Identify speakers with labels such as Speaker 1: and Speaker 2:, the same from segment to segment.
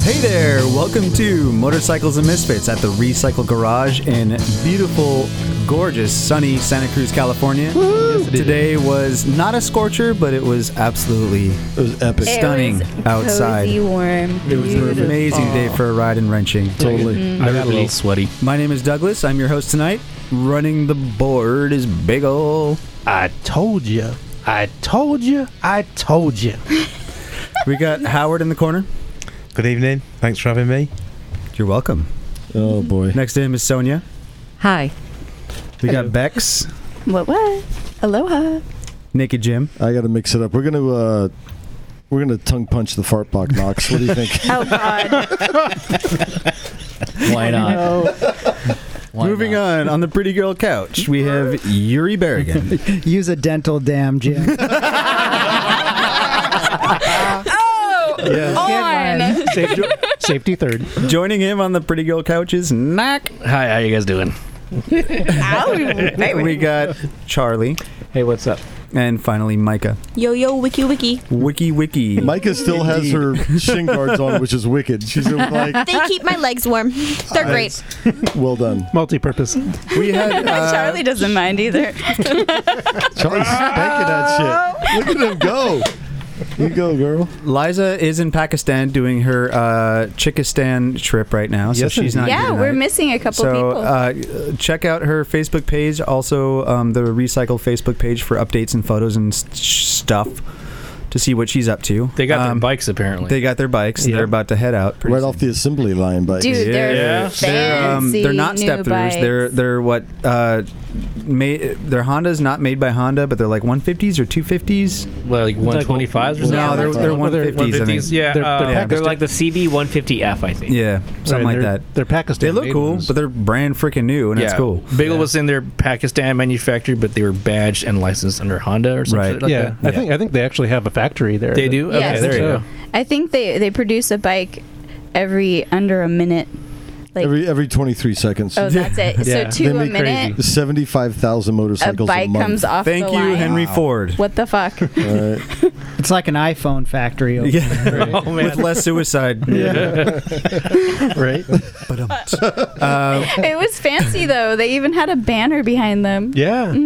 Speaker 1: Hey there, welcome to Motorcycles and Misfits at the Recycle Garage in beautiful, gorgeous, sunny Santa Cruz, California. Today was not a scorcher, but it was absolutely
Speaker 2: It was epic.
Speaker 1: It- stunning
Speaker 3: it was
Speaker 1: outside.
Speaker 3: Cozy, warm.
Speaker 1: it was an
Speaker 3: beautiful.
Speaker 1: amazing day for a ride in wrenching.
Speaker 2: totally.
Speaker 4: Mm-hmm.
Speaker 5: I got a little sweaty.
Speaker 1: My name is Douglas. I'm your host tonight. Running the board is Big Ol.
Speaker 2: I told you. I told you. I told you.
Speaker 1: We got Howard in the corner.
Speaker 6: Good evening. Thanks for having me.
Speaker 1: You're welcome.
Speaker 2: Oh boy.
Speaker 1: Next to him is Sonia.
Speaker 7: Hi.
Speaker 1: We got Bex,
Speaker 3: What what? Aloha.
Speaker 1: Naked Jim.
Speaker 2: I got to mix it up. We're gonna uh, we're gonna tongue punch the fart box, Knox. What do you think?
Speaker 3: Oh God.
Speaker 5: Why not?
Speaker 3: no.
Speaker 5: Why
Speaker 1: Moving
Speaker 5: not?
Speaker 1: on, on the pretty girl couch, we have Yuri Berrigan.
Speaker 4: Use a dental dam, Jim.
Speaker 3: Oh.
Speaker 7: Good
Speaker 3: On.
Speaker 2: Safety, safety third.
Speaker 1: Joining him on the pretty girl couch is Knack.
Speaker 5: Hi, how you guys doing?
Speaker 3: Ow.
Speaker 1: We got Charlie.
Speaker 5: Hey, what's up?
Speaker 1: And finally, Micah.
Speaker 3: Yo yo wiki wiki.
Speaker 1: Wiki Wiki.
Speaker 2: Micah still has her shin guards on, which is wicked. She's like,
Speaker 3: They keep my legs warm. They're great.
Speaker 2: well done.
Speaker 8: Multi-purpose.
Speaker 1: We had uh,
Speaker 3: Charlie doesn't mind either.
Speaker 2: Charlie's spanking that shit. Look at him go. You go, girl.
Speaker 1: Liza is in Pakistan doing her uh, Chickistan trip right now, so
Speaker 2: Yes,
Speaker 1: she's not here
Speaker 3: yeah,
Speaker 1: tonight.
Speaker 3: we're missing a couple
Speaker 1: so
Speaker 3: people.
Speaker 1: uh, check out her Facebook page, also um, the Recycle Facebook page for updates and photos and s- stuff to see what she's up to.
Speaker 5: They got
Speaker 1: Um,
Speaker 5: their bikes apparently.
Speaker 1: They got their bikes.
Speaker 5: Yeah.
Speaker 1: They're about to head out. pretty
Speaker 2: Right
Speaker 1: soon.
Speaker 2: off the assembly line, but
Speaker 3: Dude, they're
Speaker 5: Yeah.
Speaker 3: fancy.
Speaker 1: They're um, they're not
Speaker 3: new
Speaker 1: step
Speaker 3: bikes.
Speaker 1: throughs. They're they're what uh, made their Honda's not made by Honda, but they're like 150s or 250s.
Speaker 5: well, like 125s or something.
Speaker 1: No, they're they're 150s. I think.
Speaker 8: Yeah,
Speaker 9: They're,
Speaker 5: uh,
Speaker 9: they're,
Speaker 1: yeah.
Speaker 9: uh, they're like the CB 150F, I think.
Speaker 1: Yeah, something like that.
Speaker 8: They're Pakistan.
Speaker 1: They look cool, but they're brand freaking new, and it's cool.
Speaker 5: Bigel was in their Pakistan manufactured, but they were badged and licensed under Honda or something.
Speaker 1: Right.
Speaker 5: Like
Speaker 8: yeah,
Speaker 5: that.
Speaker 8: I think I think they actually have a factory there.
Speaker 5: they do.
Speaker 3: Yes.
Speaker 5: Okay, there you go.
Speaker 3: I think they they produce a bike every under a minute. Like
Speaker 2: every every 23 seconds,
Speaker 3: oh, that's it.
Speaker 8: Yeah.
Speaker 3: So
Speaker 8: They
Speaker 3: two a
Speaker 8: make
Speaker 3: minute,
Speaker 8: crazy.
Speaker 2: 75,000
Speaker 3: a
Speaker 2: motorcycles
Speaker 3: bike
Speaker 2: month.
Speaker 3: comes off
Speaker 1: Thank
Speaker 3: the
Speaker 1: you,
Speaker 3: line.
Speaker 1: Henry Ford.
Speaker 3: What the fuck?
Speaker 2: All right.
Speaker 4: It's like an iPhone factory. Over
Speaker 1: Yeah.
Speaker 5: Oh
Speaker 1: With
Speaker 5: man,
Speaker 1: less suicide.
Speaker 8: right?
Speaker 1: Uh,
Speaker 3: it was fancy though. They even had a banner behind them
Speaker 8: Yeah. Yep. And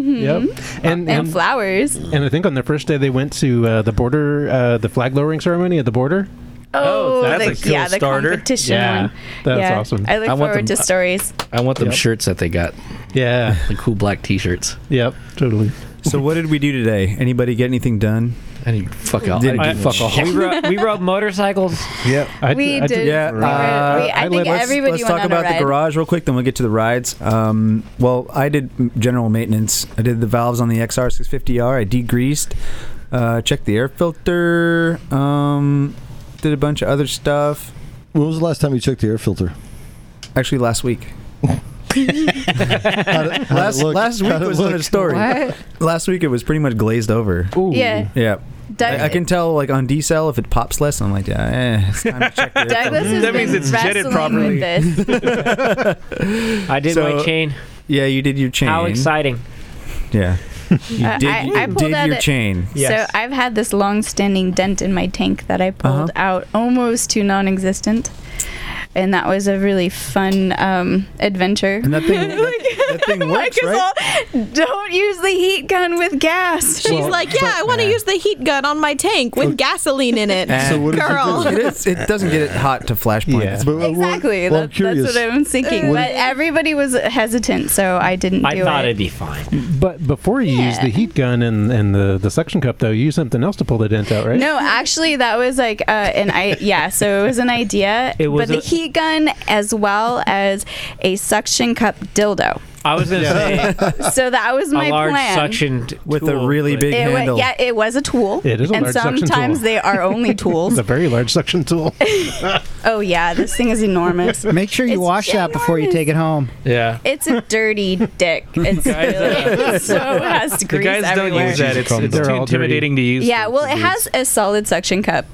Speaker 3: Mm-hmm. and
Speaker 8: and,
Speaker 3: flowers.
Speaker 8: and I think on their first day they went to uh, the border, uh, the flag lowering ceremony at the border.
Speaker 3: Oh,
Speaker 5: that's
Speaker 3: the,
Speaker 5: a cool
Speaker 3: yeah, the
Speaker 5: starter.
Speaker 3: competition
Speaker 8: Yeah,
Speaker 3: one.
Speaker 8: that's
Speaker 3: yeah.
Speaker 8: awesome.
Speaker 3: I look
Speaker 5: I want
Speaker 3: forward
Speaker 5: them- uh,
Speaker 3: to stories.
Speaker 5: I want them
Speaker 8: Yep.
Speaker 5: shirts that they got.
Speaker 8: Yeah.
Speaker 5: The cool black T-shirts.
Speaker 8: yep. Totally.
Speaker 1: so what did we do today? Anybody get anything done?
Speaker 5: I need fuck out.
Speaker 1: Didn't
Speaker 5: I
Speaker 1: do
Speaker 5: need fuck all.
Speaker 9: We, rode, we rode motorcycles.
Speaker 2: Yeah.
Speaker 8: I,
Speaker 3: we
Speaker 8: I
Speaker 3: did.
Speaker 1: Yeah,
Speaker 3: we were-
Speaker 1: uh,
Speaker 3: we- I,
Speaker 8: I-
Speaker 3: think
Speaker 8: let's-
Speaker 3: everybody
Speaker 1: Let's
Speaker 3: went
Speaker 1: talk
Speaker 3: on
Speaker 1: about
Speaker 3: a ride.
Speaker 1: the garage real quick, then we'll get to the rides. Um, well, I did m- general maintenance. I did the valves on the XR650R. I degreased, uh, checked the air filter, um, did a bunch of other stuff.
Speaker 2: When was the last time you checked the air filter?
Speaker 1: Actually, last week.
Speaker 2: How'd it- how'd it
Speaker 1: Last
Speaker 2: look?
Speaker 1: last week
Speaker 2: How'd it
Speaker 1: was
Speaker 2: look?
Speaker 1: another story.
Speaker 3: What?
Speaker 1: Last week it was pretty much glazed over.
Speaker 8: Ooh.
Speaker 3: Yeah,
Speaker 1: Yeah,
Speaker 3: Doug,
Speaker 1: I, I can tell like on D cell if it pops less. I'm like, yeah, eh, it's time to check the air filter.
Speaker 3: Douglas has
Speaker 5: That means
Speaker 3: been
Speaker 5: it's jetted
Speaker 3: wrestling
Speaker 5: properly.
Speaker 3: With this.
Speaker 9: I did
Speaker 1: So-
Speaker 9: my chain.
Speaker 1: Yeah, you did your chain.
Speaker 9: How exciting.
Speaker 1: Yeah, you
Speaker 3: Uh,
Speaker 1: did,
Speaker 3: I-
Speaker 1: you
Speaker 3: I pulled
Speaker 1: did
Speaker 3: out
Speaker 1: your
Speaker 3: a-
Speaker 1: chain.
Speaker 9: Yes.
Speaker 3: So I've had this long-standing dent in my tank that I pulled out almost to non-existent, and that was a really fun um, adventure.
Speaker 1: And that thing, that, that thing works,
Speaker 3: Micah's
Speaker 1: right?
Speaker 3: all, don't use the heat gun with gas.
Speaker 2: She's Well, like,
Speaker 10: yeah, I want to use the heat gun on my tank with gasoline in it.
Speaker 1: And-
Speaker 2: So what does it
Speaker 10: Girl.
Speaker 2: do?
Speaker 1: it, is, it doesn't get it hot to flashpoint.
Speaker 8: Yeah.
Speaker 1: It's-
Speaker 2: But, uh, well,
Speaker 3: Exactly.
Speaker 2: well, I'm
Speaker 3: that, that's
Speaker 2: curious.
Speaker 3: what I'm thinking.
Speaker 2: What-
Speaker 3: but everybody was hesitant, so I didn't
Speaker 9: I
Speaker 3: do
Speaker 9: thought
Speaker 3: it.
Speaker 9: it'd be fine.
Speaker 8: But before you use the
Speaker 3: Yeah.
Speaker 8: heat gun and, and the, the suction cup, though, you use something else to pull the dent out, right?
Speaker 3: No, actually, that was like uh, an I. Yeah, so it was an idea.
Speaker 9: It was
Speaker 3: but the
Speaker 9: a-
Speaker 3: heat gun as well as a suction cup dildo.
Speaker 9: I was going to say.
Speaker 3: So that was my
Speaker 9: a large
Speaker 3: plan.
Speaker 9: suction
Speaker 1: with a really big
Speaker 3: It wa-
Speaker 1: handle.
Speaker 3: yeah, it was a tool.
Speaker 8: It is a
Speaker 3: and
Speaker 8: large suction tool.
Speaker 3: sometimes they are only tools.
Speaker 8: It's a very large suction tool.
Speaker 3: oh yeah, this thing is enormous.
Speaker 4: Make sure you wash that before you take it home.
Speaker 5: Yeah.
Speaker 3: It's a dirty dick. It's really, so it has
Speaker 5: The
Speaker 3: grease
Speaker 5: guys don't
Speaker 3: everywhere.
Speaker 5: use that. It's, it's
Speaker 8: They're
Speaker 5: too
Speaker 8: all dirty.
Speaker 5: intimidating to use.
Speaker 3: Yeah, well, it has a solid suction cup,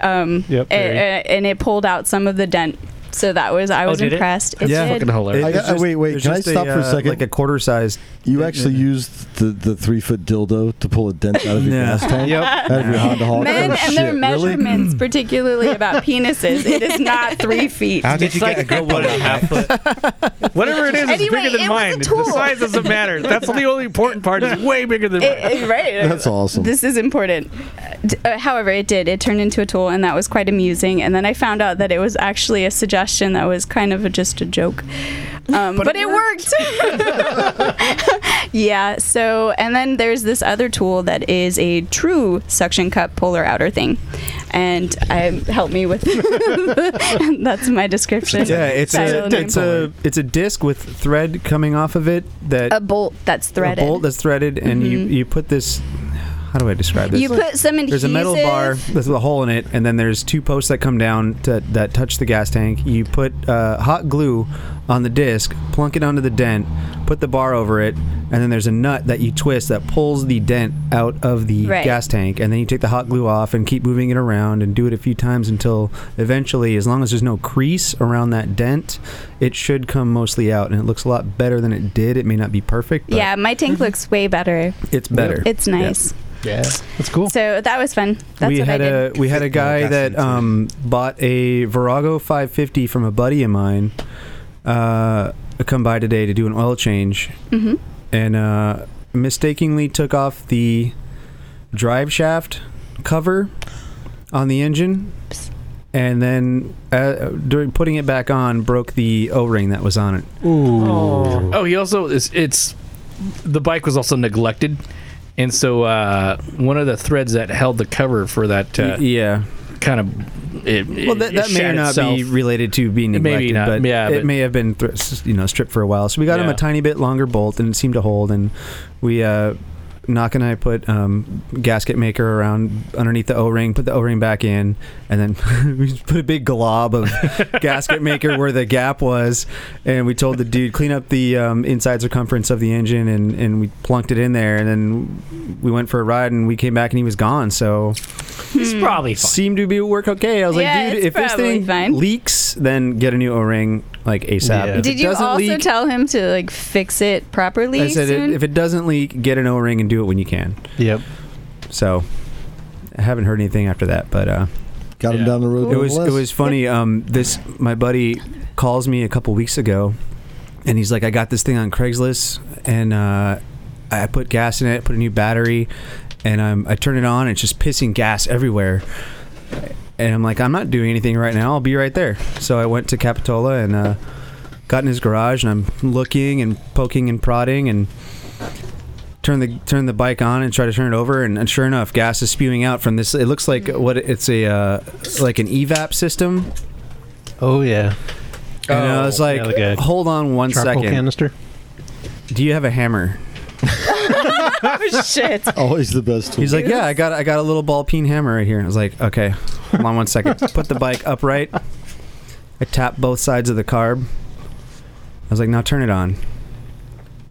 Speaker 3: um, a-
Speaker 8: Yep, very.
Speaker 3: a- and it pulled out some of the dent. So that was
Speaker 6: Oh,
Speaker 3: I was
Speaker 9: did it?
Speaker 3: impressed. It
Speaker 1: Yeah.
Speaker 3: did.
Speaker 1: Fucking
Speaker 8: hilarious.
Speaker 2: I
Speaker 1: It's
Speaker 2: got- uh, wait, wait,
Speaker 1: there's
Speaker 2: can I
Speaker 1: just
Speaker 2: stop for a
Speaker 1: uh,
Speaker 2: second?
Speaker 1: Like a quarter sized.
Speaker 2: You actually used the, the three foot dildo to pull a dent out of your
Speaker 1: Yeah.
Speaker 2: gas tank?
Speaker 8: Yep.
Speaker 2: Out of your Honda Hawk?
Speaker 3: Men
Speaker 2: Oh,
Speaker 3: and their
Speaker 2: shit, really?
Speaker 3: measurements, particularly about penises, it is not three feet.
Speaker 6: How did
Speaker 5: It's
Speaker 6: you
Speaker 5: like
Speaker 6: get a
Speaker 5: a
Speaker 6: grip
Speaker 5: one
Speaker 6: on
Speaker 5: and a
Speaker 6: that?
Speaker 5: half foot. Whatever it is, it's
Speaker 3: Anyway,
Speaker 5: bigger
Speaker 3: it was
Speaker 5: than
Speaker 3: a
Speaker 5: mine. The
Speaker 3: tool.
Speaker 5: size doesn't matter. That's the only important part. It's way bigger than mine.
Speaker 3: It- it- right.
Speaker 2: That's awesome.
Speaker 3: This is important. Uh, d- uh, however, it did. It turned into a tool, and that was quite amusing. And then I found out that it was actually a suggestion that was kind of a, just a joke. Um, but, it worked. yeah. So, and then there's this other tool that is a true suction cup puller outer thing, and I, help me with. that's my description.
Speaker 1: Yeah, it's
Speaker 3: Title
Speaker 1: a
Speaker 3: and
Speaker 1: it's
Speaker 3: name.
Speaker 1: a it's a disc with thread coming off of it that
Speaker 3: a bolt that's threaded. Mm-hmm.
Speaker 1: a bolt that's threaded, and you you put this. How do I describe this?
Speaker 3: you put some adhesive.
Speaker 1: there's a metal bar with a hole in it, and then there's two posts that come down to, that touch the gas tank. You put uh, hot glue on the disc, plunk it onto the dent, put the bar over it, and then there's a nut that you twist that pulls the dent out of the
Speaker 3: Right.
Speaker 1: gas tank. And then you take the hot glue off and keep moving it around and do it a few times until eventually, as long as there's no crease around that dent, it should come mostly out. And it looks a lot better than it did. It may not be perfect, but
Speaker 3: Yeah, my tank looks way better.
Speaker 1: Mm-hmm. it's better.
Speaker 3: It's nice.
Speaker 8: yeah, that's cool.
Speaker 3: So that was fun. That's
Speaker 1: we
Speaker 3: what
Speaker 1: had
Speaker 3: I did.
Speaker 1: a we had a guy
Speaker 6: gas
Speaker 1: that
Speaker 6: into it.
Speaker 1: um, bought a Virago 550 from a buddy of mine. Uh, come by today to do an oil change,
Speaker 3: hmm
Speaker 1: and uh, mistakenly took off the drive shaft cover on the engine, and then uh, during putting it back on, broke the O-ring that was on it.
Speaker 8: Ooh.
Speaker 5: Oh, he also it's, it's the bike was also neglected, and so uh, one of the threads that held the cover for that uh,
Speaker 1: Y- yeah,
Speaker 5: kind of it,
Speaker 1: well, that, that may or not be related to being
Speaker 5: It may be
Speaker 1: neglected,
Speaker 5: not,
Speaker 1: but
Speaker 5: yeah,
Speaker 1: it
Speaker 5: but-
Speaker 1: may have been thr- s- you know stripped for a while. So we got him
Speaker 5: Yeah.
Speaker 1: a tiny bit longer bolt, and it seemed to hold. And we, uh, Nock and I, put um, gasket maker around underneath the O ring, put the O ring back in, and then we just put a big glob of gasket maker where the gap was, and we told the dude clean up the um, inside circumference of the engine, and and we plunked it in there, and then we went for a ride, and we came back, and he was gone. So
Speaker 9: It's probably fine.
Speaker 1: seemed to be work okay. I was
Speaker 3: Yeah,
Speaker 1: like, dude,
Speaker 3: it's
Speaker 1: if this
Speaker 3: probably
Speaker 1: thing
Speaker 3: fine.
Speaker 1: leaks, then get a new O-ring like ASAP.
Speaker 8: Yeah.
Speaker 1: If
Speaker 3: Did
Speaker 1: it
Speaker 3: you
Speaker 1: doesn't
Speaker 3: also
Speaker 1: leak,
Speaker 3: tell him to like fix it properly
Speaker 1: I said,
Speaker 3: soon?
Speaker 1: if it doesn't leak, get an O-ring and do it when you can.
Speaker 8: Yep.
Speaker 1: So. I haven't heard anything after that, but uh,
Speaker 2: Got him
Speaker 5: Yeah.
Speaker 2: down the road.
Speaker 1: it was it
Speaker 2: nonetheless.
Speaker 1: was funny. Um, this my buddy calls me a couple weeks ago, and he's like, "I got this thing on Craigslist, and uh, I put gas in it, put a new battery, and I'm, I turn it on, and it's just pissing gas everywhere." And I'm like, "I'm not doing anything right now. I'll be right there." So I went to Capitola and uh, got in his garage, and I'm looking and poking and prodding and. Turn the turn the bike on and try to turn it over, and, and sure enough, gas is spewing out from this. It looks like what it's a uh, like an evap system,
Speaker 8: Oh yeah.
Speaker 1: and I was like,
Speaker 8: yeah, like a
Speaker 1: hold on one second.
Speaker 8: Charcoal canister.
Speaker 1: Do you have a hammer?
Speaker 3: oh shit!
Speaker 2: always the best tool.
Speaker 1: He's like, yeah, I got I got a little ball peen hammer right here. I was like, okay, hold on one second. Put the bike upright. I tap both sides of the carb. I was like, now turn it on.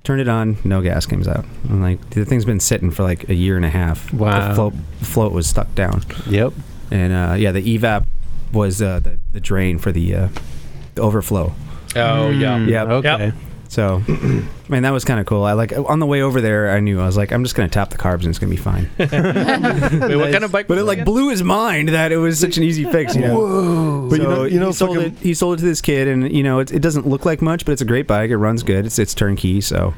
Speaker 1: Turn it on. No gas comes out. I'm like, the thing's been sitting for like a year and a half.
Speaker 8: Wow.
Speaker 1: The float, the float was stuck down,
Speaker 8: Yep.
Speaker 1: and uh, yeah, the evap was uh, the the drain for the, uh, the overflow.
Speaker 5: Oh yeah.
Speaker 1: Yeah.
Speaker 8: Mm, Okay.
Speaker 1: So, man, that was kind of cool. I like on the way over there, I knew I was like, I'm just gonna tap the carbs and it's gonna be fine.
Speaker 5: Wait, what kind of bike?
Speaker 1: But
Speaker 5: was
Speaker 1: it like
Speaker 5: again?
Speaker 1: blew his mind that it was such an easy fix. You know?
Speaker 2: Whoa. But
Speaker 1: so
Speaker 2: you know, you know,
Speaker 1: he sold it.
Speaker 2: fucking-
Speaker 1: He sold it to this kid, and you know, it, it doesn't look like much, but it's a great bike. It runs good. It's it's turnkey. So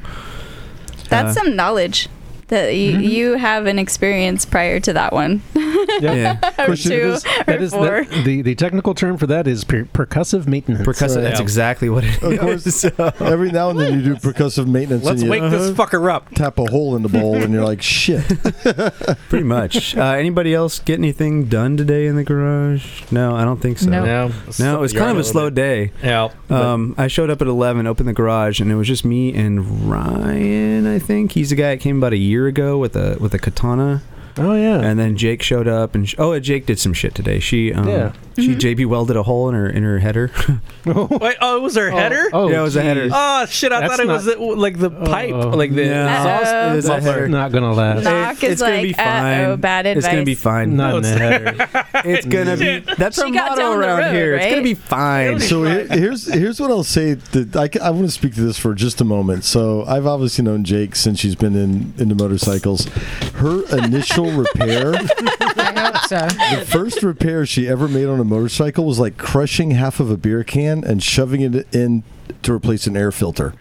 Speaker 3: That's
Speaker 1: Uh, Mm-hmm.
Speaker 3: some knowledge that you, you have an experience prior to that one. Or
Speaker 8: Question
Speaker 3: two,
Speaker 8: is, that
Speaker 3: or
Speaker 8: is that- the, the technical term for that is per- percussive maintenance.
Speaker 1: Percussive, that's Yeah. exactly what it
Speaker 2: Of course, every now and then you do percussive maintenance.
Speaker 5: Let's
Speaker 2: and you
Speaker 5: wake this fucker up.
Speaker 2: Tap a hole in the bowl, and you're like, shit.
Speaker 1: Pretty much. Uh, anybody else get anything done today in the garage? No, I don't think so.
Speaker 5: No. No.
Speaker 1: No, it was kind of a slow day.
Speaker 5: Yeah.
Speaker 1: Um, I showed up at 11, opened the garage, and it was just me and Ryan, I think. He's the guy that came about a year ago with a with a katana.
Speaker 8: Oh yeah.
Speaker 1: And then Jake showed up and sh- oh, and Jake did some shit today. She um,
Speaker 5: Yeah.
Speaker 1: she JB welded a hole in her in her header.
Speaker 5: Wait, oh, it was her header?
Speaker 1: Yeah, it was a header.
Speaker 5: Oh, shit. I
Speaker 1: That's
Speaker 5: thought it
Speaker 1: not-
Speaker 5: was the, like the pipe, like the
Speaker 1: No.
Speaker 5: exhaust.
Speaker 3: Uh-oh.
Speaker 1: It's a
Speaker 5: muffler.
Speaker 1: header.
Speaker 8: Not gonna last.
Speaker 3: Knock is
Speaker 1: gonna
Speaker 3: like,
Speaker 1: be fine.
Speaker 3: uh-oh, bad
Speaker 1: It's gonna be
Speaker 3: advice.
Speaker 1: fine.
Speaker 8: Not in the header.
Speaker 1: it's gonna be. That's our
Speaker 3: She got
Speaker 1: motto
Speaker 3: down the
Speaker 1: around
Speaker 3: road,
Speaker 1: here. It's gonna
Speaker 3: right?
Speaker 1: be fine.
Speaker 2: So here, here's here's what I'll say. That I, ca- I want to speak to this for just a moment. So I've obviously known Jake since she's been in into motorcycles. Her initial repair, the first repair she ever made on a motorcycle was like crushing half of a beer can and shoving it in to replace an air filter.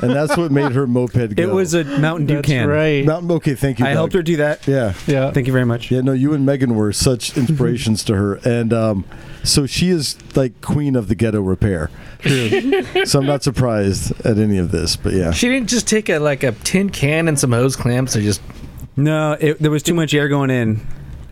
Speaker 2: And that's what made her moped go.
Speaker 1: It was a Mountain Dew
Speaker 2: That's
Speaker 1: can.
Speaker 8: right.
Speaker 2: Mountain. Okay, thank you.
Speaker 1: I helped her do that.
Speaker 2: Yeah.
Speaker 8: Yeah.
Speaker 1: Thank you very much.
Speaker 2: Yeah. No, you and Megan were such inspirations to her, and um, so she is like queen of the ghetto repair. so I'm not surprised at any of this, but yeah.
Speaker 5: She didn't just take a like a tin can and some hose clamps and just
Speaker 1: No, it, there was too much air going in,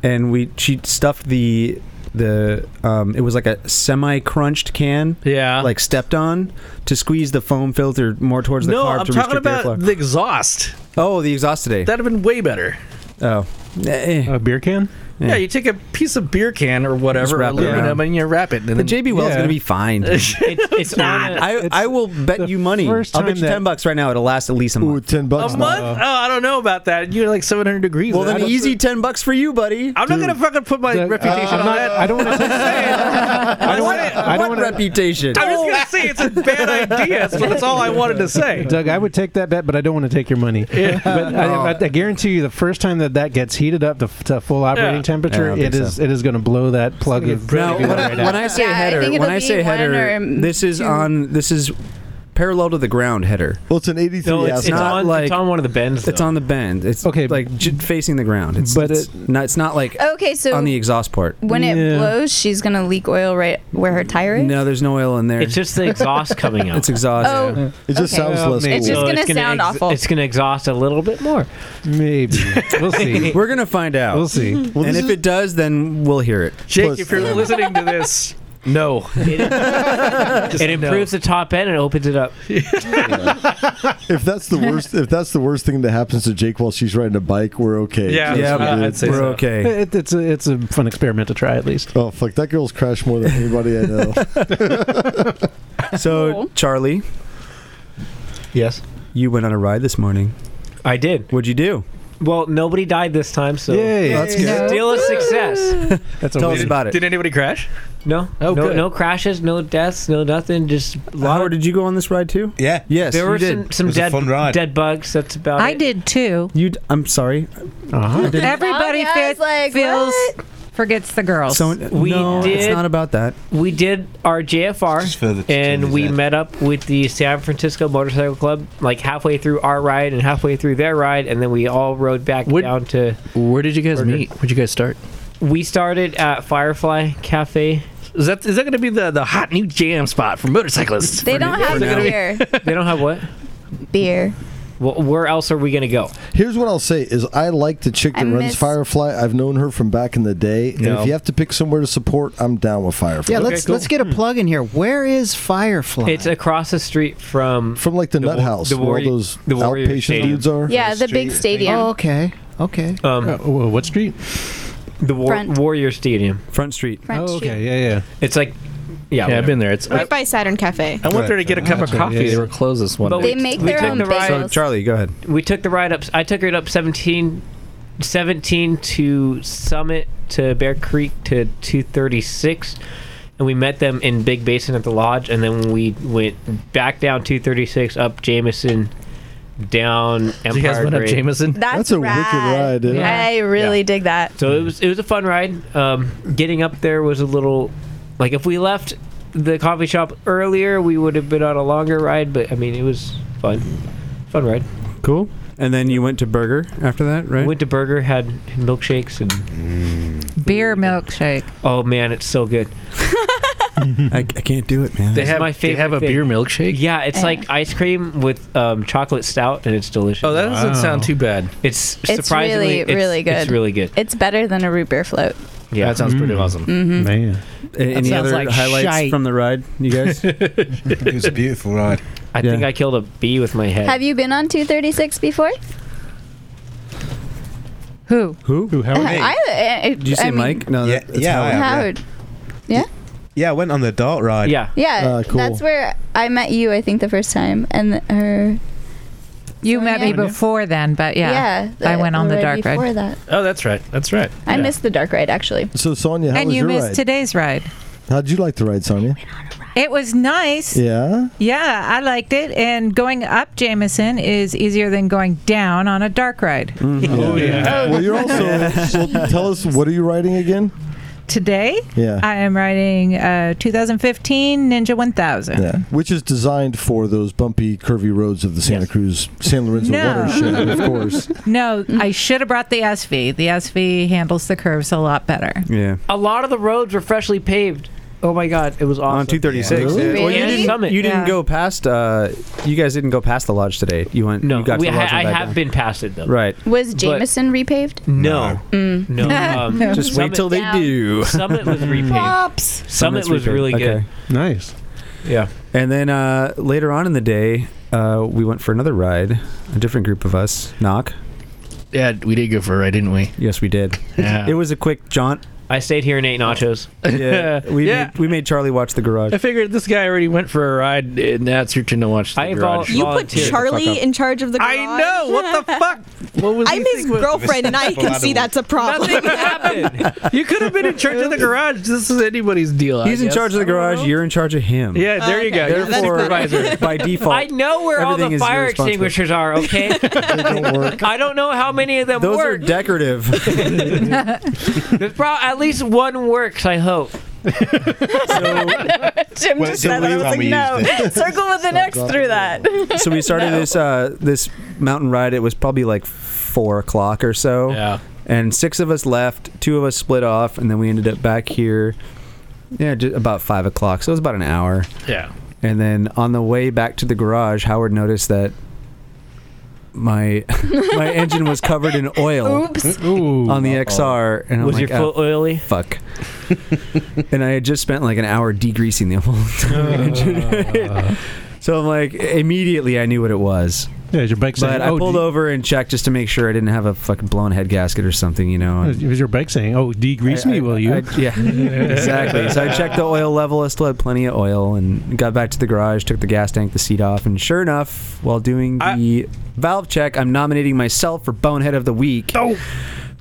Speaker 1: and we she stuffed the the um it was like a semi crunched can.
Speaker 5: Yeah,
Speaker 1: like stepped on to squeeze the foam filter more towards the
Speaker 5: No,
Speaker 1: carb
Speaker 5: I'm
Speaker 1: to
Speaker 5: talking
Speaker 1: restrict
Speaker 5: about
Speaker 1: airflow.
Speaker 5: the exhaust.
Speaker 1: Oh, the exhaust today.
Speaker 5: That'd have been way better.
Speaker 1: oh,
Speaker 8: A beer can?
Speaker 5: Yeah. you take a piece of beer can or whatever,
Speaker 1: wrap it
Speaker 5: aluminum,
Speaker 1: around.
Speaker 5: and you wrap it. And
Speaker 1: The JB Well's gonna be fine.
Speaker 5: it's,
Speaker 1: It's not. I I will bet you money.
Speaker 5: first
Speaker 1: I'll bet
Speaker 5: time
Speaker 1: you
Speaker 5: that-
Speaker 1: ten bucks right now. It'll last at least a month.
Speaker 2: ten
Speaker 5: a month? Oh, I don't know about that. You're like 700 degrees.
Speaker 1: Well, then
Speaker 5: I don't-
Speaker 1: easy ten bucks for you, buddy.
Speaker 5: I'm not gonna fucking put my reputation on that.
Speaker 8: uh, I don't want to.
Speaker 5: I don't want to.
Speaker 1: What reputation?
Speaker 5: I'm just gonna say it's a bad idea. So that's all I wanted to say.
Speaker 8: Doug, I would take that bet, but I don't want to take your money.
Speaker 5: Yeah.
Speaker 8: But I, I, I guarantee you, the first time that that gets heated up to, f- to full operating
Speaker 5: Yeah.
Speaker 8: temperature,
Speaker 1: Yeah, I
Speaker 8: it
Speaker 1: think
Speaker 8: is
Speaker 1: so.
Speaker 8: it is going to blow that plug.
Speaker 5: gonna
Speaker 8: of-
Speaker 5: get
Speaker 1: Now,
Speaker 8: pretty
Speaker 1: when,
Speaker 8: good
Speaker 1: I,
Speaker 8: right
Speaker 1: when I say
Speaker 3: Yeah, I
Speaker 1: header,
Speaker 3: think
Speaker 1: when
Speaker 3: it'll
Speaker 1: I say
Speaker 3: be one
Speaker 1: header,
Speaker 3: or
Speaker 1: this is on this is parallel to the ground header.
Speaker 2: Well, it's an 83
Speaker 9: No, it's, it's,
Speaker 1: not
Speaker 9: on,
Speaker 1: like-
Speaker 9: it's on one of the bends.
Speaker 1: It's on the bend. It's
Speaker 8: Okay.
Speaker 1: like j- facing the ground. It's
Speaker 8: But
Speaker 1: it's, not, it's not like
Speaker 3: Okay, Oh, so
Speaker 1: on the exhaust part.
Speaker 3: when it
Speaker 8: Yeah.
Speaker 3: blows, she's gonna leak oil right where her tire is.
Speaker 1: No, there's no oil in there.
Speaker 9: It's
Speaker 1: It's,
Speaker 9: just the exhaust coming out.
Speaker 1: exhaust.
Speaker 3: Oh,
Speaker 2: It just
Speaker 3: Okay.
Speaker 2: sounds
Speaker 8: Well,
Speaker 2: less
Speaker 8: maybe.
Speaker 3: It's
Speaker 2: cool.
Speaker 3: just
Speaker 9: So
Speaker 3: gonna sound awful.
Speaker 9: It's gonna exhaust a little bit more.
Speaker 8: Maybe we'll see.
Speaker 1: We're gonna find out.
Speaker 8: We'll see.
Speaker 2: Well,
Speaker 1: and
Speaker 2: this
Speaker 1: if
Speaker 2: is-
Speaker 1: it does, then we'll hear it.
Speaker 5: Jake,
Speaker 2: Plus-
Speaker 5: if you're listening to this, no.
Speaker 9: It improves the top end and opens it up.
Speaker 2: if that's the worst, if that's the worst thing that happens to Jake while she's riding a bike, we're okay.
Speaker 5: Yeah,
Speaker 2: That's
Speaker 5: yeah,
Speaker 2: what it
Speaker 5: I'd
Speaker 2: is.
Speaker 5: say
Speaker 1: We're
Speaker 5: so.
Speaker 1: okay.
Speaker 8: It, it's a it's a fun experiment to try at least.
Speaker 2: Oh fuck! That girl's crashed more than anybody I know.
Speaker 1: So
Speaker 3: Cool.
Speaker 1: Charlie,
Speaker 9: Yes,
Speaker 1: you went on a ride this morning.
Speaker 9: I did.
Speaker 1: What'd you do?
Speaker 9: Well, nobody died this time, so
Speaker 8: Yay!
Speaker 1: That's good.
Speaker 9: still a success.
Speaker 8: That's a
Speaker 1: Tell
Speaker 8: win.
Speaker 1: us about
Speaker 5: Did
Speaker 1: it.
Speaker 5: anybody crash?
Speaker 9: No,
Speaker 5: Oh,
Speaker 9: no,
Speaker 5: good.
Speaker 9: no crashes, no deaths, no nothing. Just a lot
Speaker 1: Howard,
Speaker 9: of
Speaker 1: did you go on this ride too?
Speaker 6: Yeah.
Speaker 1: Yes,
Speaker 9: there
Speaker 1: you
Speaker 9: were
Speaker 1: did.
Speaker 9: some,
Speaker 6: It
Speaker 9: some
Speaker 6: was a
Speaker 9: dead
Speaker 6: fun ride.
Speaker 9: dead bugs. That's about
Speaker 7: I
Speaker 9: it.
Speaker 7: did too.
Speaker 1: You. d- I'm sorry.
Speaker 8: Uh-huh.
Speaker 7: Everybody
Speaker 3: Oh, yeah, I
Speaker 7: fit,
Speaker 3: was like,
Speaker 7: feels
Speaker 3: what?
Speaker 7: forgets the girls.
Speaker 1: So
Speaker 9: We
Speaker 1: no, it's
Speaker 9: did-
Speaker 1: not about that.
Speaker 9: We did our
Speaker 6: Just
Speaker 9: JFR,
Speaker 6: for the
Speaker 9: and we
Speaker 6: Chinese
Speaker 9: met up with the San Francisco Motorcycle Club like halfway through our ride and halfway through their ride, and then we all rode back
Speaker 11: Would-
Speaker 9: down to.
Speaker 11: Where did you guys meet? Where'd you guys start?
Speaker 9: We started at Firefly Cafe.
Speaker 5: Is that is that gonna be the, the hot new jam spot for motorcyclists?
Speaker 3: They don't have beer.
Speaker 9: They don't have what?
Speaker 3: beer.
Speaker 9: Well, where else are we gonna go?
Speaker 2: Here's what I'll say: is I like the chick that
Speaker 3: I
Speaker 2: runs
Speaker 3: miss-
Speaker 2: Firefly. I've known her from back in the day, and
Speaker 5: No.
Speaker 2: if you have to pick somewhere to support, I'm down with Firefly.
Speaker 4: Yeah, let's
Speaker 5: cool.
Speaker 4: let's get a plug in here. Where is Firefly?
Speaker 9: It's across the street from
Speaker 2: from like the,
Speaker 9: The
Speaker 2: nut
Speaker 9: wa-
Speaker 2: house
Speaker 9: the
Speaker 2: where all
Speaker 9: warrior-
Speaker 2: those
Speaker 9: the warrior
Speaker 2: outpatient
Speaker 9: stadium.
Speaker 2: dudes are.
Speaker 3: Yeah, the big stadium.
Speaker 4: oh, okay, okay.
Speaker 9: um,
Speaker 8: Uh, wha- what street?
Speaker 9: the war-
Speaker 3: Front.
Speaker 9: Warrior Stadium.
Speaker 1: Front Street.
Speaker 3: French
Speaker 8: oh,
Speaker 3: shit.
Speaker 8: okay. Yeah, yeah.
Speaker 9: It's like, yeah,
Speaker 5: Yeah, I've
Speaker 9: whatever.
Speaker 5: been there. It's I,
Speaker 10: right by Saturn Cafe.
Speaker 5: I went there to get a cup of
Speaker 8: Gotcha,
Speaker 5: coffee.
Speaker 8: yes.
Speaker 5: They were closed this one.
Speaker 9: But
Speaker 5: day.
Speaker 3: They make their
Speaker 9: took
Speaker 3: own
Speaker 9: the ride-
Speaker 1: So
Speaker 3: bagels.
Speaker 1: Charlie, go ahead.
Speaker 9: we took the ride up. I took it up 17, 17 to Summit to Bear Creek to 236. And we met them in Big Basin at the lodge. And then we went back down 236, up Jameson, down Empire.
Speaker 5: you guys went up
Speaker 9: Grade.
Speaker 5: Jameson.
Speaker 3: That's,
Speaker 2: That's a wicked
Speaker 3: rad.
Speaker 2: ride, isn't it?
Speaker 3: I really dig that.
Speaker 9: So it was it was a fun ride. Um, getting up there was a little like if we left the coffee shop earlier, we would have been on a longer ride. But I mean, it was fun, fun ride.
Speaker 1: Cool. And then you went to Burger after that, right?
Speaker 9: Went to Burger, had milkshakes and
Speaker 5: Mm.
Speaker 12: Beer milkshake.
Speaker 9: oh man, it's so good.
Speaker 1: I, I can't do it, man.
Speaker 9: They have my favorite.
Speaker 5: have a
Speaker 9: thing.
Speaker 5: beer milkshake?
Speaker 9: Yeah, it's like ice cream with um, chocolate stout, and it's delicious. Oh,
Speaker 5: that doesn't Wow. sound too bad.
Speaker 9: It's
Speaker 3: It's
Speaker 9: surprisingly
Speaker 3: really, really good.
Speaker 9: It's really good.
Speaker 3: It's better than a root beer float.
Speaker 9: Yeah,
Speaker 5: that sounds pretty
Speaker 9: Mm.
Speaker 5: awesome.
Speaker 3: Mhm.
Speaker 5: Man,
Speaker 1: Mm-hmm. A- Any other highlights from the ride, you guys?
Speaker 9: it was a beautiful ride. I think I killed a bee with my head.
Speaker 3: Have you been on 236 before?
Speaker 12: Who?
Speaker 1: Who? Who?
Speaker 3: Uh, I, uh,
Speaker 6: Did you say
Speaker 3: mean,
Speaker 6: Mike? No, Yeah, that- that's yeah, Howard. I have, yeah.
Speaker 3: Howard. Yeah.
Speaker 6: Yeah, I went on the dart ride. Uh,
Speaker 9: Yeah.
Speaker 3: Yeah,
Speaker 2: Uh,
Speaker 3: that's where I met you. I think the first time, and her.
Speaker 12: You met me
Speaker 3: Sonia?
Speaker 12: before then, but yeah,
Speaker 3: Yeah,
Speaker 12: I went on the
Speaker 3: already
Speaker 12: dark
Speaker 3: before
Speaker 12: ride.
Speaker 3: that.
Speaker 5: Oh, that's right. That's right.
Speaker 3: I missed the dark ride actually.
Speaker 2: So Sonia, how
Speaker 12: and
Speaker 2: was
Speaker 12: you
Speaker 2: your
Speaker 12: missed
Speaker 2: ride?
Speaker 12: today's ride.
Speaker 2: How'd you like the ride, Sonia?
Speaker 12: It was nice.
Speaker 2: Yeah.
Speaker 12: Yeah, I liked it. And going up Jameson is easier than going down on a dark ride.
Speaker 5: Mm-hmm.
Speaker 2: Oh yeah. Well, you're also. well, tell us what are you riding again?
Speaker 12: Today,
Speaker 2: Yeah.
Speaker 12: I am riding uh, 2015 Ninja 1000.
Speaker 2: Yeah, which is designed for those bumpy, curvy roads of the Santa Cruz, San Lorenzo watershed, of course.
Speaker 12: no, I should have brought the SV. The SV handles the curves a lot better.
Speaker 1: Yeah.
Speaker 9: A lot of the roads were freshly paved. Oh my god, it was awesome.
Speaker 1: On 236.
Speaker 9: Yeah.
Speaker 1: yeah. Well, you
Speaker 9: Yeah,
Speaker 1: didn't,
Speaker 9: Summit.
Speaker 1: you didn't
Speaker 9: Yeah.
Speaker 1: go past. Uh, you guys didn't go past the lodge today. You went. No, you got
Speaker 9: We-
Speaker 1: to the lodge
Speaker 9: I, I
Speaker 1: and back
Speaker 9: have
Speaker 1: down.
Speaker 9: been past it though.
Speaker 1: Right.
Speaker 3: Was
Speaker 9: But-
Speaker 3: Jameson repaved?
Speaker 9: No.
Speaker 3: Mm.
Speaker 9: No. um,
Speaker 3: No.
Speaker 1: Just wait
Speaker 9: Summit-
Speaker 1: till they do.
Speaker 9: Summit was repaved.
Speaker 12: Props.
Speaker 9: Summit was really good.
Speaker 1: Nice.
Speaker 9: Yeah.
Speaker 1: And then uh, later on in the day, uh, we went for another ride. A different group of us. Knock.
Speaker 5: Yeah, we did go for a ride, didn't we?
Speaker 1: Yes, we did.
Speaker 5: Yeah.
Speaker 1: It was a quick jaunt.
Speaker 9: I stayed here and ate nachos.
Speaker 1: Yeah. We
Speaker 5: Yeah.
Speaker 1: Made, we made Charlie watch the garage.
Speaker 5: I figured this guy already went for a ride, and now it's your turn to watch the
Speaker 1: I
Speaker 5: garage.
Speaker 10: You put Charlie in charge of the garage. I know. What
Speaker 5: the fuck?
Speaker 10: I'm his girlfriend, and I can see that's a problem.
Speaker 5: you could have been in charge of the garage. This is anybody's deal.
Speaker 1: He's in charge of the garage. You're in charge of him.
Speaker 5: Yeah, there you go. You're the
Speaker 1: Therefore,
Speaker 5: supervisor.
Speaker 1: by default,
Speaker 9: I know where all
Speaker 1: everything
Speaker 9: the
Speaker 1: is
Speaker 9: fire
Speaker 1: your responsibility.
Speaker 9: extinguishers are. Okay. I don't know how many of them
Speaker 1: Those are
Speaker 9: work.
Speaker 1: decorative.
Speaker 9: There's probably at least one works. I hope.
Speaker 3: Jim
Speaker 1: Well,
Speaker 3: just
Speaker 1: so
Speaker 3: said
Speaker 1: we-
Speaker 3: that. I was
Speaker 1: time
Speaker 3: like,
Speaker 1: we used
Speaker 3: no.
Speaker 1: it.
Speaker 3: Circle with an X through that.
Speaker 1: so we started
Speaker 3: No.
Speaker 1: this uh, this mountain ride. It was probably like four o'clock or so. Yeah. And six of us left. Two of us split off, and then we ended up back here. Yeah, just about five o'clock. So it was about an hour.
Speaker 5: Yeah.
Speaker 1: And then on the way back to the garage, Howard noticed that my my engine was covered in oil
Speaker 5: Oops.
Speaker 1: on the XR, and I'm
Speaker 5: Was
Speaker 1: like,
Speaker 5: your foot
Speaker 1: "Oh,
Speaker 9: oily?
Speaker 1: Fuck. and I had just spent like an hour degreasing the whole entire engine. so I'm like, immediately I knew what it was.
Speaker 8: Yeah, is your bike
Speaker 1: But
Speaker 8: saying,
Speaker 1: I
Speaker 8: "Oh,
Speaker 1: pulled
Speaker 8: de-
Speaker 1: over and checked just to make sure I didn't have a fucking blown head gasket or something, you know. and-
Speaker 8: It was your bike saying, "Oh, degrease
Speaker 1: I-
Speaker 8: me, will you?"
Speaker 1: I- yeah, exactly. So I checked the oil level. I still had plenty of oil, and got back to the garage, took the gas tank, the seat off, and sure enough, while doing the valve check, I'm nominating myself for bonehead of the week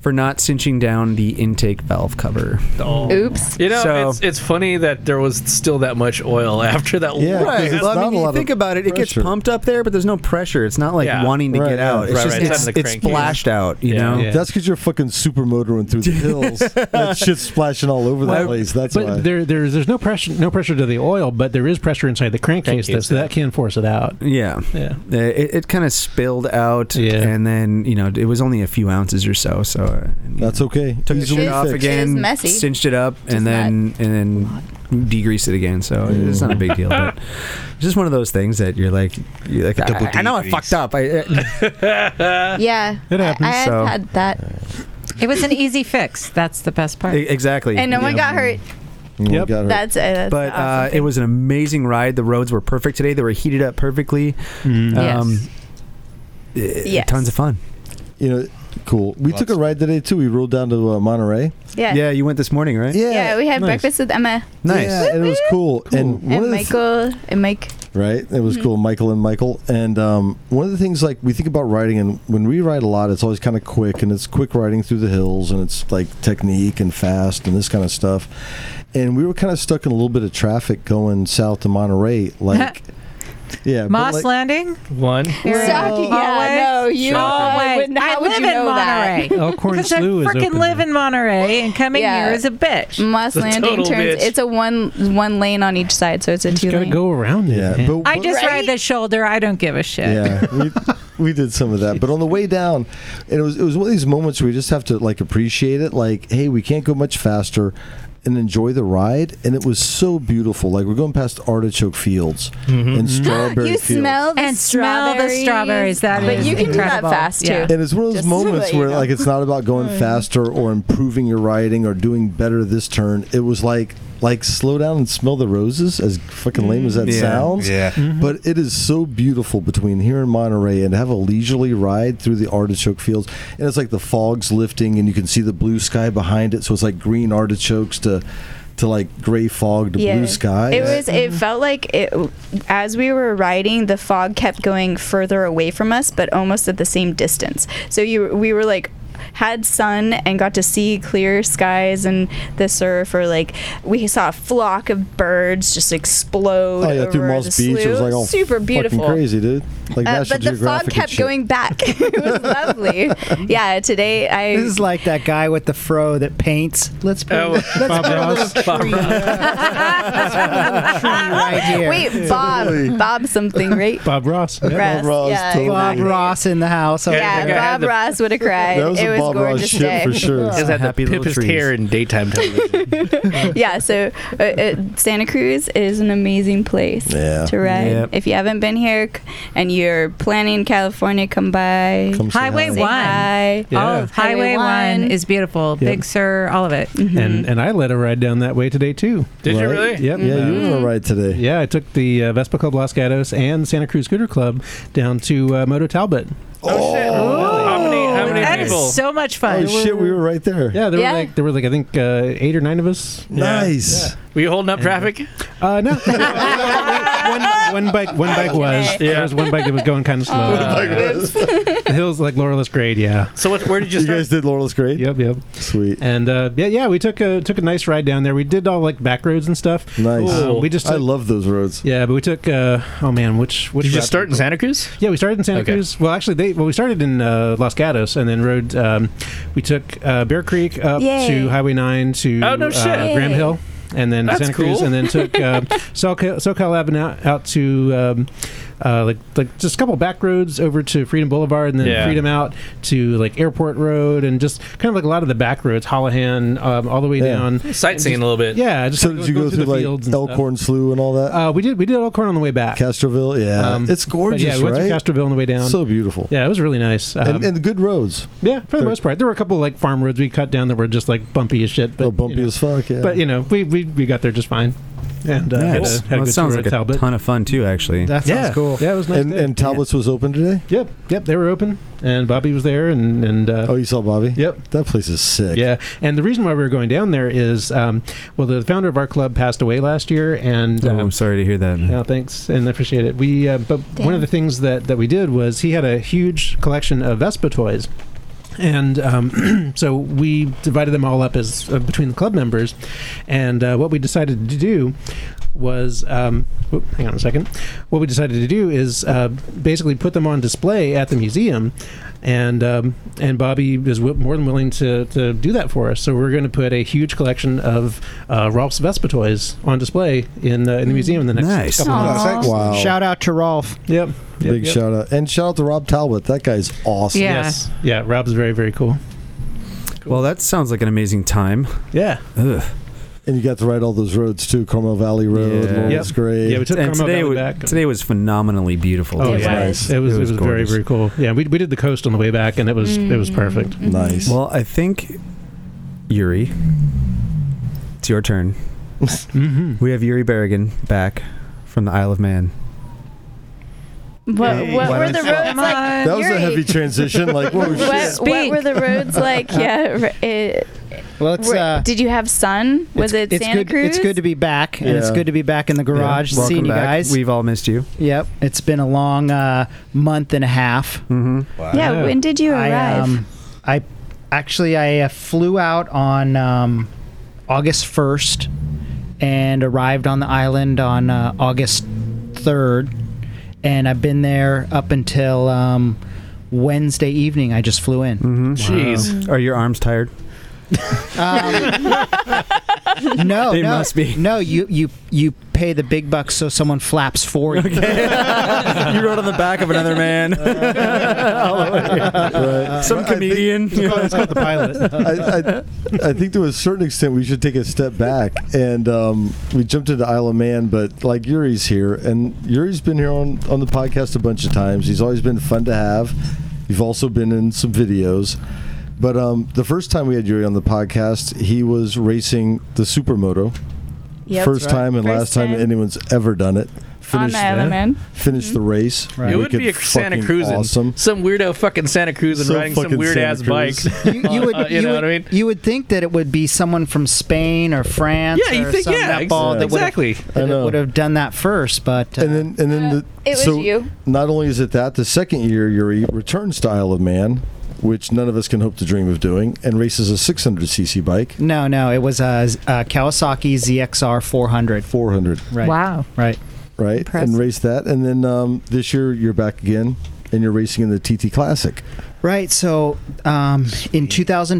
Speaker 1: for not cinching down the intake valve cover.
Speaker 3: Oops.
Speaker 5: Oh. You know,
Speaker 1: So-
Speaker 5: it's, it's funny that there was still that much oil after that. long-
Speaker 1: right. Well, I mean, you think about it; it gets pumped up there, but there's no pressure. It's not like
Speaker 5: Yeah.
Speaker 1: wanting to
Speaker 5: Right,
Speaker 1: get
Speaker 5: yeah.
Speaker 1: out. It's
Speaker 5: Right,
Speaker 1: just
Speaker 5: right. It's
Speaker 1: it's,
Speaker 5: having to
Speaker 1: it's
Speaker 5: crank it.
Speaker 1: splashed out. You know,
Speaker 2: That's because you're fucking supermotoring through the hills. that shit's splashing all over the
Speaker 8: Well,
Speaker 2: place. That's
Speaker 8: but
Speaker 2: why.
Speaker 8: there, there's there's no pressure no pressure to the oil, but there is pressure inside the crankcase, that,
Speaker 1: Crankcase,
Speaker 8: so that can force it out.
Speaker 1: Yeah.
Speaker 8: Yeah.
Speaker 1: Uh, It, it kind of spilled out, and then you know it was only a few ounces or so. So uh,
Speaker 2: that's okay.
Speaker 1: Took the
Speaker 2: Easily
Speaker 1: shit off
Speaker 2: fixed.
Speaker 1: again,
Speaker 3: It is messy.
Speaker 1: cinched it up, and then and then degreased it again. So it's not a big deal, but it's just one of those things that you're like, you're like
Speaker 3: double
Speaker 1: I, I know I
Speaker 3: degrease.
Speaker 1: fucked up. I, uh,
Speaker 3: Yeah.
Speaker 1: It happens,
Speaker 3: I, I had
Speaker 1: so.
Speaker 3: had that.
Speaker 12: It was an easy fix. That's the best part.
Speaker 1: e- exactly.
Speaker 3: And no one got hurt.
Speaker 1: Yep.
Speaker 3: That's, uh, that's
Speaker 1: but
Speaker 3: awesome.
Speaker 1: uh, it was an amazing ride. The roads were perfect today. They were heated up perfectly. Um, eh,
Speaker 3: Yes.
Speaker 1: Tons of fun.
Speaker 2: You know, cool. We took a ride today too. We rolled down to uh, Monterey.
Speaker 3: Yeah.
Speaker 1: Yeah, you went this morning, right?
Speaker 3: yeah, we had
Speaker 2: nice.
Speaker 3: breakfast with Emma
Speaker 1: Nice.
Speaker 2: Yeah, and it was cool. And one
Speaker 3: and
Speaker 2: of the
Speaker 3: Michael and Mike.
Speaker 2: right? It was
Speaker 3: Mhm.
Speaker 2: cool, Michael and Michael. And um, one of the things like we think about riding, and when we ride a lot, it's always kind of quick, and it's quick riding through the hills, and it's like technique and fast and this kind of stuff. And we were kind of stuck in a little bit of traffic going south to Monterey, like. Yeah, but
Speaker 12: Moss
Speaker 2: like-
Speaker 12: Landing.
Speaker 5: One.
Speaker 12: Always.
Speaker 3: no, you- I
Speaker 12: Always.
Speaker 3: wouldn't-
Speaker 12: I
Speaker 3: how would
Speaker 12: live
Speaker 3: you
Speaker 12: in
Speaker 3: know that?
Speaker 12: Monterey.
Speaker 8: Elkhorn
Speaker 12: Because I
Speaker 8: Oh, Slough is
Speaker 12: frickin'
Speaker 8: open
Speaker 12: live in Monterey, and coming
Speaker 3: Yeah.
Speaker 12: here is a bitch.
Speaker 3: Moss
Speaker 12: The
Speaker 3: Landing
Speaker 12: total
Speaker 3: turns.
Speaker 12: bitch.
Speaker 3: It's a one one lane on each side, so it's a two lane.
Speaker 8: Go around it. Yeah,
Speaker 2: but
Speaker 12: I just ride the shoulder. I don't give a shit.
Speaker 2: Yeah, we, we did some of that, but on the way down, and it was it was one of these moments where you just have to like appreciate it. Like, hey, we can't go much faster, and enjoy the ride. And it was so beautiful. Like we're going past artichoke fields and strawberry
Speaker 3: You
Speaker 2: fields.
Speaker 3: smell the
Speaker 12: And smell the strawberries. That
Speaker 3: but
Speaker 12: is
Speaker 3: you can
Speaker 12: incredible.
Speaker 3: do that fast too.
Speaker 12: Yeah.
Speaker 2: And it's one of those
Speaker 3: Just so
Speaker 2: moments
Speaker 3: that you
Speaker 2: where
Speaker 3: know.
Speaker 2: like it's not about going faster or improving your riding or doing better this turn. It was like like slow down and smell the roses, as fucking lame as that
Speaker 6: Mm. Yeah.
Speaker 2: sounds.
Speaker 6: Yeah.
Speaker 3: Mm-hmm.
Speaker 2: But it is so beautiful between here and Monterey and to have a leisurely ride through the artichoke fields. And it's like the fog's lifting and you can see the blue sky behind it. So it's like green artichokes to to like gray fog to blue sky.
Speaker 3: It was. It felt like it as we were riding, the fog kept going further away from us, but almost at the same distance. So you, we were like had sun and got to see clear skies and the surf or like we saw a flock of birds just explode
Speaker 2: Oh yeah,
Speaker 3: over
Speaker 2: through Moss
Speaker 3: the
Speaker 2: Beach, it was
Speaker 3: slough.
Speaker 2: like all
Speaker 3: super
Speaker 2: fucking
Speaker 3: beautiful
Speaker 2: crazy, dude. Like
Speaker 3: Uh,
Speaker 2: National
Speaker 3: but the fog
Speaker 2: Geographic and
Speaker 3: kept
Speaker 2: shit.
Speaker 3: going back it was lovely yeah today i Oh,
Speaker 4: This is like that guy with the fro that paints. Let's put, let's put a little tree right here.
Speaker 3: wait bob bob something right
Speaker 8: Bob Ross.
Speaker 3: Bob Ross, Ross, yeah, totally.
Speaker 4: Bob
Speaker 3: exactly.
Speaker 4: Ross in the house.
Speaker 3: yeah, Bob Ross would have cried.
Speaker 2: That was
Speaker 3: it
Speaker 2: a
Speaker 3: was
Speaker 2: Bob Ross
Speaker 3: gorgeous
Speaker 2: shit
Speaker 3: day.
Speaker 2: for sure.
Speaker 5: Just had the pippest hair in daytime television.
Speaker 3: yeah, so uh, uh, Santa Cruz is an amazing place
Speaker 5: Yeah.
Speaker 3: to ride.
Speaker 5: Yep.
Speaker 3: If you haven't been here c- and you're planning California, come by.
Speaker 12: Come say Highway hi.
Speaker 3: Say
Speaker 12: one.
Speaker 3: hi.
Speaker 12: All of Highway, One is beautiful.
Speaker 8: Yeah.
Speaker 12: Big Sur, all of it.
Speaker 8: And and I led a ride down that way today too.
Speaker 5: Did you Right? really? Mm-hmm.
Speaker 8: Yep.
Speaker 5: Yeah, you were on
Speaker 2: a ride today.
Speaker 8: Yeah, I took the uh, Vespa Club Los Gatos and Santa Cruz Scooter Club down to uh, Moto Talbot.
Speaker 5: How many? How many
Speaker 12: That
Speaker 5: people?
Speaker 12: is so much fun.
Speaker 2: Oh shit, we were right there.
Speaker 8: Yeah, there
Speaker 12: Yeah.
Speaker 8: were like there were like I think uh, eight or nine of us.
Speaker 2: Nice.
Speaker 5: Were you holding up traffic?
Speaker 8: Uh, no. one, one bike, one bike was there was one bike that was going kind of slow. the hills like Laurelus Grade, yeah.
Speaker 5: So what, where did you?
Speaker 2: You guys did Laurel's Grade.
Speaker 8: Yep, yep.
Speaker 2: Sweet.
Speaker 8: And uh, yeah, yeah, we took a took a nice ride down there. We did all like back roads and stuff.
Speaker 2: Nice.
Speaker 8: Um, we just
Speaker 2: I
Speaker 8: took-
Speaker 2: love those roads.
Speaker 8: Yeah, but we took. Uh, oh man, which which?
Speaker 5: Did
Speaker 8: route
Speaker 5: you just start in
Speaker 8: we-
Speaker 5: Santa Cruz?
Speaker 8: Yeah, we started in Santa
Speaker 5: Okay.
Speaker 8: Cruz. Well, actually, they well we started in uh, Los Gatos and then rode. Um, we took uh, Bear Creek up
Speaker 5: Yay.
Speaker 8: to Highway Nine to
Speaker 5: Oh, no
Speaker 8: uh,
Speaker 5: shit.
Speaker 8: Graham
Speaker 5: Yay.
Speaker 8: Hill. And then to
Speaker 5: That's
Speaker 8: Santa Cruz,
Speaker 5: cool.
Speaker 8: and then took uh, SoCal, SoCal Avenue out, out to um, uh, like like just a couple back roads over to Freedom Boulevard, and then
Speaker 5: Yeah.
Speaker 8: Freedom out to like Airport Road, and just kind of like a lot of the back roads, Holohan, um, all the way
Speaker 2: Yeah.
Speaker 8: down.
Speaker 5: Sightseeing a little bit.
Speaker 8: Yeah, just
Speaker 2: So
Speaker 8: like
Speaker 2: did you
Speaker 8: going
Speaker 2: go
Speaker 8: through
Speaker 2: through,
Speaker 8: the
Speaker 2: like
Speaker 8: fields and stuff.
Speaker 2: Elkhorn Slough and all that?
Speaker 8: Uh, we did we did Elkhorn on the way back.
Speaker 2: Castroville, yeah,
Speaker 8: Um,
Speaker 2: it's
Speaker 8: but
Speaker 2: gorgeous,
Speaker 8: yeah, we went through
Speaker 2: right?
Speaker 8: Castroville on the way down.
Speaker 2: So beautiful.
Speaker 8: Yeah, it was really nice. Um,
Speaker 2: and, and good roads.
Speaker 8: yeah, for the most part, there were a couple like farm roads we cut down that were just like bumpy as shit. But,
Speaker 2: Oh, bumpy
Speaker 8: you know,
Speaker 2: as fuck. Yeah.
Speaker 8: But you know, we, we, we got there just fine, and uh, had a,
Speaker 1: Nice.
Speaker 8: had a
Speaker 1: Well,
Speaker 8: good
Speaker 1: that sounds
Speaker 8: tour
Speaker 1: like
Speaker 8: at
Speaker 1: a
Speaker 8: Talbot.
Speaker 1: ton of fun too, actually.
Speaker 8: That sounds
Speaker 1: Yeah.
Speaker 8: cool. Yeah, it was nice.
Speaker 2: and
Speaker 8: day.
Speaker 2: and Talbot's was open today.
Speaker 8: Yep, yep, they were open, and Bobby was there, and and uh,
Speaker 2: Oh, you saw Bobby?
Speaker 8: Yep.
Speaker 2: That place is sick.
Speaker 8: yeah. And the reason why we were going down there is, um, well, the founder of our club passed away last year, and um,
Speaker 1: Oh, I'm sorry to hear that. man.
Speaker 8: Yeah, thanks, and I appreciate it. We, uh, but one of the things that that we did was he had a huge collection of Vespa toys. And um, so we divided them all up as uh, between the club members, and uh, what we decided to do was um, whoop, hang on a second. What we decided to do is uh, basically put them on display at the museum, and um, and Bobby is w- more than willing to, to do that for us. So we're going to put a huge collection of uh, Rolf's Vespa toys on display in uh, in the museum in the next
Speaker 1: Nice.
Speaker 8: couple of months.
Speaker 2: Wow.
Speaker 4: Shout out to Rolf.
Speaker 8: Yep. Yep,
Speaker 2: Big
Speaker 8: yep.
Speaker 2: shout out. And shout out to Rob Talbot. That guy's awesome.
Speaker 12: Yeah.
Speaker 8: Yes. Yeah. Rob's very very cool.
Speaker 1: Well, that sounds like an amazing time.
Speaker 8: Yeah.
Speaker 1: Ugh.
Speaker 2: And you got to ride all those roads too Carmel Valley Road,
Speaker 1: Yeah.
Speaker 2: yeah. Lawrence
Speaker 8: Yep.
Speaker 2: Grade.
Speaker 8: Yeah, we took
Speaker 1: And
Speaker 8: Carmel
Speaker 1: today,
Speaker 8: Valley
Speaker 1: wa-
Speaker 8: back.
Speaker 1: today was phenomenally beautiful.
Speaker 8: Oh
Speaker 1: too.
Speaker 8: yeah,
Speaker 3: was.
Speaker 8: it was it was, very
Speaker 1: gorgeous.
Speaker 8: very cool. Yeah, we, we did the coast on the way back, and it was it was perfect.
Speaker 4: Mm.
Speaker 2: nice.
Speaker 1: Well, I think Yuri, it's your turn.
Speaker 4: Mm-hmm.
Speaker 1: We have Yuri Berrigan back from the Isle of Man.
Speaker 3: What, what
Speaker 1: Why
Speaker 3: were
Speaker 1: don't
Speaker 3: the
Speaker 1: you-
Speaker 3: roads like?
Speaker 2: that was a
Speaker 3: Yuri,
Speaker 2: heavy transition. Like, whoa,
Speaker 3: What,
Speaker 2: shit.
Speaker 3: what were the roads like? Yeah. r- It,
Speaker 4: Well, it's
Speaker 3: were-
Speaker 4: uh,
Speaker 3: did you have sun? Was it
Speaker 4: it's, it's
Speaker 3: Santa
Speaker 4: good,
Speaker 3: Cruz?
Speaker 4: It's good to be back, and it's
Speaker 2: Yeah.
Speaker 4: good to be back in the garage, and
Speaker 1: Yeah. Welcome
Speaker 4: seeing you
Speaker 1: back.
Speaker 4: guys.
Speaker 1: We've all missed you.
Speaker 4: Yep, it's been a long uh, month and a half.
Speaker 1: hmm
Speaker 3: Yeah. When did you
Speaker 4: I,
Speaker 3: arrive?
Speaker 4: um, I actually I uh, flew out on um, August first and arrived on the island on uh, August third, and I've been there up until um, Wednesday evening. I just flew in. Mm-hmm.
Speaker 1: Jeez. Are your arms tired?
Speaker 4: no,
Speaker 1: They
Speaker 4: no,
Speaker 1: must be.
Speaker 4: No, you you you pay the big bucks so someone flaps for you.
Speaker 1: you rode on the back of another man. Some comedian.
Speaker 2: the pilot. I, I, I think to a certain extent we should take a step back and um, we jumped into Isle of Man, but like Yuri's here, and Yuri's been here on on the podcast a bunch of times. He's always been fun to have. You've also been in some videos. But um, the first time we had Yuri on the podcast, he was racing the Supermoto.
Speaker 3: Yep.
Speaker 2: first
Speaker 3: That's right.
Speaker 2: time and
Speaker 3: First
Speaker 2: last time,
Speaker 3: time.
Speaker 2: anyone's ever done it.
Speaker 3: the Isle of Man. Mm-hmm.
Speaker 2: Finished the race.
Speaker 5: It would
Speaker 2: Wicked
Speaker 5: be a Santa
Speaker 2: fucking
Speaker 5: Cruzan.
Speaker 2: Awesome.
Speaker 5: Some weirdo fucking Santa Cruzan
Speaker 2: Some
Speaker 5: riding some
Speaker 2: fucking
Speaker 5: weird
Speaker 2: Santa
Speaker 5: ass
Speaker 2: Cruz.
Speaker 5: bike.
Speaker 4: You would,
Speaker 5: Uh, you know
Speaker 4: would,
Speaker 5: what I mean?
Speaker 4: You would think that it would be someone from Spain or France.
Speaker 5: Yeah, you
Speaker 4: or
Speaker 5: think-
Speaker 4: some
Speaker 5: yeah,
Speaker 4: nutball
Speaker 5: ex-
Speaker 4: that would've-
Speaker 5: exactly.
Speaker 4: that would have done that first, but uh,
Speaker 2: and then and then the,
Speaker 3: it was
Speaker 2: so
Speaker 3: you.
Speaker 2: Not only is it that the second year Yuri returns to Isle of Man, which none of us can hope to dream of doing, and races a 600cc bike.
Speaker 4: no, no, it was a, Z- a Kawasaki ZXR 400.
Speaker 2: 400.
Speaker 4: Right.
Speaker 12: Wow.
Speaker 4: Right.
Speaker 2: Right, and race that, and then um, this year you're back again, and you're racing in the TT Classic.
Speaker 4: Right. So um, in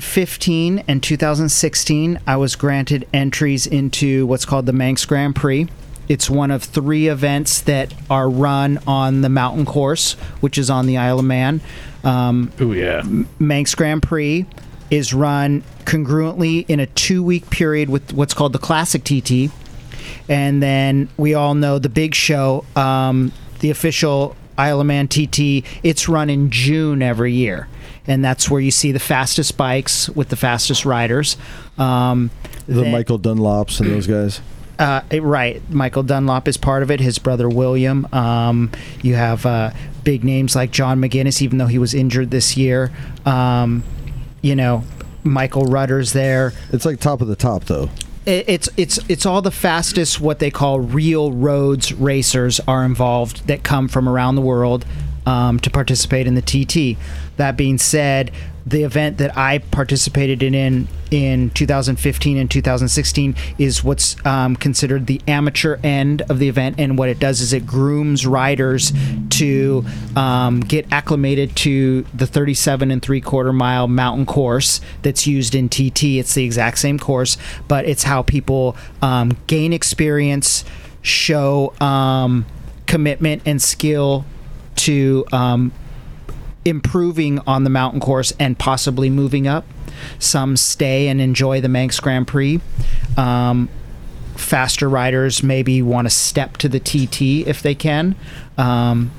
Speaker 4: 2015 and 2016, I was granted entries into what's called the Manx Grand Prix. It's one of three events that are run on the mountain course, which is on the Isle of Man. Um,
Speaker 5: oh, yeah.
Speaker 4: Manx Grand Prix is run congruently in a two week period with what's called the Classic TT. And then we all know the big show, um, the official Isle of Man TT, it's run in June every year. And that's where you see the fastest bikes with the fastest riders. Um,
Speaker 2: The
Speaker 4: then-
Speaker 2: Michael Dunlops and those guys.
Speaker 4: uh, eh, right. Michael Dunlop is part of it. His brother William. Um, you have uh, big names like John McGinnis, even though he was injured this year. Um, you know, Michael Rudder's there.
Speaker 2: It's like top of the top, though.
Speaker 4: It, it's it's it's all the fastest what they call real roads racers are involved that come from around the world um, to participate in the TT. That being said, the event that I participated in in, in 2015 and 2016 is what's um, considered the amateur end of the event, and what it does is it grooms riders to um, get acclimated to the 37 and three quarter mile mountain course that's used in TT. It's the exact same course, but it's how people um, gain experience, show um, commitment and skill to um, improving on the mountain course and possibly moving up. Some stay and enjoy the Manx Grand Prix. Um, faster riders maybe want to step to the TT if they can. Um,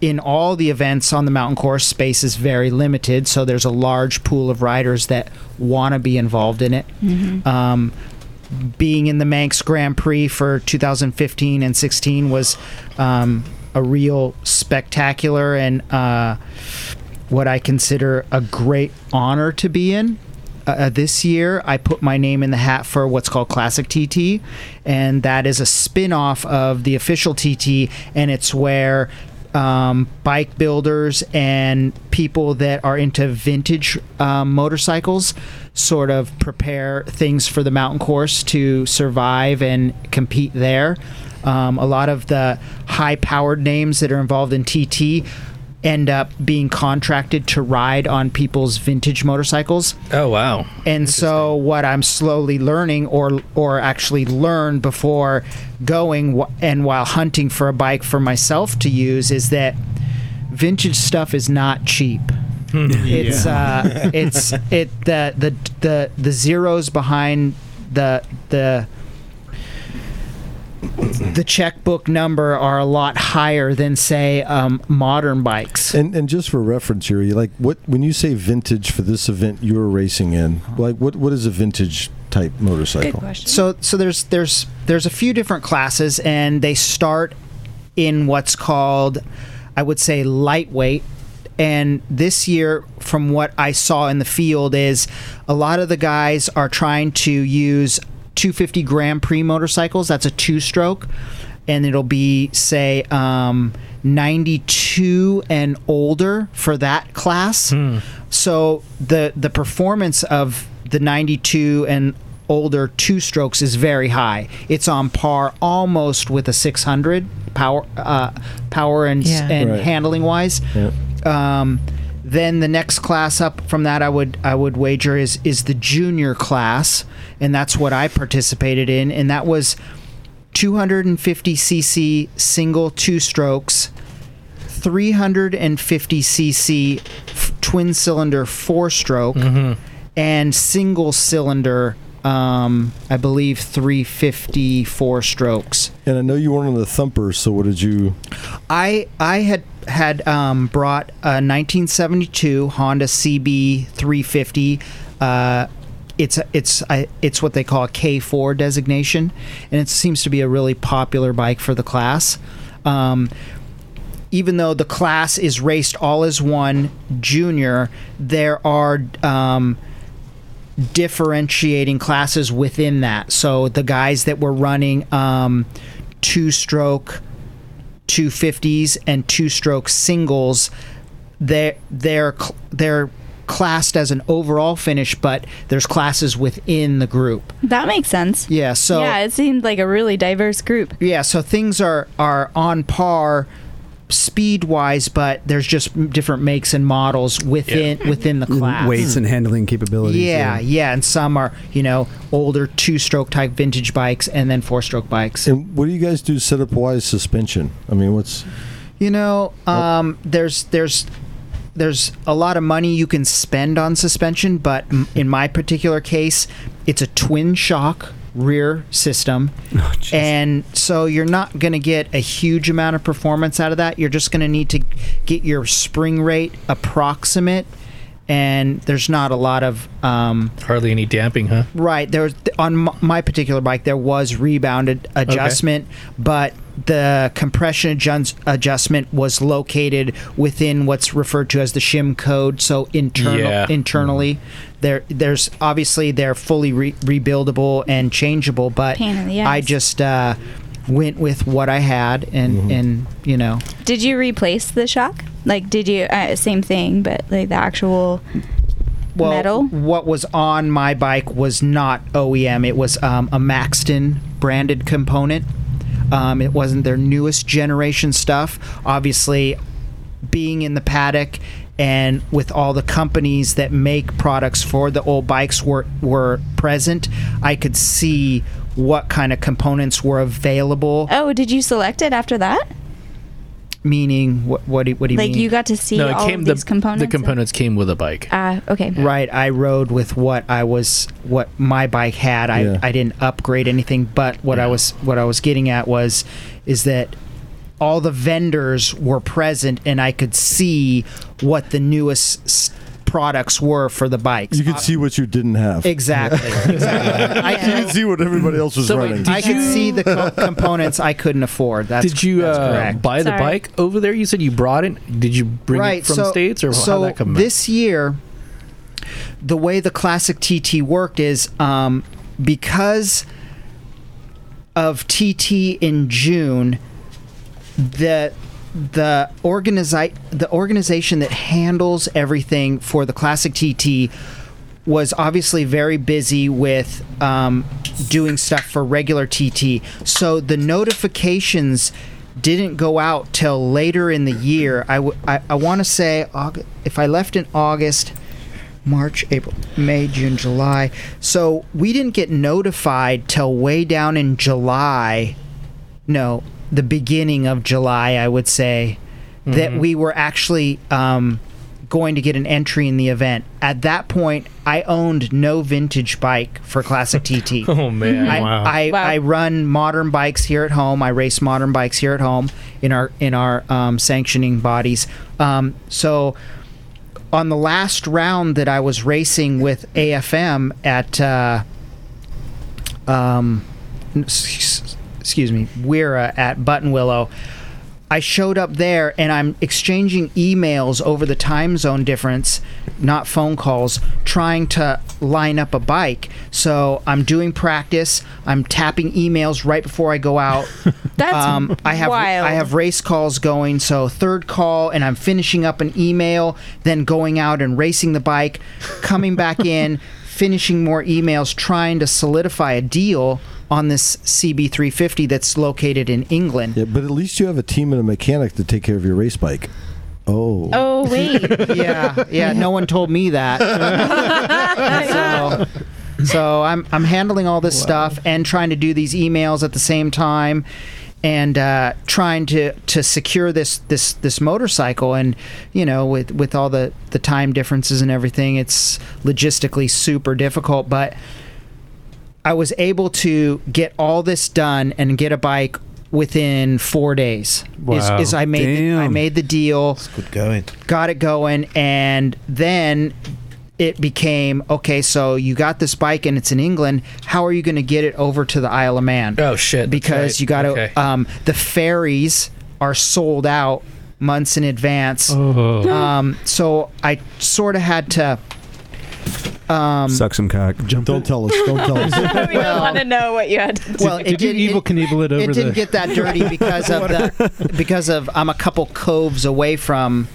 Speaker 4: in all the events on the mountain course, space is very limited, so there's a large pool of riders that want to be involved in it.
Speaker 13: Mhm.
Speaker 4: Um, being in the Manx Grand Prix for 2015 and 16 was um, a real spectacular and uh, what I consider a great honor to be in. Uh, Uh, this year, I put my name in the hat for what's called Classic TT, and that is a spin off of the official TT, and it's where um, bike builders and people that are into vintage um, motorcycles sort of prepare things for the mountain course to survive and compete there. Um, a lot of the high powered names that are involved in TT end up being contracted to ride on people's vintage motorcycles.
Speaker 5: Oh, wow.
Speaker 4: And so what I'm slowly learning or or actually learn before going wh- and while hunting for a bike for myself to use is that vintage stuff is not cheap.
Speaker 5: Hmm.
Speaker 4: It's uh it's it the the the the zeros behind the the the checkbook number are a lot higher than say um, modern bikes.
Speaker 2: And and just for reference, Yuri, like what when you say vintage for this event you're racing in, like what what is a vintage type motorcycle?
Speaker 4: So so there's there's there's a few different classes and they start in what's called I would say lightweight and this year from what I saw in the field is a lot of the guys are trying to use 250 Grand Prix motorcycles that's a two stroke and it'll be say um, 92 and older for that class. So the the performance of the 92 and older two strokes is very high. It's on par almost with a 600 power, uh, power and s-
Speaker 12: Yeah.
Speaker 4: and
Speaker 12: Right.
Speaker 4: handling wise. Um, then the next class up from that, I would I would wager is is the junior class, and that's what I participated in, and that was 250 cc single two strokes, 350 cc f- twin cylinder four stroke, and single cylinder. Um, I believe 350 four strokes.
Speaker 2: And I know you weren't on the thumper, so what did you?
Speaker 4: I I had had um, brought a 1972 Honda CB 350. Uh, it's a- it's I, it's what they call a K4 designation, and it seems to be a really popular bike for the class. Um, even though the class is raced all as one junior, there are um, differentiating classes within that. So the guys that were running um, two stroke 250s and two stroke singles, they're, they're, cl- they're classed as an overall finish, but there's classes within the group.
Speaker 3: That makes sense.
Speaker 4: Yeah, so
Speaker 3: yeah, it seemed like a really diverse group.
Speaker 4: yeah, so things are are on par speed wise, but there's just m- different makes and models within within the class.
Speaker 1: Weights and handling capabilities.
Speaker 4: yeah, yeah, and some are you know older two stroke type vintage bikes and then four stroke bikes.
Speaker 2: And what do you guys do setup wise suspension? I mean, what's
Speaker 4: You know, um, there's there's there's a lot of money you can spend on suspension, but m- in my particular case, it's a twin shock rear system,
Speaker 5: Oh,
Speaker 4: and so you're not going to get a huge amount of performance out of that. You're just going to need to get your spring rate approximate, and there's not a lot of um,
Speaker 5: hardly any damping, huh?
Speaker 4: Right. There was, on m- my particular bike, there was rebounded adjustment, but the compression adjust, adjustment was located within what's referred to as the shim code. So internal
Speaker 5: Yeah.
Speaker 4: internally, there there's obviously they're fully re- rebuildable and changeable, but
Speaker 3: Pain in the
Speaker 4: I
Speaker 3: ass.
Speaker 4: just uh, went with what I had and and you know
Speaker 3: Did you replace the shock? Like, did you uh, same thing, but like the actual
Speaker 4: well,
Speaker 3: metal?
Speaker 4: What was on my bike was not OEM. It was um, a Maxton branded component. Um, it wasn't their newest generation stuff. Obviously, being in the paddock and with all the companies that make products for the old bikes were were present, I could see what kind of components were available.
Speaker 3: Oh, did you select it after that?
Speaker 4: Meaning, what what do, you- what do you
Speaker 3: like
Speaker 4: mean?
Speaker 3: you got to see all of these components.
Speaker 4: came with a bike.
Speaker 3: Ah, okay.
Speaker 4: Right, I rode with what I was, what my bike had. I,
Speaker 3: Yeah.
Speaker 4: I didn't upgrade anything, but what I was, what I was getting at was, is that all the vendors were present, and I could see what the newest s- products were for the bikes. Uh,
Speaker 2: you could see what you didn't have.
Speaker 4: Exactly.
Speaker 2: I could see what everybody else was
Speaker 4: So wait,
Speaker 2: running.
Speaker 4: I could see the co- components I couldn't afford. That's
Speaker 5: Did you
Speaker 4: that's
Speaker 5: uh,
Speaker 4: correct.
Speaker 5: buy the bike over there? You said you brought it. Did you bring it from
Speaker 4: so,
Speaker 5: states or
Speaker 4: so
Speaker 5: how that come?
Speaker 4: this year the way the classic tt worked is um, because of tt in june the the organizi- the organization that handles everything for the classic tt was obviously very busy with um, doing stuff for regular TT. So the notifications didn't go out till later in the year. I want to say August, if I left in August, March, April, May, June, July. So we didn't get notified till way down in July. No, the beginning of July, I would say, that
Speaker 5: Mm-hmm.
Speaker 13: Mhm.
Speaker 4: we were actually um, going to get an entry in the event. At that point, I owned no vintage bike for Classic TT.
Speaker 5: Oh, man.
Speaker 4: I,
Speaker 5: Wow.
Speaker 4: I,
Speaker 5: Wow.
Speaker 4: I run modern bikes here at home. I race modern bikes here at home in our in our um, sanctioning bodies. Um, so on the last round that I was racing with AFM at uh, um, n- s- s- excuse me, Weira at Button Willow. I showed up there and I'm exchanging emails over the time zone difference, not phone calls, trying to line up a bike. So I'm doing practice. I'm tapping emails right before I go out. Um,
Speaker 3: That's
Speaker 4: I have
Speaker 3: wild.
Speaker 4: I have race calls going. So third call and I'm finishing up an email, then going out and racing the bike, coming back in, finishing more emails, trying to solidify a deal on this CB350 that's located in England.
Speaker 2: Yeah, but at least you have a team and a mechanic to take care of your race bike. Oh.
Speaker 3: Oh wait.
Speaker 4: yeah, yeah. No one told me that. so, so I'm I'm handling all this stuff and trying to do these emails at the same time, and uh, trying to to secure this this this motorcycle. And you know, with with all the the time differences and everything, it's logistically super difficult. But I was able to get all this done and get a bike within four days. Is,
Speaker 6: Wow.
Speaker 4: is I made the, I
Speaker 2: Hmm.
Speaker 6: Damn.
Speaker 4: made the deal
Speaker 6: Good going.
Speaker 4: got it going and then it became okay so you got this bike and it's in england how are you going to get it over to the isle of man oh shit because
Speaker 5: right.
Speaker 4: you got to
Speaker 5: Okay.
Speaker 4: um, the ferries are sold out months in advance
Speaker 5: Oh.
Speaker 4: um, so i sort of had to um,
Speaker 1: Suck some cock.
Speaker 2: Don't tell us. Don't tell us.
Speaker 3: we don't want to know what you had. To
Speaker 4: well, it did,
Speaker 8: evil Knievel it over
Speaker 4: it didn't
Speaker 8: the-
Speaker 4: get that dirty because of the because of I'm a couple coves away from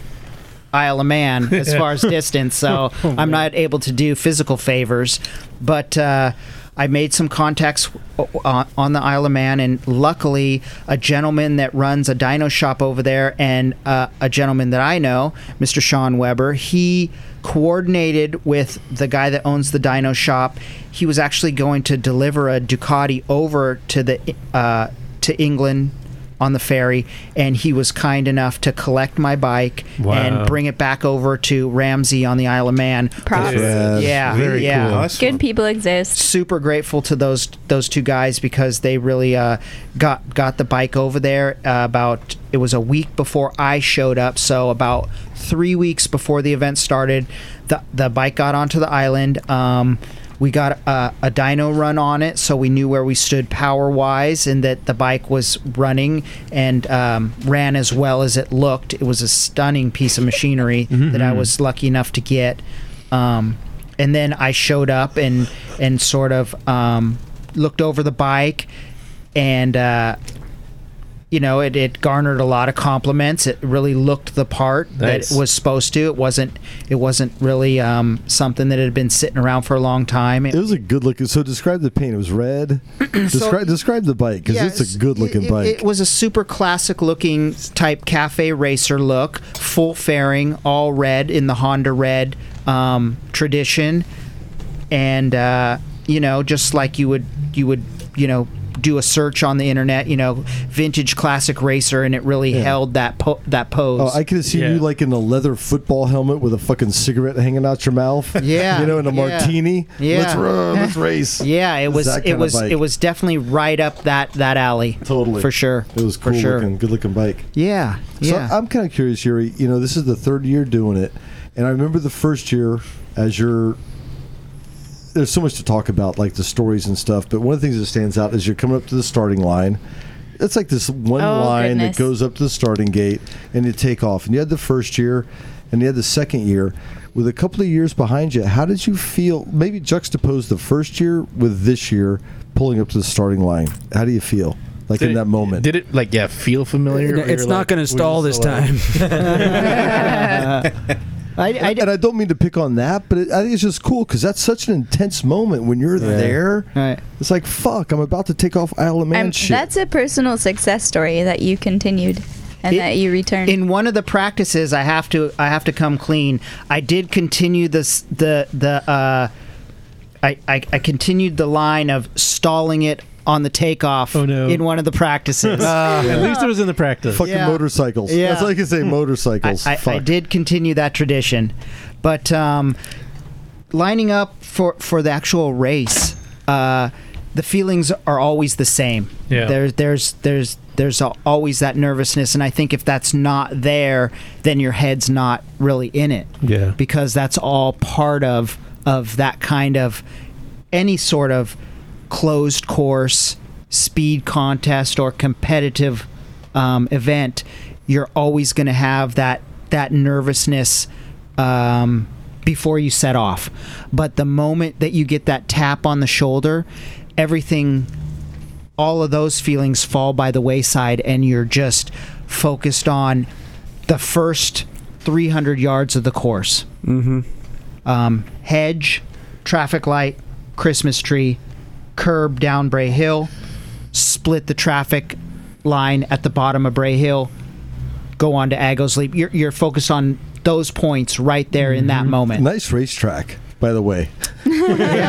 Speaker 4: Isle of Man as far as distance, so
Speaker 13: Oh,
Speaker 4: I'm not able to do physical favors. But uh, I made some contacts on, on the Isle of Man, and luckily, a gentleman that runs a dino shop over there, and uh, a gentleman that I know, Mr. Sean Weber, he coordinated with the guy that owns the dino shop. He was actually going to deliver a Ducati over to the uh, to England on the ferry, and he was kind enough to collect my bike
Speaker 3: Wow.
Speaker 4: and bring it back over to Ramsey on the Isle of Man.
Speaker 3: Props.
Speaker 4: Yeah,
Speaker 3: Yes.
Speaker 4: yeah.
Speaker 3: Very
Speaker 4: yeah.
Speaker 3: cool. Awesome. Good people exist.
Speaker 4: Super grateful to those those two guys because they really uh, got got the bike over there uh, about it was a week before I showed up, so about three weeks before the event started, the the bike got onto the island. Um, we got a, a dyno run on it, so we knew where we stood power wise, and that the bike was running and um, ran as well as it looked. It was a stunning piece of machinery that I was lucky enough to get. Um, and then I showed up and and sort of um, looked over the bike, and uh, you know it, it garnered a lot of compliments. It really looked the part
Speaker 13: Nice.
Speaker 4: that it was supposed to. It wasn't it wasn't really um, something that had been sitting around for a long time. It,
Speaker 2: It was a good looking. So describe the paint. It was red. describe describe the bike because
Speaker 4: Yeah,
Speaker 2: it's a good looking
Speaker 4: it-
Speaker 2: bike.
Speaker 4: It was a super classic looking type cafe racer look, full fairing, all red in the Honda red um, tradition, and uh, you know, just like you would you would you know do a search on the internet, you know, vintage classic racer, and it really held that po- that pose.
Speaker 2: Oh, I could have seen you like in a leather football helmet with a fucking cigarette hanging out your mouth.
Speaker 4: Yeah,
Speaker 2: you know, and a
Speaker 4: yeah.
Speaker 2: martini.
Speaker 4: Yeah,
Speaker 2: let's run, let's race.
Speaker 4: Yeah, it
Speaker 2: It's
Speaker 4: was
Speaker 2: that
Speaker 4: it
Speaker 2: kinda
Speaker 4: was
Speaker 2: bike.
Speaker 4: it was definitely right up that that alley.
Speaker 2: Totally.
Speaker 4: for sure.
Speaker 2: It was cool
Speaker 4: for sure.
Speaker 2: looking, good looking bike.
Speaker 4: Yeah, yeah.
Speaker 2: So I'm kind of curious, Yuri. You know, this is the third year doing it, and I remember the first year as you're. There's so much to talk about, like the stories and stuff. But one of the things that stands out is you're coming up to the starting line. It's like this one
Speaker 6: Oh,
Speaker 2: line
Speaker 6: goodness.
Speaker 2: that goes up to the starting gate and you take off. And you had the first year, and you had the second year. With a couple of years behind you, how did you feel? Maybe juxtapose the first year with this year, pulling up to the starting line. How do you feel? Like in that moment?
Speaker 5: Did it like yeah feel familiar? or
Speaker 2: It's
Speaker 5: you're
Speaker 2: not
Speaker 5: like,
Speaker 2: gonna
Speaker 5: was
Speaker 2: stall
Speaker 5: this
Speaker 2: this
Speaker 5: a, like-
Speaker 2: time. and I don't mean to pick on that, but it, I think it's just cool because that's such an intense moment when you're there. It's like fuck, I'm about to take off Isle of Man
Speaker 3: Um,
Speaker 2: shit.
Speaker 3: that's a personal success story that you continued and
Speaker 4: It-
Speaker 3: that you returned.
Speaker 4: in one of the practices i have to i have to come clean i did continue this the the uh I, I, I continued the line of stalling it on the takeoff in one of the practices.
Speaker 8: At least it was in the practice.
Speaker 4: Fucking Yeah.
Speaker 2: motorcycles. That's all I can say, motorcycles.
Speaker 4: I, I, I
Speaker 2: Fuck.
Speaker 4: did continue that tradition, but um, lining up for for the actual race, uh, the feelings are always the same.
Speaker 13: Yeah.
Speaker 4: There's there's there's there's al- always that nervousness, and I think if that's not there, then your head's not really in it.
Speaker 8: Yeah.
Speaker 4: Because that's all part of of that kind of any sort of closed course speed contest or competitive um, event, you're always going to have that that nervousness um, before you set off. But the moment that you get that tap on the shoulder, everything, all of those feelings fall by the wayside, and you're just focused on the first 300 yards of the course. Mm-hmm. Um, hedge, traffic light, Christmas tree, curb down Bray Hill, split the traffic line at the bottom of Bray Hill, go on to Agos Leap. You're, you're focused on those points right there in that moment.
Speaker 2: Mm-hmm. Nice racetrack, by the way.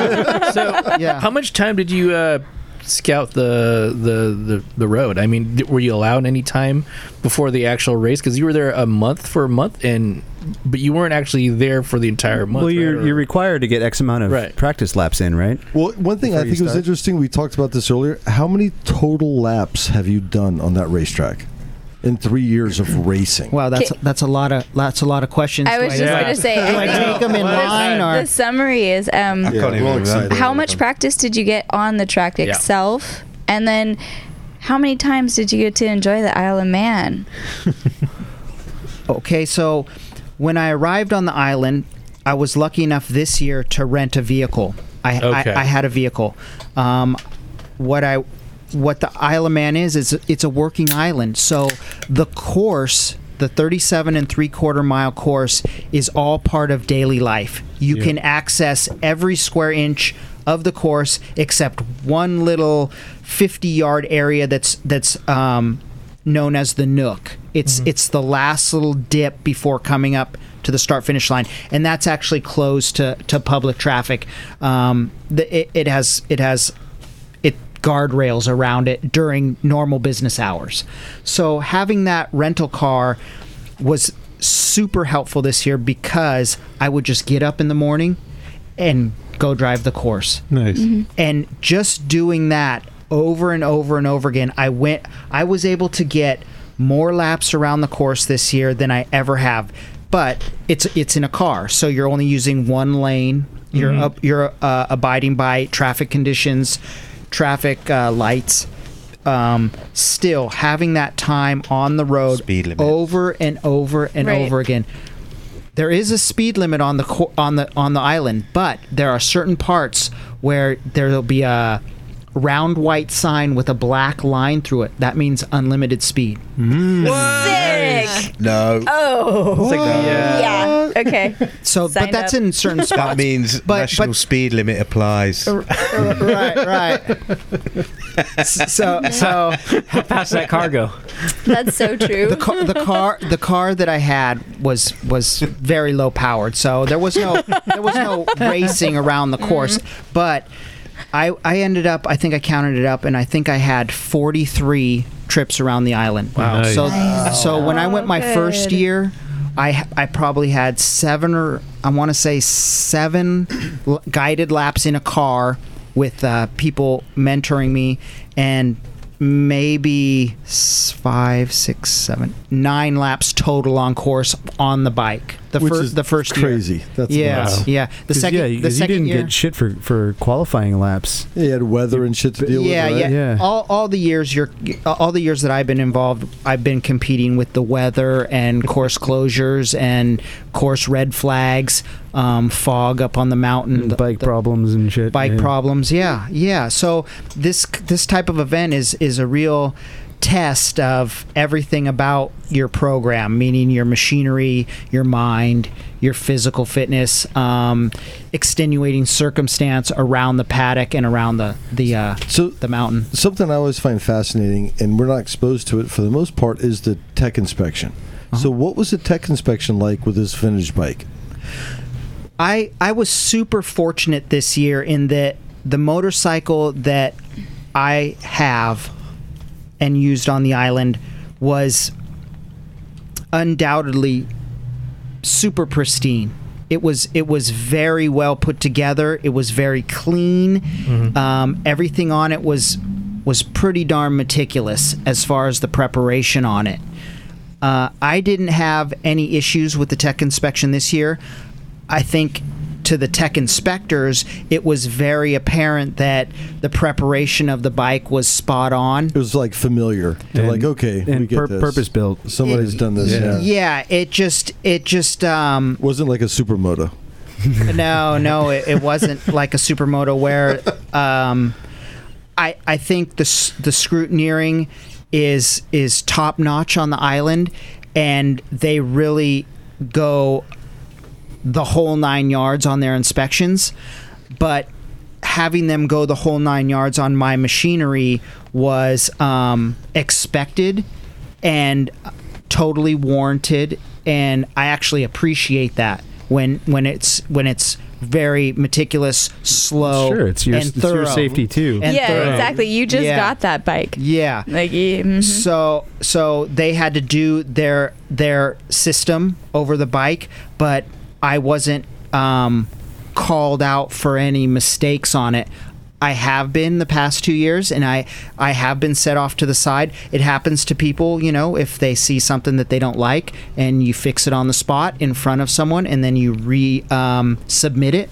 Speaker 5: How much time did you uh, scout the, the the the road? I mean, d- were you allowed any time before the actual race? Because you were there a month for a month, and but you weren't actually there for the entire month.
Speaker 1: well,
Speaker 5: right?
Speaker 1: you're,
Speaker 5: Or-
Speaker 1: you're required to get X amount of practice laps in, right?
Speaker 2: Well, one thing I
Speaker 1: Before you
Speaker 2: think was
Speaker 1: start?
Speaker 2: interesting, we talked about this earlier. How many total laps have you done on that racetrack in three years of racing?
Speaker 4: Wow, that's
Speaker 3: Okay.
Speaker 4: that's a lot of that's a lot of questions.
Speaker 3: I was just gonna say,
Speaker 4: Do I take them in line or
Speaker 3: the summary is um,
Speaker 4: I can't even Well, excited.
Speaker 3: how much practice did you get on the track
Speaker 4: Yeah.
Speaker 3: itself, and then how many times did you get to enjoy the Isle of Man?
Speaker 4: Okay, so when I arrived on the island, I was lucky enough this year to rent a vehicle. I
Speaker 9: Okay.
Speaker 4: I, I had a vehicle. Um, what I what the Isle of Man is is it's a working island. So the course, the 37 and three quarter mile course, is all part of daily life. You
Speaker 9: Yeah.
Speaker 4: can access every square inch of the course except one little 50 yard area that's that's um, known as the nook. It's it's the last little dip before coming up to the start finish line, and that's actually closed to, to public traffic. Um, the, it, it has it has it guardrails around it during normal business hours. So having that rental car was super helpful this year because I would just get up in the morning and go drive the course.
Speaker 8: Nice. Mhm.
Speaker 4: And just doing that over and over and over again, I went I was able to get more laps around the course this year than I ever have. But it's it's in a car, so you're only using one lane. You're
Speaker 9: Mhm.
Speaker 4: up you're uh, abiding by traffic conditions, traffic uh, lights. Um, still having that time on the road over and over and
Speaker 9: Right.
Speaker 4: over again. There is a speed limit on the co- on the on the island, but there are certain parts where there'll be a round white sign with a black line through it. That means unlimited speed.
Speaker 3: Sick.
Speaker 4: No.
Speaker 3: Oh.
Speaker 4: It's like the, uh,
Speaker 3: yeah. Okay.
Speaker 4: So,
Speaker 3: Signed
Speaker 4: but that's
Speaker 3: up.
Speaker 4: in certain spots.
Speaker 6: That means national speed limit applies.
Speaker 4: right, right. So,
Speaker 1: Oh.
Speaker 4: so
Speaker 9: past that cargo.
Speaker 3: That's so true.
Speaker 4: The car, the car, the car that I had was was very low powered, so there was no there was no racing around the course. But I I ended up I think I counted it up, and I think I had forty three trips around the island.
Speaker 9: Wow. Nice.
Speaker 4: So
Speaker 9: Nice.
Speaker 4: so when I went my first
Speaker 9: Good.
Speaker 4: year. I, I probably had seven or I want to say seven l- guided laps in a car with uh, people mentoring me, and maybe s- five, six, seven, nine laps total on course on the bike. The
Speaker 2: Which
Speaker 4: first,
Speaker 2: is
Speaker 4: the first
Speaker 2: crazy.
Speaker 4: Year.
Speaker 2: That's
Speaker 4: yeah,
Speaker 2: nuts.
Speaker 4: yeah. The
Speaker 1: 'Cause,
Speaker 4: second,
Speaker 1: yeah,
Speaker 4: the
Speaker 1: 'cause
Speaker 4: second
Speaker 1: you didn't
Speaker 4: year,
Speaker 1: get shit for, for qualifying laps.
Speaker 2: You had weather and shit to deal
Speaker 4: yeah,
Speaker 2: with. right?
Speaker 4: yeah, All, all the years you're, all the years that I've been involved, I've been competing with the weather and course closures and course red flags, um, fog up on the mountain, bike
Speaker 1: problems and shit.
Speaker 4: Bike
Speaker 1: yeah.
Speaker 4: problems, yeah, yeah. So this this type of event is is a real test of everything about your program, meaning your machinery, your mind, your physical fitness, um, extenuating circumstance around the paddock and around the the uh, the mountain.
Speaker 2: Something I always find fascinating, and we're not exposed to it for the most part, is the tech inspection.
Speaker 1: Uh-huh.
Speaker 2: So, what was the tech inspection like with this finished bike?
Speaker 4: I I was super fortunate this year in that the motorcycle that I have and used on the island was undoubtedly super pristine. It was it was very well put together. It was very clean. Um, everything on it was was pretty darn meticulous as far as the preparation on it. Uh, I didn't have any issues with the tech inspection this year. I think to the tech inspectors, it was very apparent that the preparation of the bike was spot on. It
Speaker 2: was like familiar. They're like, okay, we get this.
Speaker 1: built.
Speaker 2: Somebody's done this. Yeah.
Speaker 4: Yeah, it just it just um
Speaker 2: wasn't like a supermoto.
Speaker 4: no, no, it, it wasn't like a supermoto where um I I think the s- the scrutineering is is top notch on the island and they really go the whole 9 yards on their inspections, but having them go the whole nine yards on my machinery was um, expected and totally warranted, and I actually appreciate that when when it's when it's very meticulous, slow,
Speaker 1: Sure, it's your-
Speaker 4: and
Speaker 1: it's
Speaker 4: thorough.
Speaker 1: your safety, too.
Speaker 4: And
Speaker 3: yeah,
Speaker 4: thorough.
Speaker 3: exactly. You just
Speaker 4: Yeah.
Speaker 3: got that bike.
Speaker 4: Yeah.
Speaker 3: Like you- mhm.
Speaker 4: So so they had to do their their system over the bike, but I wasn't um, called out for any mistakes on it. I have been the past two years, and I I have been set off to the side. It happens to people, you know, if they see something that they don't like, and you fix it on the spot in front of someone, and then you re um, submit it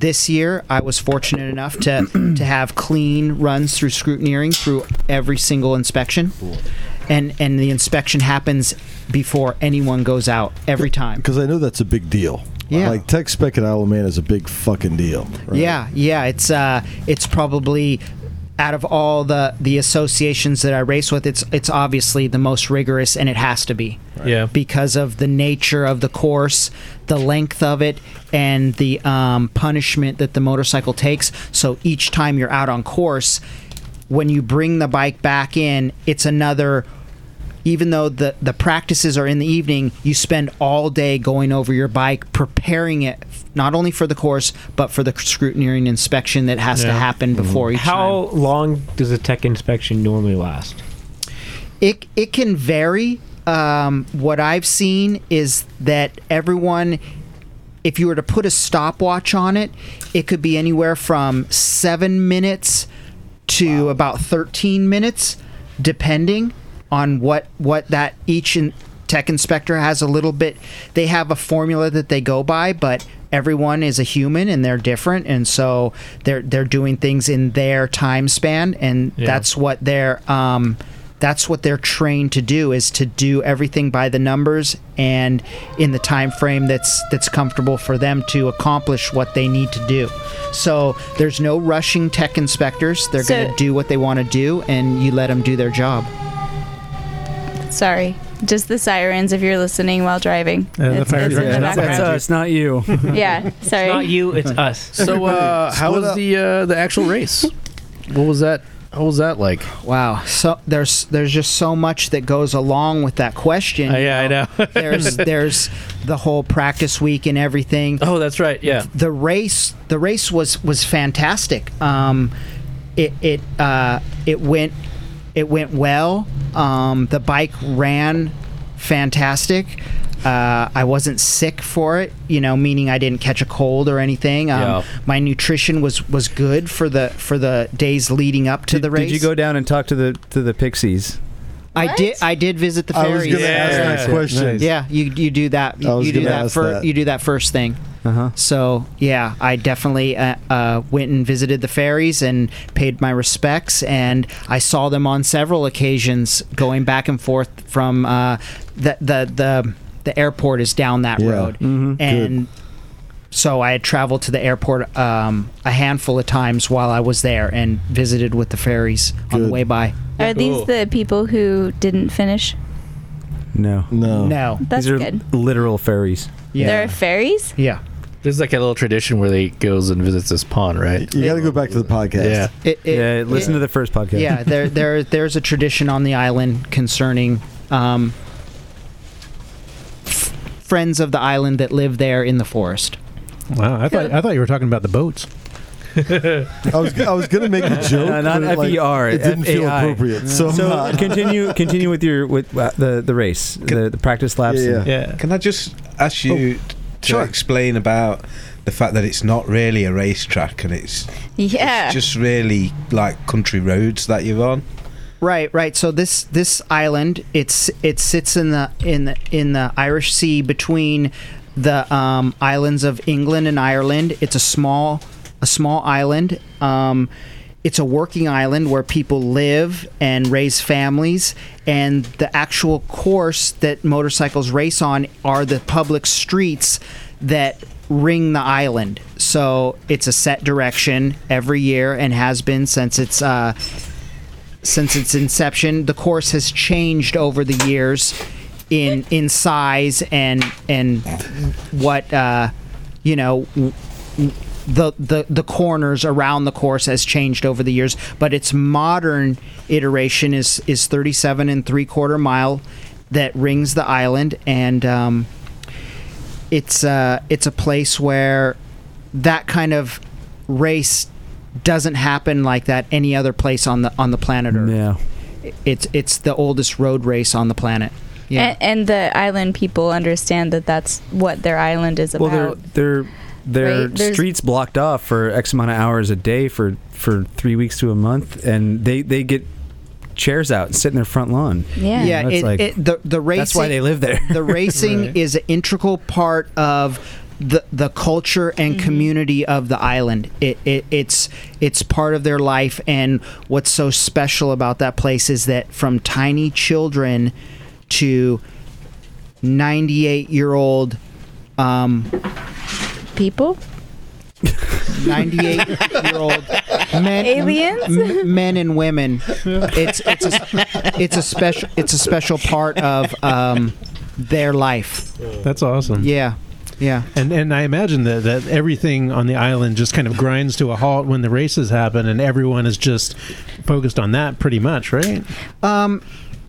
Speaker 4: this year I was fortunate enough to to have clean runs through scrutineering through every single inspection. And and the inspection happens before anyone goes out every time.
Speaker 2: Because I know that's a big deal.
Speaker 4: Yeah.
Speaker 2: Like tech spec and Owl Man is a big fucking deal. right?
Speaker 4: Yeah, yeah, it's uh it's probably out of all the the associations that I race with, it's it's obviously the most rigorous and it has to be.
Speaker 9: Yeah.
Speaker 4: because of the nature of the course, the length of it, and the um, punishment that the motorcycle takes. So each time you're out on course, when you bring the bike back in, it's another. Even though the, the practices are in the evening, you spend all day going over your bike, preparing it f- not only for the course, but for the scrutineering inspection that has to
Speaker 9: Yeah. Mm-hmm.
Speaker 4: happen before each time.
Speaker 9: How long does a tech inspection normally last?
Speaker 4: It it can vary. Um, what I've seen is that everyone, if you were to put a stopwatch on it, it could be anywhere from seven minutes to about thirteen minutes, depending on what what that each in, tech inspector has a little bit. They have a formula that they go by, but everyone is a human and they're different, and so they're they're doing things in their time span, and
Speaker 9: Yeah.
Speaker 4: that's that's what they're um, that's what they're trained to do is to do everything by the numbers and in the time frame that's that's comfortable for them to accomplish what they need to do. So there's no rushing tech inspectors. They're
Speaker 3: So-
Speaker 4: going to do what they want to do, and you let them do their job.
Speaker 3: Sorry. Just the sirens if you're listening while driving. It's- it's in the
Speaker 1: that's,
Speaker 3: background.
Speaker 1: us, not you.
Speaker 3: Yeah, sorry.
Speaker 9: Not you, it's us.
Speaker 5: So, uh, how was the uh, the actual race?
Speaker 4: What was that? What was that like? Wow. So there's there's just so much that goes along with that question. Uh, yeah, I know. there's there's the whole practice week and everything. Oh, that's right.
Speaker 5: yeah.
Speaker 4: The race the race was was fantastic. Um, it it uh, it went it went well. Um, the bike ran fantastic. Uh, I wasn't sick for it, you know, meaning I didn't catch a cold or anything. Um,
Speaker 1: Yeah.
Speaker 4: My nutrition was was good for the for the days leading up to the race.
Speaker 1: Did you go down and talk to the to the pixies?
Speaker 4: I did. I did visit the
Speaker 1: I was
Speaker 4: ferry.
Speaker 1: gonna ask that Yeah. question. Nice.
Speaker 4: Yeah, you you do that.
Speaker 1: I was
Speaker 4: You do
Speaker 1: gonna
Speaker 4: that,
Speaker 1: ask
Speaker 4: fir-
Speaker 1: that.
Speaker 4: You do that first thing. Uh-huh. So yeah, I definitely uh, uh, went and visited the ferries and paid my respects, and I saw them on several occasions going back and forth from uh, the the the the airport is down that
Speaker 2: Yeah.
Speaker 4: road,
Speaker 1: Mm-hmm.
Speaker 2: Mhm.
Speaker 4: and so I had traveled to the airport um, a handful of times while I was there and visited with the ferries on the way by.
Speaker 3: Are these the people who didn't finish?
Speaker 1: No.
Speaker 2: No.
Speaker 4: No.
Speaker 3: That's
Speaker 1: These are
Speaker 3: good.
Speaker 1: literal fairies.
Speaker 3: There are fairies?
Speaker 4: Yeah.
Speaker 5: There's like a little tradition where they goes and visits this pond, right?
Speaker 2: You got to go back to the podcast.
Speaker 5: Yeah.
Speaker 4: It- it-
Speaker 1: yeah, listen
Speaker 4: it-
Speaker 1: to the first podcast.
Speaker 4: Yeah, there, there, there's a tradition on the island concerning um, f- friends of the island that live there in the forest.
Speaker 8: Wow, I thought I thought you were talking about the boats.
Speaker 2: I was I was gonna make a joke.
Speaker 1: Uh, not
Speaker 2: but it, like,
Speaker 4: E
Speaker 1: FER.
Speaker 2: It didn't feel
Speaker 1: FAI.
Speaker 2: appropriate. So, I'm not.
Speaker 1: continue continue with your with uh, the the race, the, the practice laps.
Speaker 6: Yeah,
Speaker 1: and-
Speaker 6: Can I just ask you t-
Speaker 4: Oh,
Speaker 6: to
Speaker 1: sure.
Speaker 6: explain about the fact that it's not really a racetrack and it's
Speaker 3: Yeah.
Speaker 6: it's just really like country roads that you're on?
Speaker 4: Right, right. So this this island, it's it sits in the in the in the Irish Sea between the um, islands of England and Ireland. It's a small a small island. Um, it's a working island where people live and raise families, and the actual course that motorcycles race on are the public streets that ring the island. So it's a set direction every year and has been since it's. Uh, since its inception. The course has changed over the years in in size and and what uh, you know w- w- the, the the corners around the course has changed over the years, but its modern iteration is is 37 and three quarter mile that rings the island, and um, it's uh, it's a place where that kind of race doesn't happen like that any other place on the on the planet Earth. Yeah, it's it's the oldest road race on the planet. Yeah.
Speaker 3: And, and the island people understand that that's what their island is about.
Speaker 1: Well, they're they're their
Speaker 3: Right, there's-
Speaker 1: streets blocked off for X amount of hours a day for for three weeks to a month, and they they get chairs out and sit in their front lawn.
Speaker 4: yeah.
Speaker 1: That's
Speaker 4: it,
Speaker 1: like-
Speaker 4: it, the the racing.
Speaker 1: That's why they live there.
Speaker 4: the racing is an integral part of the the culture and community of the island. It, it it's it's part of their life, and what's so special about that place is that from tiny children to 98 year old um,
Speaker 3: people
Speaker 4: 98 year old men
Speaker 3: Aliens?
Speaker 4: m- men and women it's it's a, it's a special it's a special part of um, their life
Speaker 8: That's awesome.
Speaker 4: Yeah. Yeah.
Speaker 8: And and I imagine that, that everything on the island just kind of grinds to a halt when the races happen and everyone is just focused on that pretty much, right?
Speaker 4: um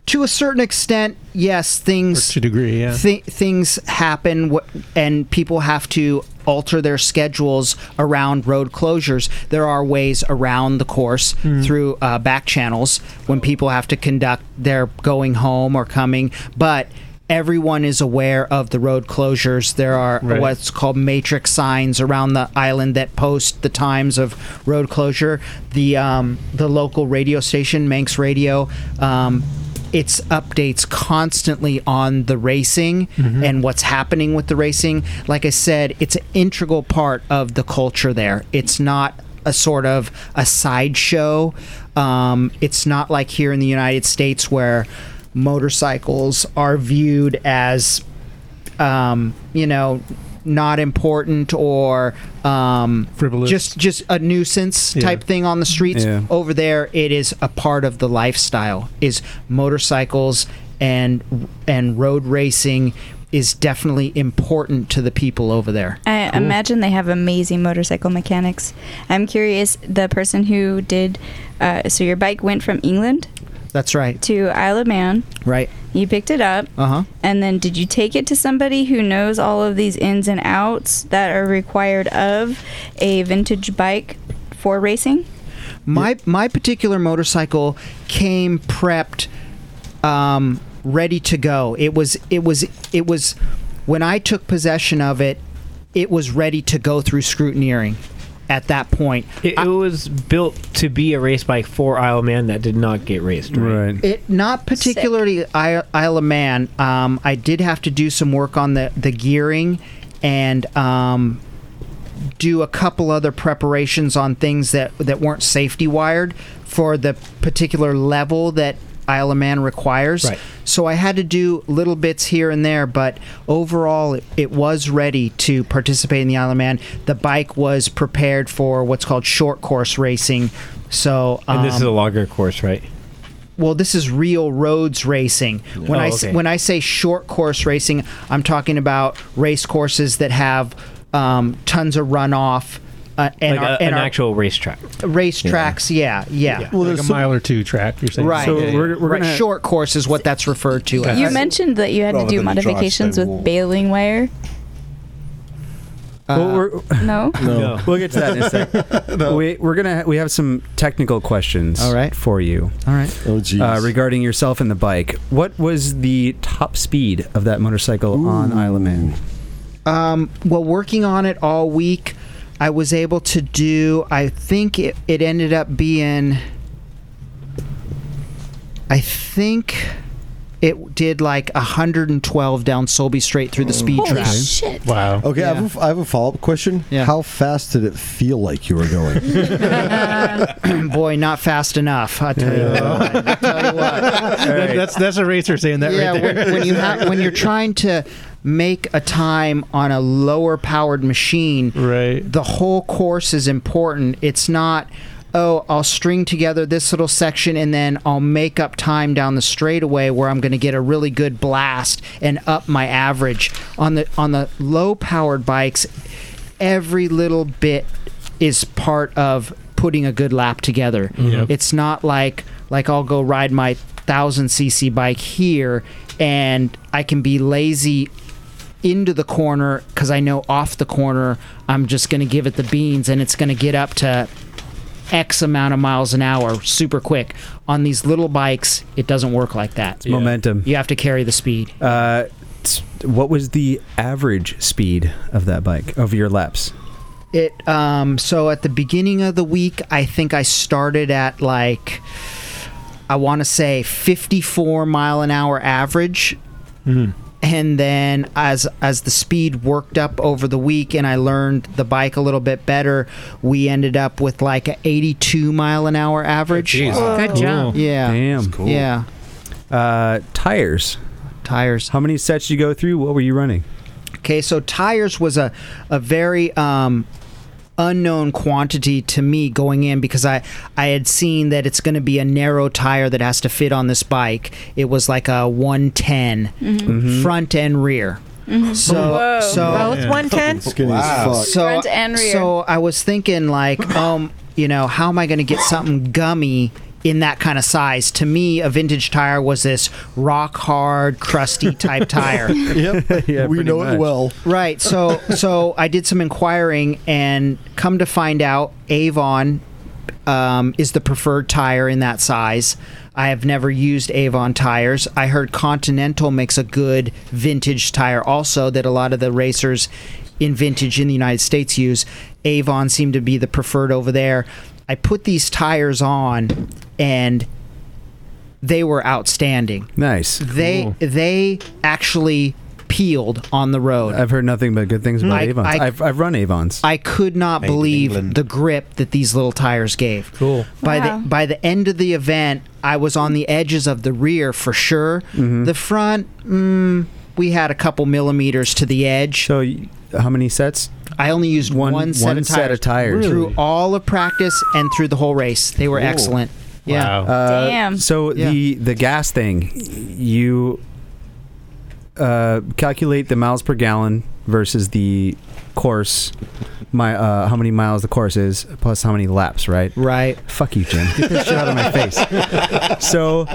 Speaker 4: to a certain extent yes things
Speaker 8: to a degree yeah
Speaker 4: thi- things happen wh- and people have to alter their schedules around road closures there are ways around the course
Speaker 8: Hmm.
Speaker 4: through uh, back channels when people have to conduct their going home or coming but everyone is aware of the road closures there are
Speaker 13: Right.
Speaker 4: what's called matrix signs around the island that post the times of road closure the um, the local radio station manx radio um, it's updates constantly on the racing and what's happening with the racing. Like I said, it's an integral part of the culture there. It's not a sort of a sideshow. Um, it's not like here in the United States where motorcycles are viewed as, um, you know, not important or um,
Speaker 8: frivolous,
Speaker 4: just just a nuisance type thing on the streets
Speaker 1: Yeah.
Speaker 4: over there it is a part of the lifestyle is motorcycles and and road racing is definitely important to the people over there
Speaker 3: I imagine they have amazing motorcycle mechanics. I'm curious, the person who did, uh, so your bike went from England
Speaker 4: that's right
Speaker 3: to Isle of Man.
Speaker 4: right
Speaker 3: You picked it up,
Speaker 4: uh-huh
Speaker 3: and then did you take it to somebody who knows all of these ins and outs that are required of a vintage bike for racing?
Speaker 4: my my particular motorcycle came prepped um ready to go it was it was it was when i took possession of it it was ready to go through scrutineering at that point
Speaker 9: It, it was built to be a race bike for Isle of Man that did not get raced. Right.
Speaker 4: It not particularly I- Isle of Man. Um, I did have to do some work on the the gearing and um, do a couple other preparations on things that that weren't safety wired for the particular level that Isle of Man requires.
Speaker 9: Right.
Speaker 4: So I had to do little bits here and there, but overall it, it was ready to participate in the Isle of Man. The bike was prepared for what's called short course racing. So
Speaker 9: and this is
Speaker 4: um,
Speaker 9: a longer course, right?
Speaker 4: well, this is real roads racing. When
Speaker 9: Oh,
Speaker 4: I s-
Speaker 9: okay.
Speaker 4: when I say short course racing, I'm talking about race courses that have um, tons of runoff uh, and
Speaker 9: like
Speaker 4: are,
Speaker 9: a,
Speaker 4: and
Speaker 9: an
Speaker 4: are
Speaker 9: actual racetrack.
Speaker 4: racetracks. Yeah, yeah.
Speaker 8: Well, like a mile or two track, you're saying.
Speaker 4: Right. right. Short course is what that's referred to. as.
Speaker 3: You mentioned that you had to
Speaker 4: Rather
Speaker 3: do
Speaker 4: than drive
Speaker 3: modifications
Speaker 4: stone
Speaker 3: with
Speaker 4: wall.
Speaker 3: baling wire.
Speaker 1: Well,
Speaker 4: Uh,
Speaker 1: we're-
Speaker 3: No.
Speaker 1: No. We'll get to that in a sec. We, we're gonna we have some technical questions. All right. for you.
Speaker 4: All right.
Speaker 2: Oh geez.
Speaker 1: Uh, regarding yourself and the bike, what was the top speed of that motorcycle on Isle of Man?
Speaker 4: Um, well, working on it all week, I was able to do. I think it, it ended up being. I think it did like 112 down Solby straight through the speed
Speaker 2: Oh. Holy
Speaker 4: trap.
Speaker 2: shit.
Speaker 4: Wow.
Speaker 2: Okay, I, have a, I have a follow up question. How fast did it feel like you were going?
Speaker 4: Boy, not fast enough. I tell you what. I tell you what.
Speaker 8: That- that's that's a racer saying that
Speaker 4: yeah,
Speaker 8: right there.
Speaker 4: when, when you have, when you're trying to make a time on a lower powered machine,
Speaker 8: right?
Speaker 4: The whole course is important. It's not. Oh, I'll string together this little section and then I'll make up time down the straightaway where I'm going to get a really good blast and up my average on the on the low powered bikes. Every little bit is part of putting a good lap together.
Speaker 13: Yep.
Speaker 4: It's not like like I'll go ride my 1000 cc bike here and I can be lazy into the corner cuz I know off the corner I'm just going to give it the beans and it's going to get up to X amount of miles an hour super quick. On these little bikes, it doesn't work like that.
Speaker 1: Yeah. momentum.
Speaker 4: You have to carry the speed.
Speaker 1: Uh, t- what was the average speed of that bike of your laps?
Speaker 4: It um so at the beginning of the week I think I started at like I want to say 54 mile an hour average. Mm-hmm. And then as as the speed worked up over the week and I learned the bike a little bit better, we ended up with like a 82 mile an hour average.
Speaker 1: Good job.
Speaker 4: Yeah.
Speaker 1: Damn. Oh, cool.
Speaker 4: Yeah.
Speaker 1: Uh, tires.
Speaker 4: Tires.
Speaker 1: How many sets you go through? What were you running?
Speaker 4: Okay, so tires was a a very um, unknown quantity to me going in because I I had seen that it's going to be a narrow tire that has to fit on this bike. It was like a 110
Speaker 13: Mhm.
Speaker 1: Mm-hmm.
Speaker 13: Mhm.
Speaker 4: front and rear.
Speaker 13: Mhm.
Speaker 4: So
Speaker 13: Whoa.
Speaker 4: so
Speaker 13: Both Yeah. 110? Fucking skinny as Wow. fuck.
Speaker 4: So
Speaker 13: Front and rear.
Speaker 4: so I was thinking like um you know how am I going to get something gummy in that kind of size to me a vintage tire was this rock hard crusty type tire
Speaker 2: yep. we know it well.
Speaker 4: Right. So so I did some inquiring and come to find out Avon um, is the preferred tire in that size. I have never used Avon tires. I heard Continental makes a good vintage tire also that a lot of the racers in vintage in the United States use. Avon seemed to be the preferred over there. I put these tires on and they were outstanding.
Speaker 1: Nice.
Speaker 4: They they actually peeled on the road.
Speaker 1: I've heard nothing but good things about
Speaker 4: I-
Speaker 1: Avons.
Speaker 4: I-
Speaker 1: I, have I've run Avons.
Speaker 4: I could not believe the grip that these little tires gave. Cool. By
Speaker 1: Wow.
Speaker 4: the by the end of the event, I was on the edges of the rear for sure.
Speaker 1: Mm-hmm.
Speaker 4: The front, mm, we had a couple millimeters to the edge.
Speaker 1: So, how many sets?
Speaker 4: I only used one, set,
Speaker 1: one
Speaker 4: of
Speaker 1: set of tires.
Speaker 4: through
Speaker 1: Really?
Speaker 4: all of practice and through the whole race. They were
Speaker 1: Cool.
Speaker 4: excellent. Yeah.
Speaker 1: Uh, So the the gas thing, you uh, calculate the miles per gallon versus the course. My uh, how many miles the course is plus how many laps, right?
Speaker 4: Right.
Speaker 1: Fuck you, Jim. Get this shit out of my face. So,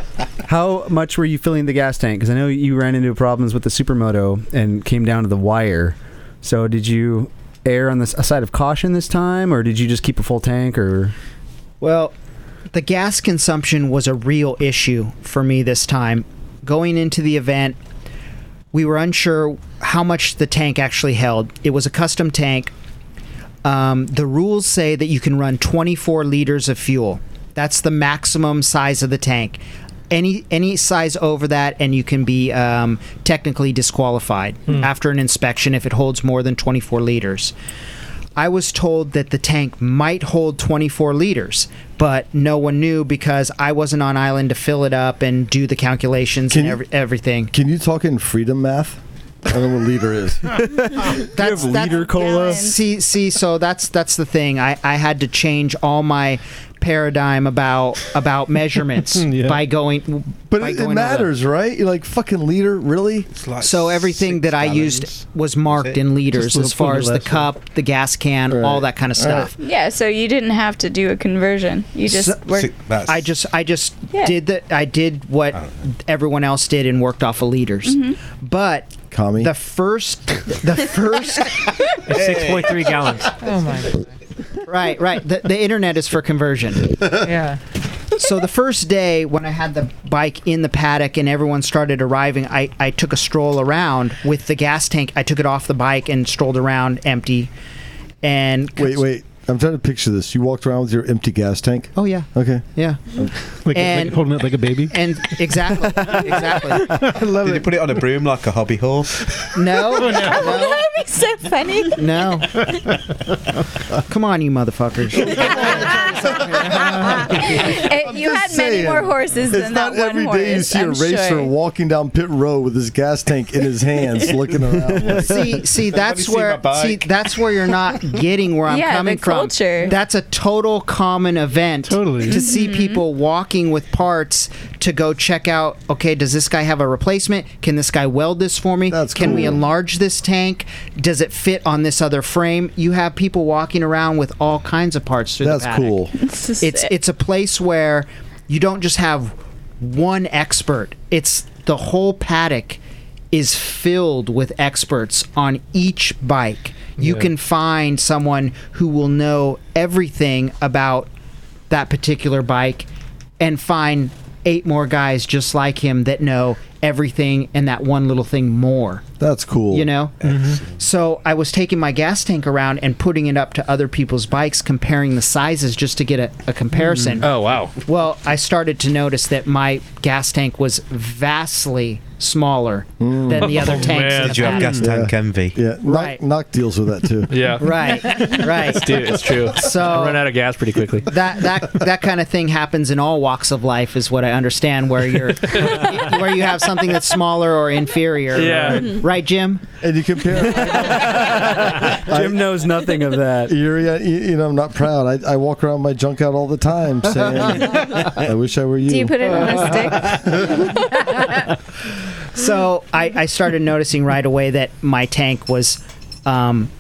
Speaker 1: how much were you filling the gas tank? Because I know you ran into problems with the supermoto and came down to the wire. So, did you err on the s- side of caution this time, or did you just keep a full tank? Or
Speaker 4: Well, the gas consumption was a real issue for me this time. Going into the event, we were unsure how much the tank actually held. It was a custom tank. Um, the rules say that you can run 24 liters of fuel. That's the maximum size of the tank. Any any size over that, and you can be um, technically disqualified after an inspection if it holds more than 24 liters. I was told that the tank might hold 24 liters, but no one knew because I wasn't on island to fill it up and do the calculations and every, everything.
Speaker 2: Can you talk in freedom math? I don't know what leader is.
Speaker 4: that's leader cola. See, see, so that's that's the thing. I, I had to change all my paradigm about about measurements
Speaker 2: Yeah.
Speaker 4: by going.
Speaker 2: But
Speaker 4: by
Speaker 2: it, it
Speaker 4: going over that.
Speaker 2: matters, right? You're like fucking leader, really?
Speaker 4: so everything that I used was marked
Speaker 2: That's it.
Speaker 4: in liters,
Speaker 2: Just a little
Speaker 4: as far as the
Speaker 2: formula.
Speaker 4: cup, the gas can, all that kind of stuff.
Speaker 3: Yeah, so you didn't have to do a conversion. You just
Speaker 4: So-
Speaker 3: were.
Speaker 4: I just I just
Speaker 3: Yeah.
Speaker 4: did the I did what everyone else did and worked off of leaders.
Speaker 3: Mhm.
Speaker 4: But the first the first
Speaker 9: It's 6.3 gallons.
Speaker 12: Oh my.
Speaker 4: right, right. The, the internet is for conversion.
Speaker 12: Yeah.
Speaker 4: So the first day when I had the bike in the paddock and everyone started arriving, I, I took a stroll around with the gas tank. I took it off the bike and strolled around empty. And
Speaker 2: Wait, wait. I'm trying to picture this. You walked around with your empty gas tank?
Speaker 4: Oh, yeah.
Speaker 2: Okay.
Speaker 4: Yeah.
Speaker 8: Like,
Speaker 4: And-
Speaker 8: like holding it like a baby.
Speaker 4: And exactly, exactly.
Speaker 6: Did you put it on a broom like a hobby horse?
Speaker 4: No,
Speaker 8: Oh,
Speaker 4: no,
Speaker 3: That'd be so funny.
Speaker 4: no. Come on, you motherfuckers.
Speaker 3: Eh, you had many more horses
Speaker 2: it's
Speaker 3: than
Speaker 2: not
Speaker 3: that one
Speaker 2: every day
Speaker 3: horse.
Speaker 2: you see
Speaker 3: I'm
Speaker 2: a racer
Speaker 3: sure.
Speaker 2: walking down pit row with his gas tank in his hands, looking around.
Speaker 4: see, see, that's where, see, that's where you're not getting where I'm
Speaker 3: Yeah,
Speaker 4: coming
Speaker 3: the
Speaker 4: from.
Speaker 3: culture. Mm-hmm.
Speaker 4: That's a total common event. Totally. To see people walking with parts to go check out. Okay, does this guy have a replacement? Can this guy weld this for me? That's Can we
Speaker 2: cool.
Speaker 4: enlarge this tank? Does it fit on this other frame? You have people walking around with all kinds of parts through
Speaker 2: That's
Speaker 4: the paddock.
Speaker 2: cool.
Speaker 4: It's it's, a place where you don't just have one expert. It's the whole paddock is filled with experts on each bike. You
Speaker 14: Yeah.
Speaker 4: can find someone who will know everything about that particular bike and find eight more guys just like him that know everything and that one little thing more.
Speaker 2: That's cool.
Speaker 4: You know?
Speaker 6: Mm-hmm.
Speaker 4: So I was taking my gas tank around and putting it up to other people's bikes, comparing the sizes just to get a, a comparison.
Speaker 5: Oh wow.
Speaker 4: Well, I started to notice that my gas tank was vastly smaller than the other
Speaker 6: Oh,
Speaker 4: tanks. in
Speaker 6: man.
Speaker 4: the
Speaker 6: Did you have
Speaker 4: paddock.
Speaker 6: gas tank envy?
Speaker 2: Yeah, right. Knock, deals with that too.
Speaker 5: yeah.
Speaker 4: Right, right.
Speaker 5: It's, dude, it's true.
Speaker 4: So
Speaker 5: I run out of gas pretty quickly.
Speaker 4: that that that kind of thing happens in all walks of life, is what I understand. Where you're, where you have something that's smaller or inferior.
Speaker 2: Yeah.
Speaker 4: right, Jim.
Speaker 2: And you compare. Jim
Speaker 1: knows nothing of that.
Speaker 2: You're, yeah, you, you know, I'm not proud. I, I walk around my junk out all the time saying, I wish I were you.
Speaker 3: Do you put it on a stick?
Speaker 4: so I, I started noticing right away that my tank was um,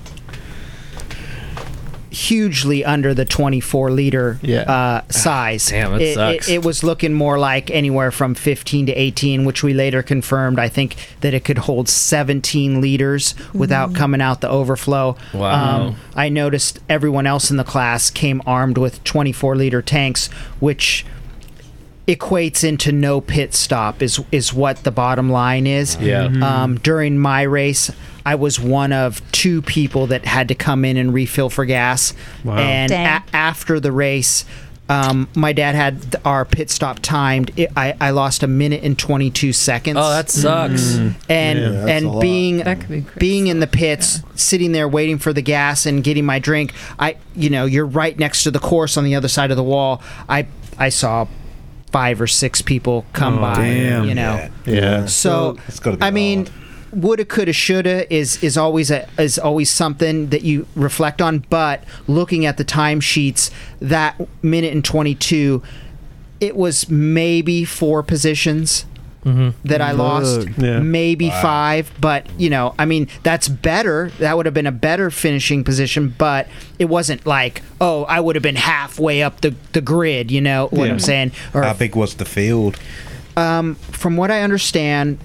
Speaker 4: hugely under the 24 liter uh, size.
Speaker 5: Ah, Damn, that
Speaker 4: it, it-
Speaker 5: sucks.
Speaker 4: It, was looking more like anywhere from 15 to 18, which we later confirmed. I think that it could hold 17 liters without coming out the overflow. Um,
Speaker 5: Wow.
Speaker 4: I noticed everyone else in the class came armed with 24 liter tanks, which equates into no pit stop is is what the bottom line is.
Speaker 5: Yeah. Mhm.
Speaker 4: Um, during my race, I was one of two people that had to come in and refill for gas.
Speaker 14: Wow.
Speaker 4: And
Speaker 14: Dang.
Speaker 4: a- after the race, um, my dad had th- our pit stop timed. It, I I lost a minute and 22 seconds.
Speaker 5: Oh, that sucks. Mm.
Speaker 4: And
Speaker 5: Yeah, that's a
Speaker 4: and
Speaker 5: lot.
Speaker 4: being being in the pits, sitting there waiting for the gas and getting my drink. I you know you're right next to the course on the other side of the wall. I I saw five or six people come
Speaker 5: Oh,
Speaker 4: by.
Speaker 5: damn.
Speaker 4: You know.
Speaker 5: Yeah. Yeah.
Speaker 4: So I mean, woulda, coulda, shoulda is is always a is always something that you reflect on. But looking at the timesheets, that minute and twenty two, it was maybe four positions
Speaker 1: Mm-hmm.
Speaker 4: that I lost,
Speaker 14: Ugh. Yeah.
Speaker 4: maybe
Speaker 14: Wow.
Speaker 4: five. But you know, I mean, that's better. That would have been a better finishing position, but it wasn't like, oh, I would have been halfway up the the grid. You know what I'm saying? Or
Speaker 6: How big was the field?
Speaker 4: um, from what I understand,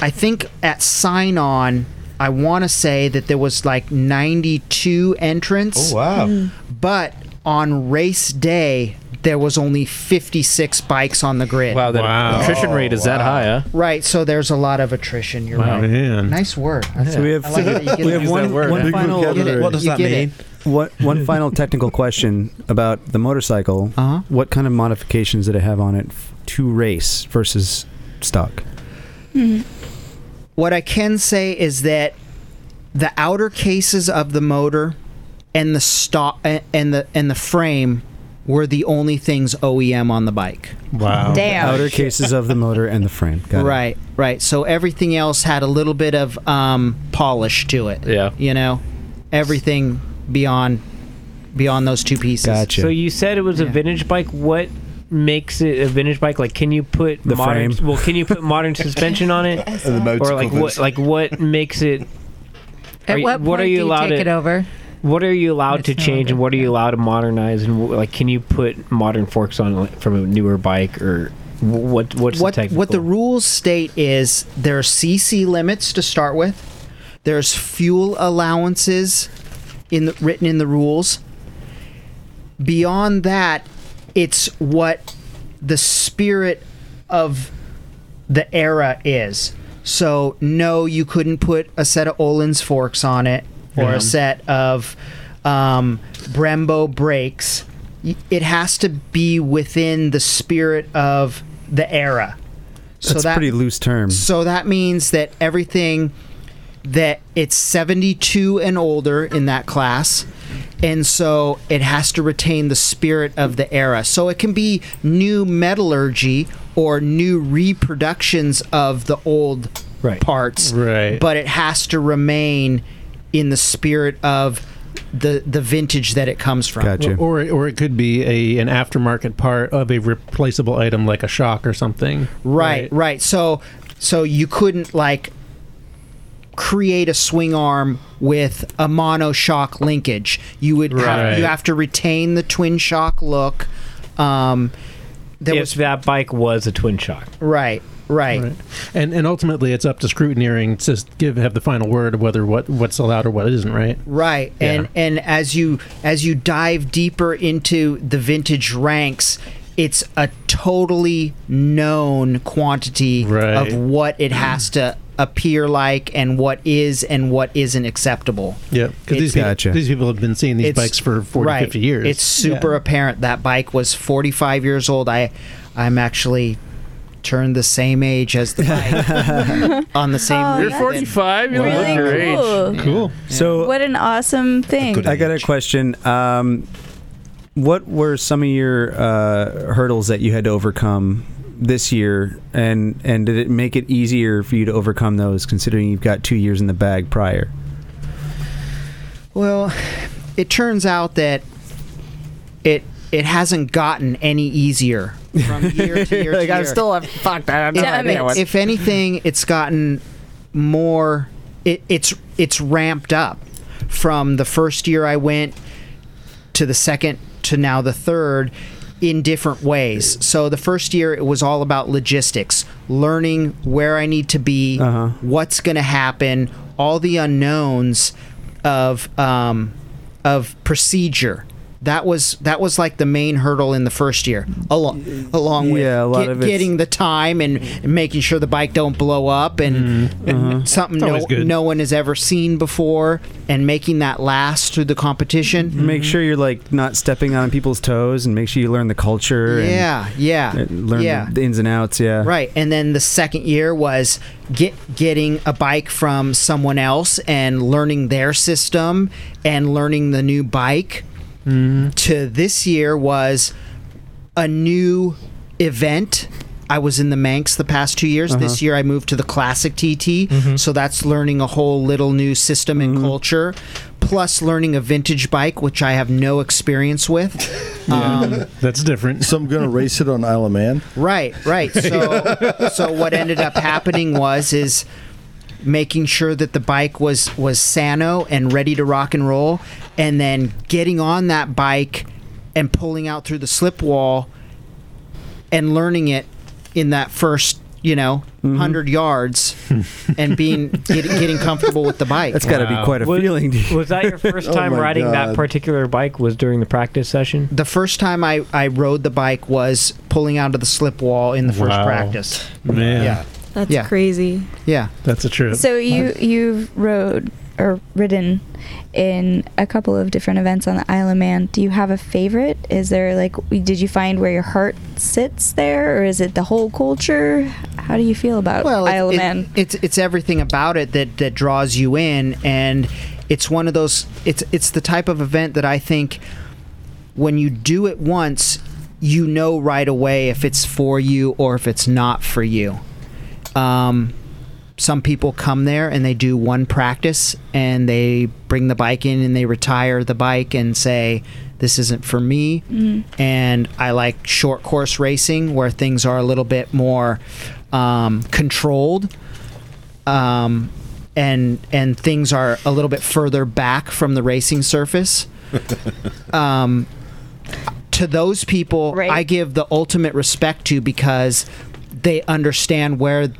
Speaker 4: I think at sign on, I want to say that there was like 92 entrants.
Speaker 6: Oh, wow. Mm.
Speaker 4: But on race day, there was only 56 bikes on the grid.
Speaker 5: Wow, that attrition rate is that high, huh?
Speaker 4: Right, so there's a lot of attrition. You're
Speaker 5: Wow.
Speaker 4: right.
Speaker 5: Man.
Speaker 4: Nice word.
Speaker 1: So we have,
Speaker 4: I like that you get
Speaker 1: we
Speaker 4: it.
Speaker 1: have one, one final.
Speaker 4: You get it.
Speaker 1: What one final technical question about the motorcycle?
Speaker 4: Uh-huh.
Speaker 1: What kind of modifications did it have on it f- to race versus stock?
Speaker 4: What I can say is that the outer cases of the motor and the stock and the and the frame were the only things OEM on the bike.
Speaker 1: Wow.
Speaker 4: Damn.
Speaker 1: Outer cases of the motor and the frame. Got it.
Speaker 4: right, right. So everything else had a little bit of um, polish to it.
Speaker 1: Yeah.
Speaker 4: You know, everything beyond beyond those two pieces.
Speaker 9: So you said it was a vintage bike. What makes it a vintage bike? Like, can you put
Speaker 4: The
Speaker 9: modern?
Speaker 4: frame.
Speaker 9: Well, can you put modern suspension on it?
Speaker 4: And the motor
Speaker 9: or like
Speaker 4: covers.
Speaker 9: what? Like what makes it?
Speaker 12: At
Speaker 9: you-
Speaker 12: what point do you
Speaker 9: allowed
Speaker 12: take
Speaker 9: to-
Speaker 12: it over?
Speaker 9: What are you allowed to change, and what are you allowed to modernize? And wh- like, can you put modern forks on like, from a newer bike, or wh- what? What's
Speaker 4: what
Speaker 9: the technical?
Speaker 4: what the rules state is there are CC limits to start with. There's fuel allowances in the, written in the rules. Beyond that, it's what the spirit of the era is. So no, you couldn't put a set of Olin's forks on it or
Speaker 14: Yeah.
Speaker 4: a set of um, Brembo brakes. Y- It has to be within the spirit of the era.
Speaker 1: That's a pretty loose term.
Speaker 4: So that means that everything that it's 72 and older in that class. And so it has to retain the spirit of the era. So it can be new metallurgy or new reproductions of the old parts. Right. But it has to remain in the spirit of the the vintage that it comes from.
Speaker 8: Or, or or it could be a an aftermarket part of a replaceable item like a shock or something.
Speaker 4: Right, right, So so you couldn't like create a swing arm with a mono shock linkage. You would have,
Speaker 9: Right.
Speaker 4: you have to retain the twin shock look. Um, there
Speaker 9: if
Speaker 4: was
Speaker 9: that bike was a twin shock.
Speaker 4: right, right.
Speaker 8: And and ultimately, it's up to scrutineering to give have the final word of whether what what's allowed or what isn't. Right.
Speaker 4: Right. And and as you as you dive deeper into the vintage ranks, it's a totally known quantity
Speaker 8: Right.
Speaker 4: of what it has to appear like and what is and what isn't acceptable.
Speaker 8: Yeah. Because these,
Speaker 4: It's-
Speaker 8: people-
Speaker 4: Gotcha.
Speaker 8: these people have been seeing these bikes for 40,
Speaker 4: right.
Speaker 8: 50 years.
Speaker 4: It's super
Speaker 8: Yeah.
Speaker 4: apparent that bike was 45 years old. I I'm actually turned the same age as the bike on the same
Speaker 3: Oh,
Speaker 4: week.
Speaker 3: You're yeah. 45? You don't look Really your age. cool.
Speaker 1: Cool. So
Speaker 3: what an awesome thing.
Speaker 1: I got a question. Um, what were some of your uh, hurdles that you had to overcome this year, and and did it make it easier for you to overcome those, considering you've got two years in the bag prior?
Speaker 4: Well, it turns out that it it hasn't gotten any easier from year to year.
Speaker 14: Like,
Speaker 4: to
Speaker 14: I'm
Speaker 4: year.
Speaker 14: still a- fucked, I don't know Damn idea it. what-
Speaker 4: If anything, it's gotten more. It, it's it's ramped up from the first year I went to the second to now the third in different ways. So the first year it was all about logistics, learning where I need to be,
Speaker 1: Uh-huh.
Speaker 4: what's going to happen, all the unknowns of um, of procedure. That was that was like the main hurdle in the first year, along along with
Speaker 1: Yeah, a lot
Speaker 4: get-
Speaker 1: of it's-
Speaker 4: getting the time and making sure the bike don't blow up and, and something
Speaker 1: Mm-hmm. Uh-huh. It's
Speaker 4: no,
Speaker 1: always good.
Speaker 4: no one has ever seen before, and making that last through the competition.
Speaker 1: Make sure you're like not stepping on people's toes, and make sure you learn the culture. and-
Speaker 4: Yeah, yeah,
Speaker 1: and learn the-
Speaker 4: yeah.
Speaker 1: The, ins and outs. Yeah,
Speaker 4: Right, and then the second year was get getting a bike from someone else and learning their system and learning the new bike. To this year was a new event. I was in the Manx the past two years. This
Speaker 14: Uh-huh.
Speaker 4: year I moved to the Classic TT, so that's learning a whole little new system and culture, plus learning a vintage bike which I have no experience with. Um,
Speaker 8: That's different.
Speaker 2: So I'm going to race it on Isle of Man.
Speaker 4: Right, right. So, so what ended up happening was is making sure that the bike was was sano and ready to rock and roll, and then getting on that bike and pulling out through the slip wall and learning it in that first you know
Speaker 1: Mm-hmm.
Speaker 4: 100 yards and being get, getting comfortable with the bike
Speaker 1: That's got to be quite a
Speaker 9: Was-
Speaker 1: feeling. Oh
Speaker 9: was that your first time riding that particular bike was during the practice session?
Speaker 4: The first time I, I rode the bike was pulling out of the slip wall in the first
Speaker 9: Wow.
Speaker 4: practice.
Speaker 8: Man.
Speaker 4: Yeah.
Speaker 3: That's
Speaker 4: Yeah.
Speaker 3: crazy.
Speaker 4: Yeah.
Speaker 8: That's a trip.
Speaker 3: So you you rode or ridden in a couple of different events on the Isle of Man. Do you have a favorite? Is there like did you find where your heart sits there, or is it the whole culture? How do you feel about
Speaker 4: well, it-
Speaker 3: Isle of
Speaker 4: it-
Speaker 3: Man?
Speaker 4: It's it's everything about it that that draws you in, and it's one of those. It's it's the type of event that I think when you do it once, you know right away if it's for you or if it's not for you. Um, some people come there and they do one practice and they bring the bike in and they retire the bike and say, "This isn't for me."
Speaker 3: Mm-hmm.
Speaker 14: Mhm.
Speaker 4: and I like short course racing where things are a little bit more um, controlled, um, and and things are a little bit further back from the racing surface. um, to those people, I give the ultimate respect to because they understand where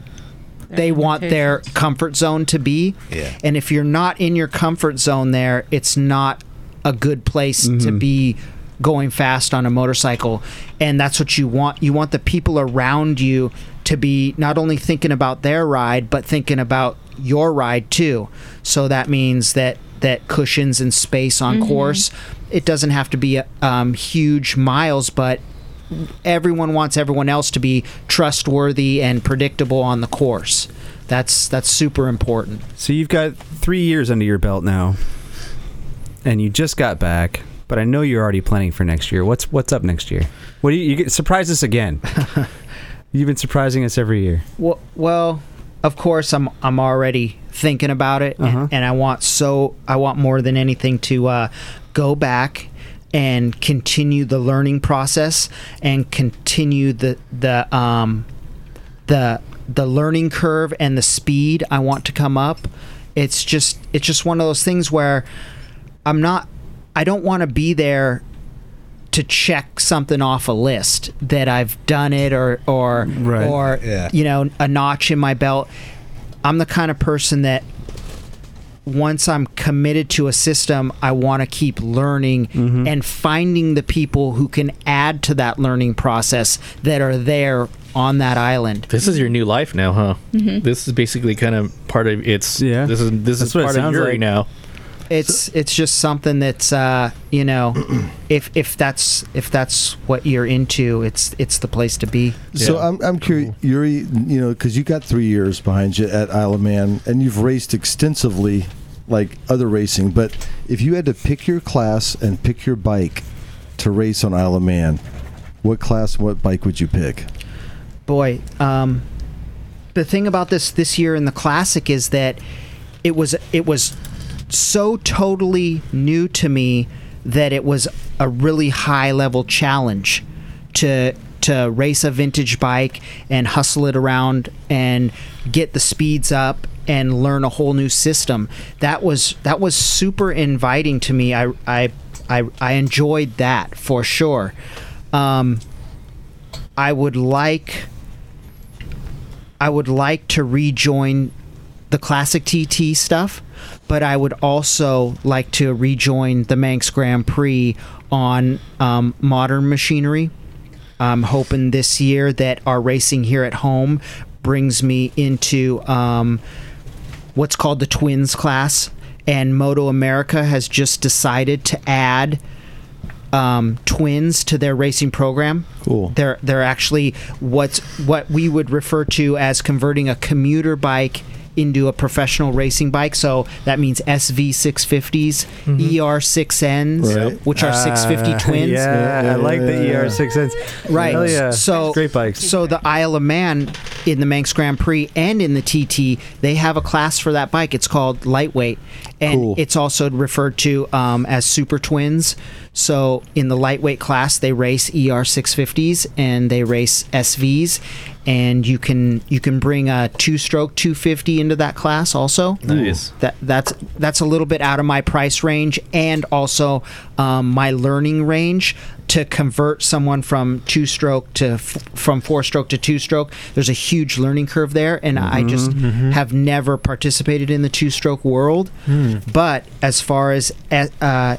Speaker 4: they want their comfort zone to be.
Speaker 6: Yeah.
Speaker 4: And if you're not in your comfort zone there, it's not a good place to be going fast on a motorcycle. And that's what you want. You want the people around you to be not only thinking about their ride, but thinking about your ride too. So that means that that cushions and space on
Speaker 14: Mhm.
Speaker 4: course. It doesn't have to be um, huge miles, but everyone wants everyone else to be trustworthy and predictable on the course. That's that's super important.
Speaker 1: So you've got three years under your belt now, and you just got back. But I know you're already planning for next year. What's what's up next year? What do you, you get, surprise us again? you've been surprising us every year.
Speaker 4: Well, well, of course I'm I'm already thinking about it, and- and, I want so I want more than anything to uh, go back and continue the learning process and continue the the um, the the learning curve and the speed I want to come up. It's just it's just one of those things where I'm not I don't want to be there to check something off a list that I've done it or or or
Speaker 6: Yeah.
Speaker 4: you know a notch in my belt. I'm the kind of person that once I'm committed to a system, I want to keep learning
Speaker 5: Mm-hmm.
Speaker 4: and finding the people who can add to that learning process that are there on that island.
Speaker 5: This is your new life now, huh?
Speaker 4: Mhm.
Speaker 5: This is basically kind of part of it's. Yeah. This is this
Speaker 4: That's
Speaker 5: is
Speaker 4: what it
Speaker 5: part of
Speaker 4: sounds
Speaker 5: your
Speaker 4: like.
Speaker 5: right now.
Speaker 4: It's it's just something that's uh, you know, if if that's if that's what you're into, it's it's the place to be.
Speaker 2: So I'm, I'm curious, Yuri, you know, because you got three years behind you at Isle of Man, and you've raced extensively, like other racing. But if you had to pick your class and pick your bike to race on Isle of Man, what class, what bike would you pick?
Speaker 4: boy um the thing about this this year in the classic is that it was it was so totally new to me that it was a really high level challenge to to race a vintage bike and hustle it around and get the speeds up and learn a whole new system that was that was super inviting to me i i i, I enjoyed that for sure um I would like I would like to rejoin the classic TT stuff, but I would also like to rejoin the Manx Grand Prix on um, modern machinery. I'm hoping this year that our racing here at home brings me into um, what's called the twins class, and Moto America has just decided to add um, twins to their racing program. Cool. They're they're actually what's what we would refer to as converting a commuter bike into a professional racing bike. So that means SV 650s, ER 6Ns,
Speaker 1: Mm-hmm. Right.
Speaker 4: which are
Speaker 1: Ah,
Speaker 4: 650 twins.
Speaker 1: yeah, I like the Yeah. ER 6Ns.
Speaker 4: Right.
Speaker 1: Hell yeah.
Speaker 4: So great bikes. So the Isle of Man in the Manx Grand Prix and in the TT, they have a class for that bike. It's called lightweight, and it's also referred to um, as super twins. So in the lightweight class, they race ER 650s and they race SVs, and you can you can bring a two-stroke 250 into that class also.
Speaker 5: Nice.
Speaker 4: That that's that's a little bit out of my price range and also um, my learning range to convert someone from two stroke to f- from four stroke to two stroke. There's a huge learning curve there, and I just
Speaker 15: Mhm, mhm.
Speaker 4: have never participated in the two stroke world.
Speaker 15: Hmm.
Speaker 4: But as far as a- uh,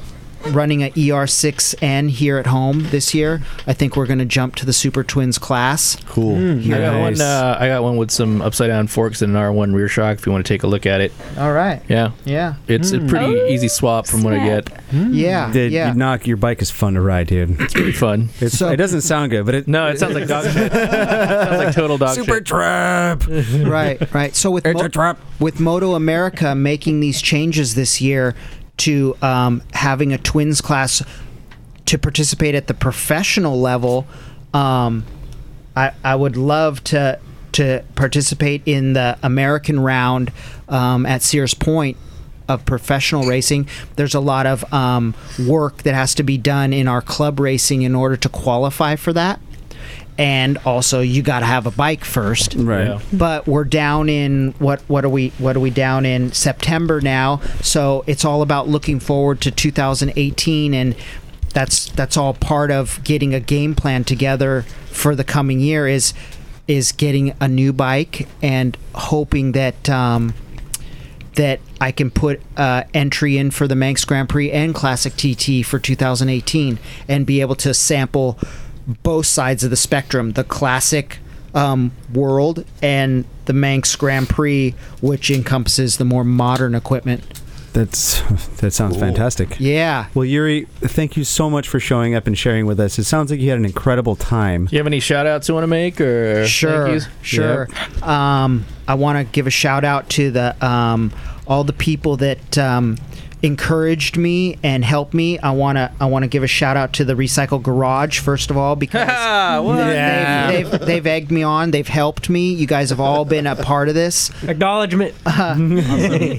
Speaker 4: running a E ER6N here at home this year, I think we're going to jump to the Super Twins class.
Speaker 2: Cool.
Speaker 4: Mm.
Speaker 5: I got one. Uh, I got one with some upside down forks and an R1 rear shock. If you want to take a look at it.
Speaker 4: All right.
Speaker 5: Yeah.
Speaker 4: Yeah.
Speaker 5: It's a
Speaker 4: Mm.
Speaker 5: pretty
Speaker 4: Oh,
Speaker 5: easy swap from what I get.
Speaker 2: Mm.
Speaker 4: Yeah,
Speaker 1: Dude,
Speaker 4: yeah.
Speaker 1: You knock your bike is fun to ride, dude. It's
Speaker 5: Hmm. pretty fun.
Speaker 1: It's, it doesn't sound good, but it
Speaker 5: no, it sounds like dog shit. sounds like total dog
Speaker 1: Super
Speaker 5: shit.
Speaker 1: trap.
Speaker 4: right, right. So with Mo- with Moto America making these changes this year to um, having a twins class to participate at the professional level, um, I I would love to to participate in the American round um, at Sears Point of professional racing, there's a lot of um, work that has to be done in our club racing in order to qualify for that. And also, you got to have a bike first.
Speaker 1: Right. Yeah.
Speaker 4: But we're down in what? What are we? What are we down in September now? So it's all about looking forward to 2018, and that's that's all part of getting a game plan together for the coming year. Is is getting a new bike and hoping that um, that I can put uh, entry in for the Manx Grand Prix and Classic TT for 2018 and be able to sample both sides of the spectrum the classic um, world and the Manx Grand Prix, which encompasses the more modern equipment.
Speaker 1: That's that sounds fantastic.
Speaker 4: Yeah.
Speaker 1: Well, Yuri, thank you so much for showing up and sharing with us. It sounds like you had an incredible time.
Speaker 5: You have any shout outs you want to make or
Speaker 4: Sure,
Speaker 5: thank yous?
Speaker 4: sure. Um, I want to give a shout out to the um, all the people that um, encouraged me and helped me. I wanna I wanna give a shout out to the Recycle Garage first of all because they've,
Speaker 9: Yeah.
Speaker 4: they've, they've egged me on. They've helped me. You guys have all been a part of this.
Speaker 9: Acknowledgement.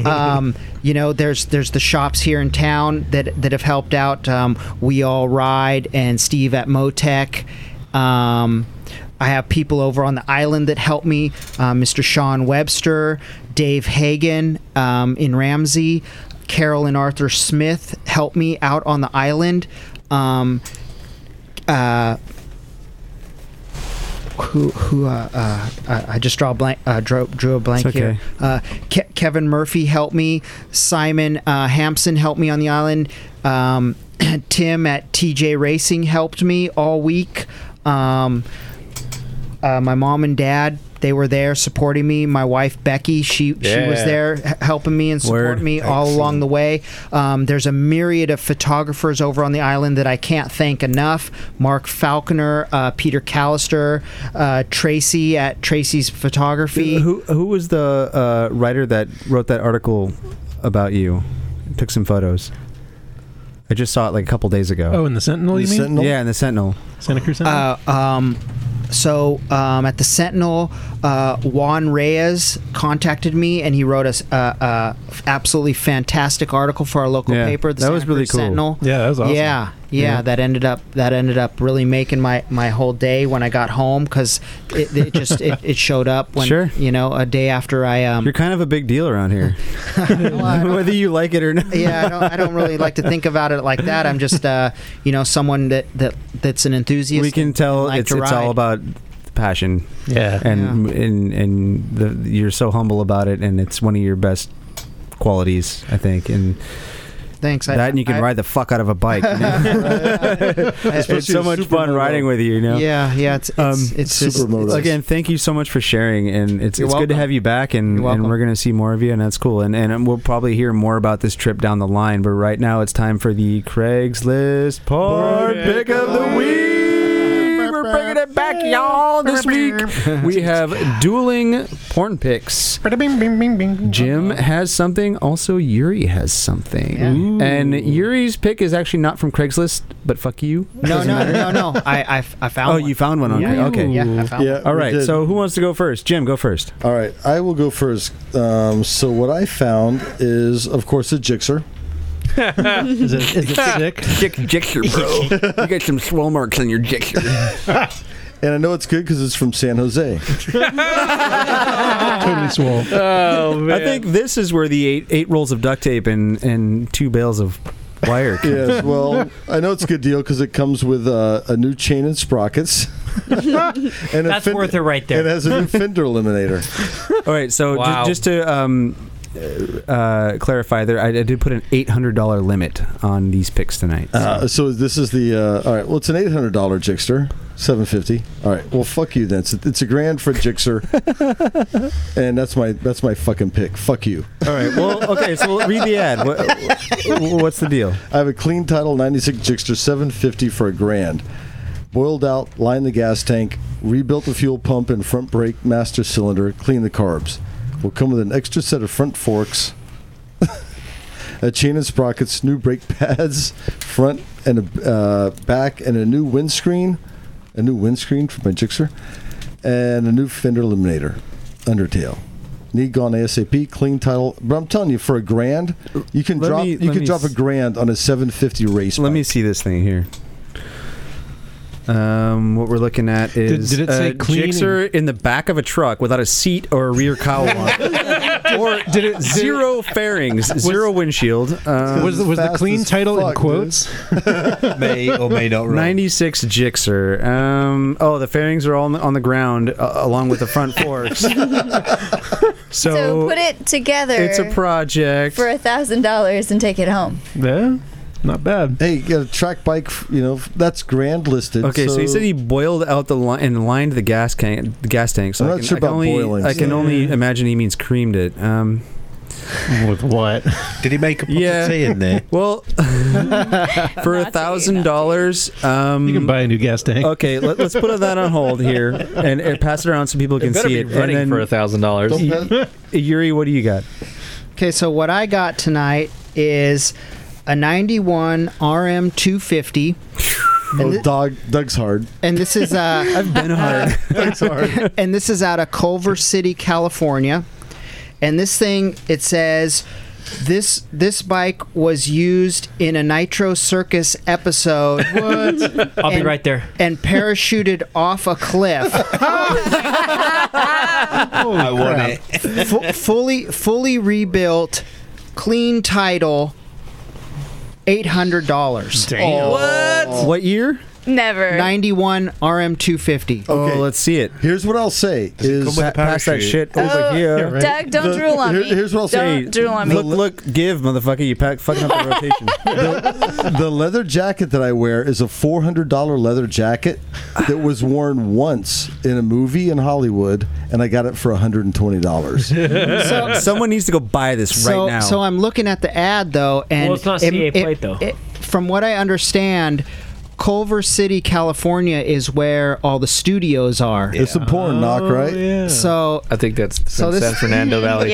Speaker 4: um, you know, there's there's the shops here in town that that have helped out. Um, we all ride and Steve at Motec. Um, I have people over on the island that help me. Uh, Mr. Sean Webster, Dave Hagan um, in Ramsey, Carol and Arthur Smith help me out on the island. Um, uh, who who uh, uh, I, I just draw a blank uh, drew, drew a blank
Speaker 1: It's okay.
Speaker 4: here. Uh, Ke- Kevin Murphy helped me. Simon uh, Hampson helped me on the island. Um, Tim at TJ Racing helped me all week. Um, uh, my mom and dad they were there supporting me. My wife Becky she she was
Speaker 1: Yeah.
Speaker 4: there h- helping me and support
Speaker 1: Word.
Speaker 4: me all
Speaker 1: Excellent.
Speaker 4: along the way. Um, there's a myriad of photographers over on the island that I can't thank enough. Mark Falconer, uh, Peter Callister, uh, Tracy at Tracy's Photography.
Speaker 1: Who who was the uh, writer that wrote that article about you? Took some photos. I just saw it like a couple days ago.
Speaker 8: Oh, in the Sentinel, you mean?
Speaker 1: Yeah, in the Sentinel.
Speaker 8: Santa Cruz
Speaker 4: Uh, um, so um, at the Sentinel, uh, Juan Reyes contacted me, and he wrote us a, a f- absolutely fantastic article for our local
Speaker 1: Yeah,
Speaker 4: paper. The
Speaker 1: that was
Speaker 4: Santa
Speaker 1: really
Speaker 4: Cruz
Speaker 1: cool.
Speaker 4: Sentinel.
Speaker 1: Yeah, that was awesome.
Speaker 4: Yeah, yeah,
Speaker 1: Yeah.
Speaker 4: That ended up that ended up really making my, my whole day when I got home because it, it just it, it showed up when
Speaker 1: Sure.
Speaker 4: you know a day after I um.
Speaker 1: You're kind of a big deal around here. Whether you like it or not.
Speaker 4: yeah, I don't, I don't really like to think about it like that. I'm just, uh, you know, someone that, that that's an enthusiast.
Speaker 1: we can
Speaker 4: and-
Speaker 1: tell
Speaker 4: and like
Speaker 1: it's
Speaker 4: to
Speaker 1: it's
Speaker 4: ride.
Speaker 1: all about passion.
Speaker 8: Yeah.
Speaker 1: And and and the, you're so humble about it, and it's one of your best qualities, I think. And
Speaker 4: Thanks. I-
Speaker 1: That and you can
Speaker 4: I-
Speaker 1: ride the fuck out of a bike. you know? it's
Speaker 4: Especially
Speaker 1: so much fun riding with you, you know. Um,
Speaker 4: Yeah, yeah. It's it's, it's just it's-
Speaker 1: again. Thank you so much for sharing, and it's,
Speaker 4: You're
Speaker 1: it's good to
Speaker 4: welcome.
Speaker 1: have you back, and, and we're gonna see more of you, and that's cool, and and we'll probably hear more about this trip down the line. But right now, it's time for the Craigslist porn pick of the week. We're bringing it back, y'all. This week we have dueling porn picks. Jim has something. Also, Yuri has something. And Yuri's pick is actually not from Craigslist, but fuck you.
Speaker 4: no,
Speaker 1: Doesn't
Speaker 4: no,
Speaker 1: matter.
Speaker 4: no, no. I I, I found.
Speaker 1: Oh,
Speaker 4: one.
Speaker 1: you found one on
Speaker 4: Yeah.
Speaker 1: Craigslist. Okay.
Speaker 4: Yeah, I found one.
Speaker 1: All right. So who wants to go first? Jim, go first.
Speaker 2: All right, I will go first. Um, so what I found is, of course, a jixer.
Speaker 8: is it, is it sick?
Speaker 15: Jick, jixer, bro. you got some swell marks on your jixer.
Speaker 2: and I know it's good because it's from San Jose.
Speaker 8: totally swole.
Speaker 1: Oh man. I think this is where the eight eight rolls of duct tape and and two bales of wire. comes
Speaker 2: yes,
Speaker 1: in.
Speaker 2: well, I know it's a good deal because it comes with uh, a new chain and sprockets. and
Speaker 9: That's worth it right there.
Speaker 2: It has a new fender eliminator.
Speaker 1: All right. So ju-
Speaker 2: Wow.
Speaker 1: just to um, uh, clarify, there I, I did put an eight hundred dollar limit on these picks tonight.
Speaker 2: Uh, so this is the uh, all right. Well, it's an eight hundred dollar jixer, seven fifty. All right. Well, fuck you then. It's a, it's a grand for a jixer, and that's my that's my fucking pick. Fuck you.
Speaker 1: All right. Well, okay. So we'll read the ad. What, what's the deal?
Speaker 2: I have a clean title ninety six jixer, seven fifty for a grand. Boiled out, line the gas tank, rebuilt the fuel pump and front brake master cylinder, clean the carbs. Will come with an extra set of front forks, a chain and sprockets, new brake pads, front and a, uh, back, and a new windscreen, a new windscreen for my Gixxer, and a new fender eliminator, Undertale. Need gone ASAP. Clean title, but I'm telling you, for a grand, you can
Speaker 1: Let
Speaker 2: drop
Speaker 1: me-
Speaker 2: you
Speaker 1: let
Speaker 2: can
Speaker 1: me
Speaker 2: drop a
Speaker 1: s-
Speaker 2: grand on a 750 race.
Speaker 1: Let me see this thing here. Um, what we're looking at is
Speaker 2: did it say
Speaker 1: a
Speaker 2: clean
Speaker 1: Gixxer in the back of a truck without a seat or a rear cowl on.
Speaker 8: or did it
Speaker 1: zero fairings, zero windshield. Um,
Speaker 8: was the- was the clean title in quotes?
Speaker 1: may or may not. Ninety six Gixxer. Um, oh, the fairings are all on the, on the ground uh, along with the front forks. so,
Speaker 16: So put it together
Speaker 1: it's a project.
Speaker 16: for a thousand dollars and take it home.
Speaker 8: Yeah, not bad.
Speaker 2: Hey, you got a track bike, f- you know f- that's grand listed.
Speaker 1: Okay, so, he
Speaker 2: uh,
Speaker 1: said he boiled out the line and lined the gas can the gas tank. So
Speaker 2: I'm
Speaker 1: I
Speaker 2: not
Speaker 1: can,
Speaker 2: sure
Speaker 1: I can
Speaker 2: about
Speaker 1: only,
Speaker 2: boiling.
Speaker 1: I can
Speaker 2: Yeah.
Speaker 1: only imagine he means creamed it. Um,
Speaker 8: With what?
Speaker 1: Did he make a pot yeah.
Speaker 6: tea in there?
Speaker 1: Well, for a thousand dollars, um, you
Speaker 8: can buy a new gas tank.
Speaker 1: Okay, let, us put that on hold here and, and pass it around so people can
Speaker 5: better
Speaker 1: see
Speaker 5: be
Speaker 1: it.
Speaker 5: running for $1,000.
Speaker 1: Y- Yuri, what do you got?
Speaker 4: Okay, so what I got tonight is a 91 RM250.
Speaker 2: Oh, dog, Doug's hard.
Speaker 4: And this is uh, I've been hard. and this is out of Culver City, California. And this thing it says this this bike was used in a Nitro Circus episode.
Speaker 9: I'll be
Speaker 4: And-
Speaker 9: right there.
Speaker 4: And parachuted off a cliff.
Speaker 6: I want it.
Speaker 4: Fu- fully fully rebuilt, clean title, eight hundred dollars.
Speaker 1: What? What year?
Speaker 3: Never.
Speaker 4: 91 RM250.
Speaker 1: Okay. Oh, let's see it.
Speaker 2: Here's what I'll say is
Speaker 1: come with a
Speaker 2: pass that
Speaker 1: parachute?
Speaker 2: shit
Speaker 1: over Oh, here.
Speaker 3: Doug, don't drool on me.
Speaker 2: Here's what I'll say.
Speaker 3: Don't drool on me.
Speaker 1: Look, look, give, motherfucker. You pack, fucking up the rotation.
Speaker 2: the leather jacket that I wear is a four hundred dollar leather jacket that was worn once in a movie in Hollywood, and I got it for one hundred and twenty dollars.
Speaker 4: So-
Speaker 1: Someone needs to go buy this
Speaker 4: so,
Speaker 1: right now.
Speaker 4: So I'm looking at the ad though, and
Speaker 1: Well, it's not CA plate, though.
Speaker 4: from what I understand, Culver City, California, is where all the studios are.
Speaker 2: It's a porn
Speaker 1: Oh,
Speaker 2: knock, right?
Speaker 4: So
Speaker 5: I think that's
Speaker 4: So
Speaker 5: in
Speaker 4: this-
Speaker 5: San Fernando Valley.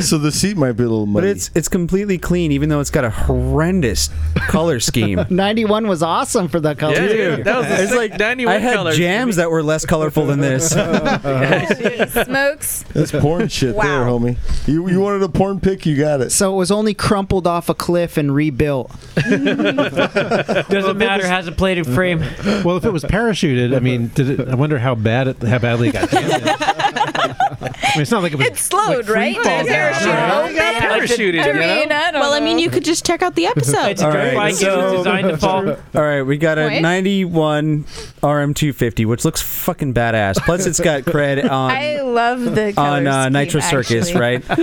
Speaker 2: so the seat might be a little
Speaker 1: muddy. But it's it's completely clean, even though it's got a horrendous color scheme.
Speaker 4: 91 was awesome for the color.
Speaker 1: Dude, it's like I had jams that were less colorful than this.
Speaker 3: Smokes.
Speaker 2: That's porn shit there, homie. You you wanted a porn pick, you got it.
Speaker 4: So it was only crumpled off a cliff and rebuilt.
Speaker 9: Doesn't matter. Has a plated frame.
Speaker 8: well, if it was parachuted, I mean, did it, I wonder how bad it, how badly it got damaged. I mean, it's not like it was.
Speaker 3: slowed, right?
Speaker 8: fall
Speaker 3: Parachute open?
Speaker 8: Parachuted,
Speaker 3: I
Speaker 8: you know?
Speaker 3: mean, I don't
Speaker 10: well, I mean,
Speaker 3: know.
Speaker 10: you could just check out the episode.
Speaker 1: All right, so- All right, we got a
Speaker 10: Wait.
Speaker 1: 91 RM250, which looks fucking badass. Plus, it's got cred on
Speaker 3: I love the
Speaker 1: on
Speaker 3: color
Speaker 1: uh,
Speaker 3: scheme,
Speaker 1: Nitro Circus,
Speaker 3: actually.
Speaker 1: right? Uh,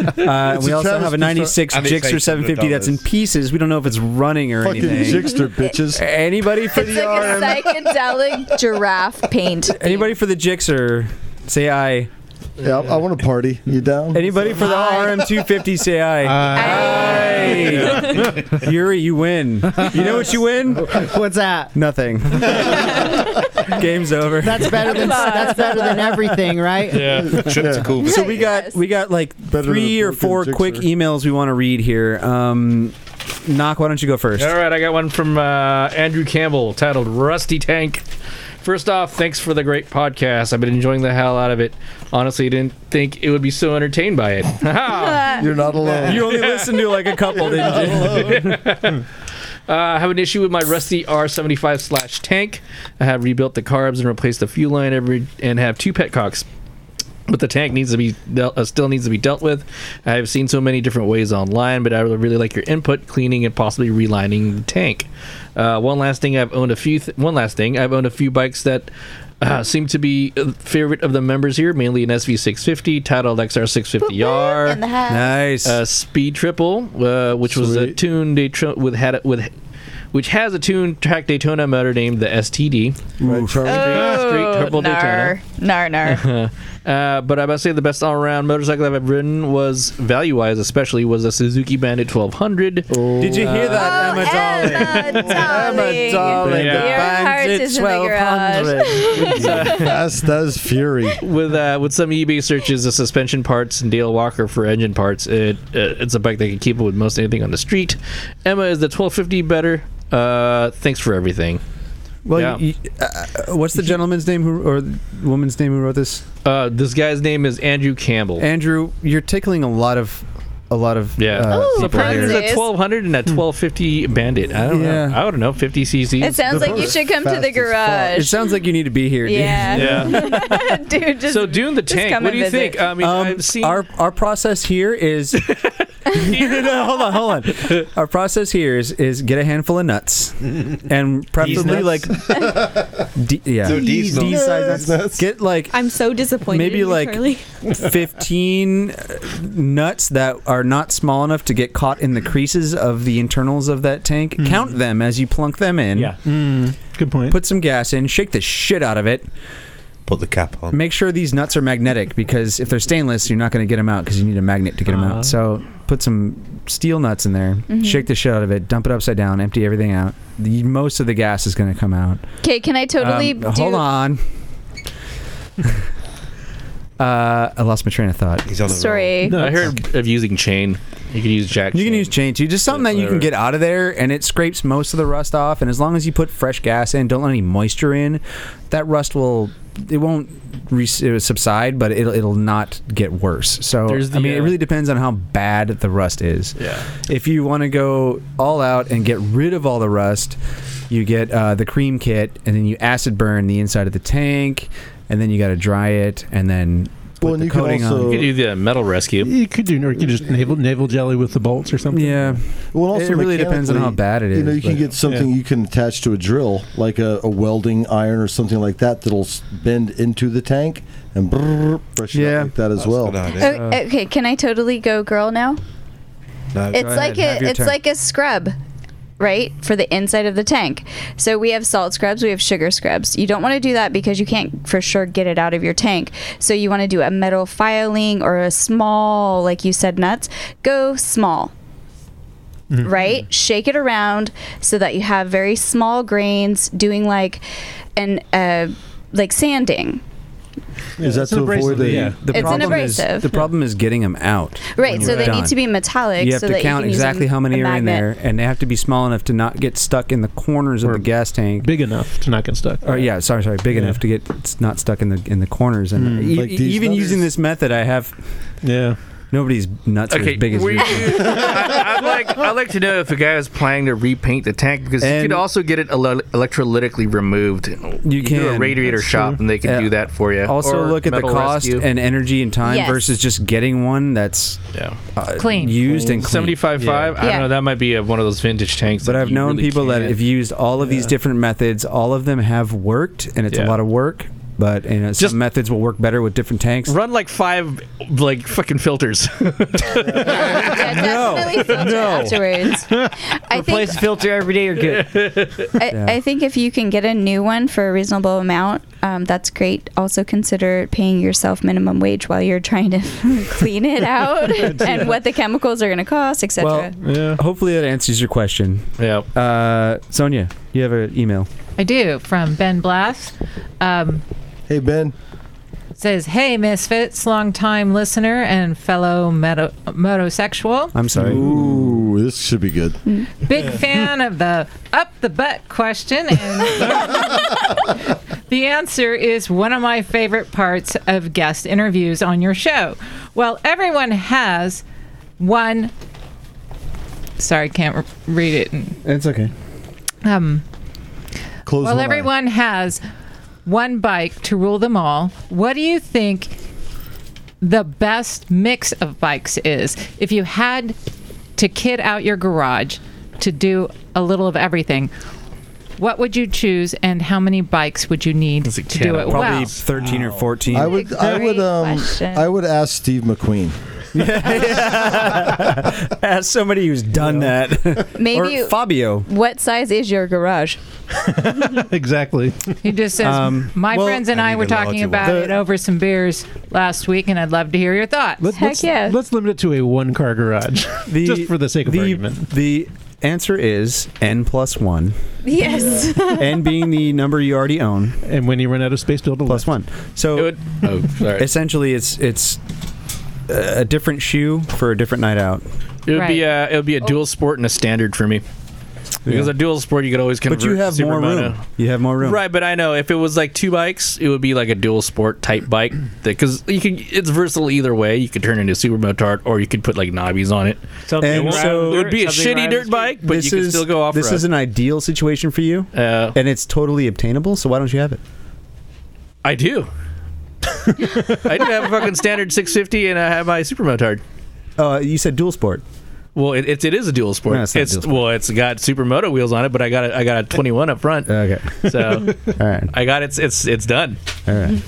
Speaker 2: It's
Speaker 1: we
Speaker 2: a
Speaker 1: also have
Speaker 2: travesty
Speaker 1: a
Speaker 2: for-
Speaker 1: 96
Speaker 2: I'm
Speaker 1: Jixter
Speaker 2: excited
Speaker 1: 750 that's in pieces. We don't know if it's running or
Speaker 2: Fucking
Speaker 1: anything.
Speaker 2: Jixter, bitches.
Speaker 1: Anybody for
Speaker 3: It's
Speaker 1: the
Speaker 3: like a
Speaker 1: RM?
Speaker 3: psychedelic giraffe paint.
Speaker 1: Anybody for the Jixer? Say aye.
Speaker 2: Yeah, I, want to party. You down?
Speaker 1: Anybody for the RM250? Say aye. Aye. Yuri, you win. You know what you win?
Speaker 4: What's that?
Speaker 1: Nothing. Game's over.
Speaker 4: That's better than that's better than everything, right?
Speaker 1: So we got we got like
Speaker 4: than
Speaker 1: three or
Speaker 4: broken
Speaker 1: four
Speaker 4: jigsaw.
Speaker 1: quick emails we want to read here. Um, Knock, why don't you go first?
Speaker 5: All right, I got one from uh, Andrew Campbell titled Rusty Tank. First off, thanks for the great podcast. I've been enjoying the hell out of it. Honestly, didn't think it would be so entertained by it.
Speaker 2: You're not alone.
Speaker 1: You only listened to like a couple, didn't you?
Speaker 5: Uh, I have an issue with my rusty R75 slash tank. I have rebuilt the carbs and replaced the fuel line every, and have two petcocks. But the tank needs to be dealt, uh, still needs to be dealt with. I have seen so many different ways online, but I would really like your input, cleaning and possibly relining the tank. Uh, one last thing, I've owned a few. Th- one last thing, I've owned a few bikes that uh, seem to be a favorite of the members here, mainly an SV650 titled XR650R.
Speaker 3: In the house.
Speaker 1: Nice.
Speaker 5: Uh, Speed Triple, uh, which was a tuned Daytona with had a, with which has a tuned track Daytona motor named the STD.
Speaker 3: Oh,
Speaker 2: Right, Charlie.
Speaker 5: Street Triple Daytona.
Speaker 3: nar, Oh, nar, nar.
Speaker 5: uh, but I must say the best all-around motorcycle that I've ridden was value-wise, especially was a Suzuki Bandit 1200.
Speaker 1: Did you hear
Speaker 3: Oh,
Speaker 1: that, Emma Darling? Emma Darling,
Speaker 5: Yeah.
Speaker 1: the
Speaker 5: Your
Speaker 3: heart
Speaker 1: bandit
Speaker 3: is in the
Speaker 1: Oh, 1200.
Speaker 2: That's that's fury.
Speaker 5: with uh, with some eBay searches of suspension parts and Dale Walker for engine parts. It, uh it's a bike that can keep up with most anything on the street. Emma is the 1250 better. Uh, thanks for everything.
Speaker 1: Well,
Speaker 5: Yeah.
Speaker 1: you, you- uh, uh, what's the gentleman's name who or the woman's name who wrote this?
Speaker 5: Uh, this guy's name is Andrew Campbell.
Speaker 1: Andrew, you're tickling a lot of a lot of
Speaker 5: yeah.
Speaker 1: uh,
Speaker 5: Oh,
Speaker 1: people
Speaker 5: apparently
Speaker 1: here. Hmm.
Speaker 5: there's a 1200 and a 1250 Bandit. I don't
Speaker 1: Yeah.
Speaker 5: know. I don't know. 50 cc.
Speaker 3: It sounds like you should come to the
Speaker 1: It
Speaker 3: garage.
Speaker 1: sounds like you need to be here. dude.
Speaker 3: Yeah. Dude, just
Speaker 5: so Dune the
Speaker 3: just
Speaker 5: tank.
Speaker 3: come and
Speaker 5: What do you
Speaker 3: visit.
Speaker 5: think? I mean, I've seen
Speaker 1: Um, our our process here is No, no, hold on, hold on. Our process here is is get a handful of nuts and preferably
Speaker 10: nuts?
Speaker 1: like D, yeah,
Speaker 10: So these nuts.
Speaker 1: size nuts. Get like
Speaker 10: I'm so disappointed. in
Speaker 1: maybe
Speaker 10: you,
Speaker 1: like
Speaker 10: Charlie.
Speaker 1: 15 nuts that are not small enough to get caught in the creases of the internals of that tank. Count them as you plunk them in. Yeah.
Speaker 8: good point.
Speaker 1: Put some gas in, shake the shit out of it.
Speaker 6: Put the cap on.
Speaker 1: Make sure these nuts are magnetic because if they're stainless, you're not going to get them out because you need a magnet to get them
Speaker 6: Ah.
Speaker 1: out. So put some steel nuts in there,
Speaker 10: Mm-hmm.
Speaker 3: Mhm.
Speaker 1: shake the shit out of it, dump it upside down, empty everything out. The, most of the gas is going to come out.
Speaker 5: Um,
Speaker 3: Okay, can I totally
Speaker 1: Um,
Speaker 3: do?
Speaker 1: Hold on. Uh, I lost my train of thought.
Speaker 5: He's
Speaker 1: on
Speaker 3: the roll. Sorry.
Speaker 5: No, I heard of using chain. You can use jack.
Speaker 1: You can use chain too. Just something that you can get out of there, and it scrapes most of the rust off. And as long as you put fresh gas in, don't let any moisture in, that rust will it won't re- uh, subside, but it'll it'll not get worse. So
Speaker 5: There's the,
Speaker 1: I mean, it
Speaker 5: uh,
Speaker 1: really depends on how bad the rust is.
Speaker 5: Yeah.
Speaker 1: If you want to go all out and get rid of all the rust, you get uh, the cream kit, and then you acid burn the inside of the tank, and then you got to dry it, and then. Put the
Speaker 8: you can
Speaker 1: coating
Speaker 8: also-
Speaker 1: on.
Speaker 8: You could
Speaker 5: do the metal rescue.
Speaker 8: You could do, or you could just naval naval jelly with the bolts or something.
Speaker 1: Yeah.
Speaker 2: Well, also mechanically, You know, you can get something you can attach to a drill, like a, a welding iron or something like that, that'll s- bend into the tank and brrr, brush it yeah. like that as well.
Speaker 3: Oh, okay, can I totally go girl now?
Speaker 1: Uh,
Speaker 3: it's like a it's like a scrub right for the inside of the tank so we have salt scrubs we have sugar scrubs you don't want to do that because you can't for sure get it out of your tank so you want to do a metal filing or a small like you said nuts go small
Speaker 1: Mm-hmm.
Speaker 17: Mhm.
Speaker 3: right shake it around so that you have very small grains doing like an uh like sanding
Speaker 2: Is that
Speaker 1: It's
Speaker 2: to
Speaker 1: an
Speaker 2: avoid
Speaker 1: abrasive,
Speaker 2: the,
Speaker 1: yeah. The
Speaker 3: It's an
Speaker 1: problem is
Speaker 3: abrasive.
Speaker 1: the problem is getting them out.
Speaker 3: right
Speaker 1: when
Speaker 3: so
Speaker 1: you're
Speaker 3: they
Speaker 1: done.
Speaker 3: need to be metallic
Speaker 1: You have
Speaker 3: so
Speaker 1: to
Speaker 3: that
Speaker 1: count
Speaker 3: you can
Speaker 1: exactly
Speaker 3: use a-
Speaker 1: how many
Speaker 3: a
Speaker 1: are in
Speaker 3: magnet.
Speaker 1: there, and they have to be small enough to not get stuck in the corners of the gas tank.
Speaker 8: Big enough to not get stuck.
Speaker 1: Or yeah, sorry, sorry, big enough to get it's not stuck in the in the corners. And
Speaker 8: Mm.
Speaker 1: e-
Speaker 8: Like
Speaker 1: e-
Speaker 8: these
Speaker 1: even
Speaker 8: nutters?
Speaker 1: using this method, I have
Speaker 8: yeah.
Speaker 1: Nobody's nuts are as big as
Speaker 5: were
Speaker 1: we.
Speaker 5: you- I, would like, I'd like to know if a guy was planning to repaint the tank because you could also get it ele- electrolytically removed. You,
Speaker 1: can.
Speaker 5: do a radiator
Speaker 1: That's
Speaker 5: shop
Speaker 1: true.
Speaker 5: and they can
Speaker 1: Yeah.
Speaker 5: do that for you.
Speaker 1: Also,
Speaker 5: Or
Speaker 1: look at the
Speaker 5: metal
Speaker 1: cost
Speaker 5: rescue.
Speaker 1: and energy and time
Speaker 5: Yes.
Speaker 1: versus just getting one that's uh, used and clean.
Speaker 5: seventy-five five. I
Speaker 1: Yeah.
Speaker 5: don't know. That might be a, one of those vintage tanks.
Speaker 1: But I've known people that have used all of these
Speaker 5: Yeah.
Speaker 1: different methods. All of them have worked, and it's a
Speaker 5: Yeah.
Speaker 1: lot of work. But you know, some methods will work better with different tanks.
Speaker 5: Run like five, like fucking filters.
Speaker 3: Definitely filter afterwards. I
Speaker 9: Replace
Speaker 3: think
Speaker 9: filter every day, you're good.
Speaker 3: I, I think if you can get a new one for a reasonable amount, um, that's great. Also consider paying yourself minimum wage while you're trying to clean it out and what the chemicals are going to cost, etc.
Speaker 1: Well, hopefully that answers your question.
Speaker 5: Yeah.
Speaker 1: Uh, Sonia, you have an email.
Speaker 12: I do from Ben Blast. Um,
Speaker 2: hey Ben.
Speaker 12: Says, "Hey Misfits, longtime listener and fellow moto- motosexual,
Speaker 1: I'm sorry.
Speaker 2: Ooh, this should be good.
Speaker 12: big fan of the up the butt question, and the answer is one of my favorite parts of guest interviews on your show. Well, everyone has one. Sorry, can't re- read it. in
Speaker 2: It's okay.
Speaker 12: um,
Speaker 2: Close
Speaker 12: well,
Speaker 2: one eye.
Speaker 12: everyone has one bike to rule them all. What do you think the best mix of bikes is? If you had to kit out your garage to do a little of everything, what would you choose, and how many bikes would you need to do it
Speaker 1: Probably
Speaker 12: well?
Speaker 1: 13
Speaker 2: Oh.
Speaker 1: or 14.
Speaker 2: I would, I would, um, I would ask Steve McQueen.
Speaker 1: Ask somebody who's done that.
Speaker 3: Maybe
Speaker 1: or
Speaker 3: you-
Speaker 1: Fabio.
Speaker 3: What size is your garage?
Speaker 8: exactly.
Speaker 3: Uh,
Speaker 12: He just says,
Speaker 1: Um,
Speaker 12: "My
Speaker 1: well,
Speaker 12: friends and I,
Speaker 8: I
Speaker 12: were
Speaker 8: need a
Speaker 12: talking
Speaker 8: larger
Speaker 12: about
Speaker 8: one."
Speaker 12: it over some beers last week, and I'd love to hear your thoughts."
Speaker 8: Let, us Let's limit it to a one-car garage, just for the sake of argument.
Speaker 1: The answer is n plus one.
Speaker 3: Yes.
Speaker 1: n being the number you already own.
Speaker 8: And when you run out of space, build a
Speaker 1: plus one. So
Speaker 5: oh, sorry.
Speaker 1: essentially, it's it's a different shoe for a different night out.
Speaker 5: It would be a it would be a dual sport and a standard for me. Because
Speaker 1: Yeah.
Speaker 5: a dual sport, you could always convert.
Speaker 1: But you
Speaker 5: to
Speaker 1: have
Speaker 5: super
Speaker 1: more
Speaker 5: mono.
Speaker 1: room. You have more room.
Speaker 5: Right, but I know if it was like two bikes, it would be like a dual sport type bike because you can. It's versatile either way. You could turn it into a super motard, or you could put like knobbies on it.
Speaker 9: Something
Speaker 1: And
Speaker 5: won't-
Speaker 1: so
Speaker 5: it would be a shitty dirt bike, but you
Speaker 1: This
Speaker 5: could
Speaker 1: is-
Speaker 5: still go off.
Speaker 1: This is an ideal situation for you, and it's totally obtainable. So why don't you have it?
Speaker 5: I do. I do have a fucking standard 650, and I have my super motard.
Speaker 1: Uh, you said dual sport.
Speaker 5: Well, it, it's it is a dual sport.
Speaker 1: No, it's
Speaker 5: it's
Speaker 1: not a dual
Speaker 5: well, it's got supermoto wheels on it, but I got a, I got a 21 up front.
Speaker 1: Okay,
Speaker 5: so
Speaker 1: All right.
Speaker 5: I got it's it's it's done.
Speaker 1: All right.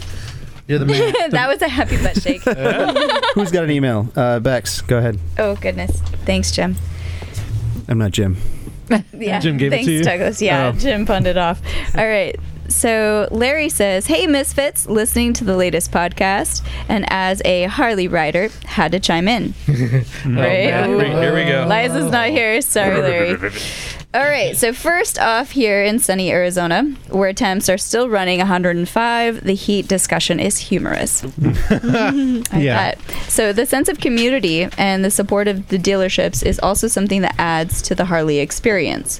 Speaker 8: You're the
Speaker 3: that was a happy butt shake.
Speaker 1: Who's got an email? Uh, Bex, go ahead.
Speaker 3: oh goodness. Thanks, Jim.
Speaker 1: I'm not Jim.
Speaker 3: yeah.
Speaker 1: Jim gave it to
Speaker 3: Thanks,
Speaker 1: you?
Speaker 3: Douglas. Yeah,
Speaker 1: Oh.
Speaker 3: Jim funded off. All right. So Larry says, "Hey Misfits, listening to the latest podcast, and as a Harley rider, had to chime in."
Speaker 5: Oh, man. Here we- here we go.
Speaker 3: Liza's not here. Sorry, Larry. All right, so first off, here in sunny Arizona, where temps are still running 105, the heat discussion is humorous. I
Speaker 17: Yeah.
Speaker 3: bet. So the sense of community and the support of the dealerships is also something that adds to the Harley experience.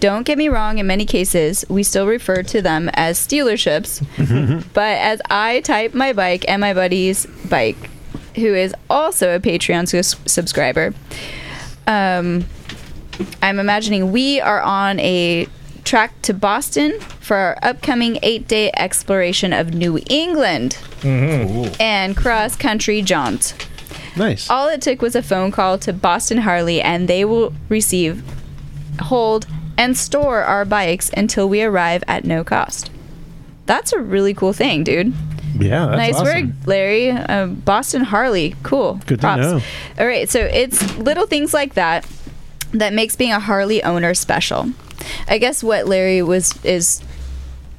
Speaker 3: Don't get me wrong, in many cases, we still refer to them as stealerships, but as I type my bike and my buddy's bike, who is also a Patreon sus- subscriber, um, I'm imagining we are on a track to Boston for our upcoming eight day exploration of New England and cross country jaunt.
Speaker 8: Nice.
Speaker 3: All it took was a phone call to Boston Harley, and they will receive, hold, and store our bikes until we arrive at no cost. That's a really cool thing, dude.
Speaker 8: Yeah, that's
Speaker 3: nice
Speaker 8: awesome.
Speaker 3: work, Larry. Uh, Boston Harley, cool.
Speaker 8: Good to
Speaker 3: Props.
Speaker 8: know.
Speaker 3: All right, so it's little things like that that makes being a Harley owner special. I guess what Larry was is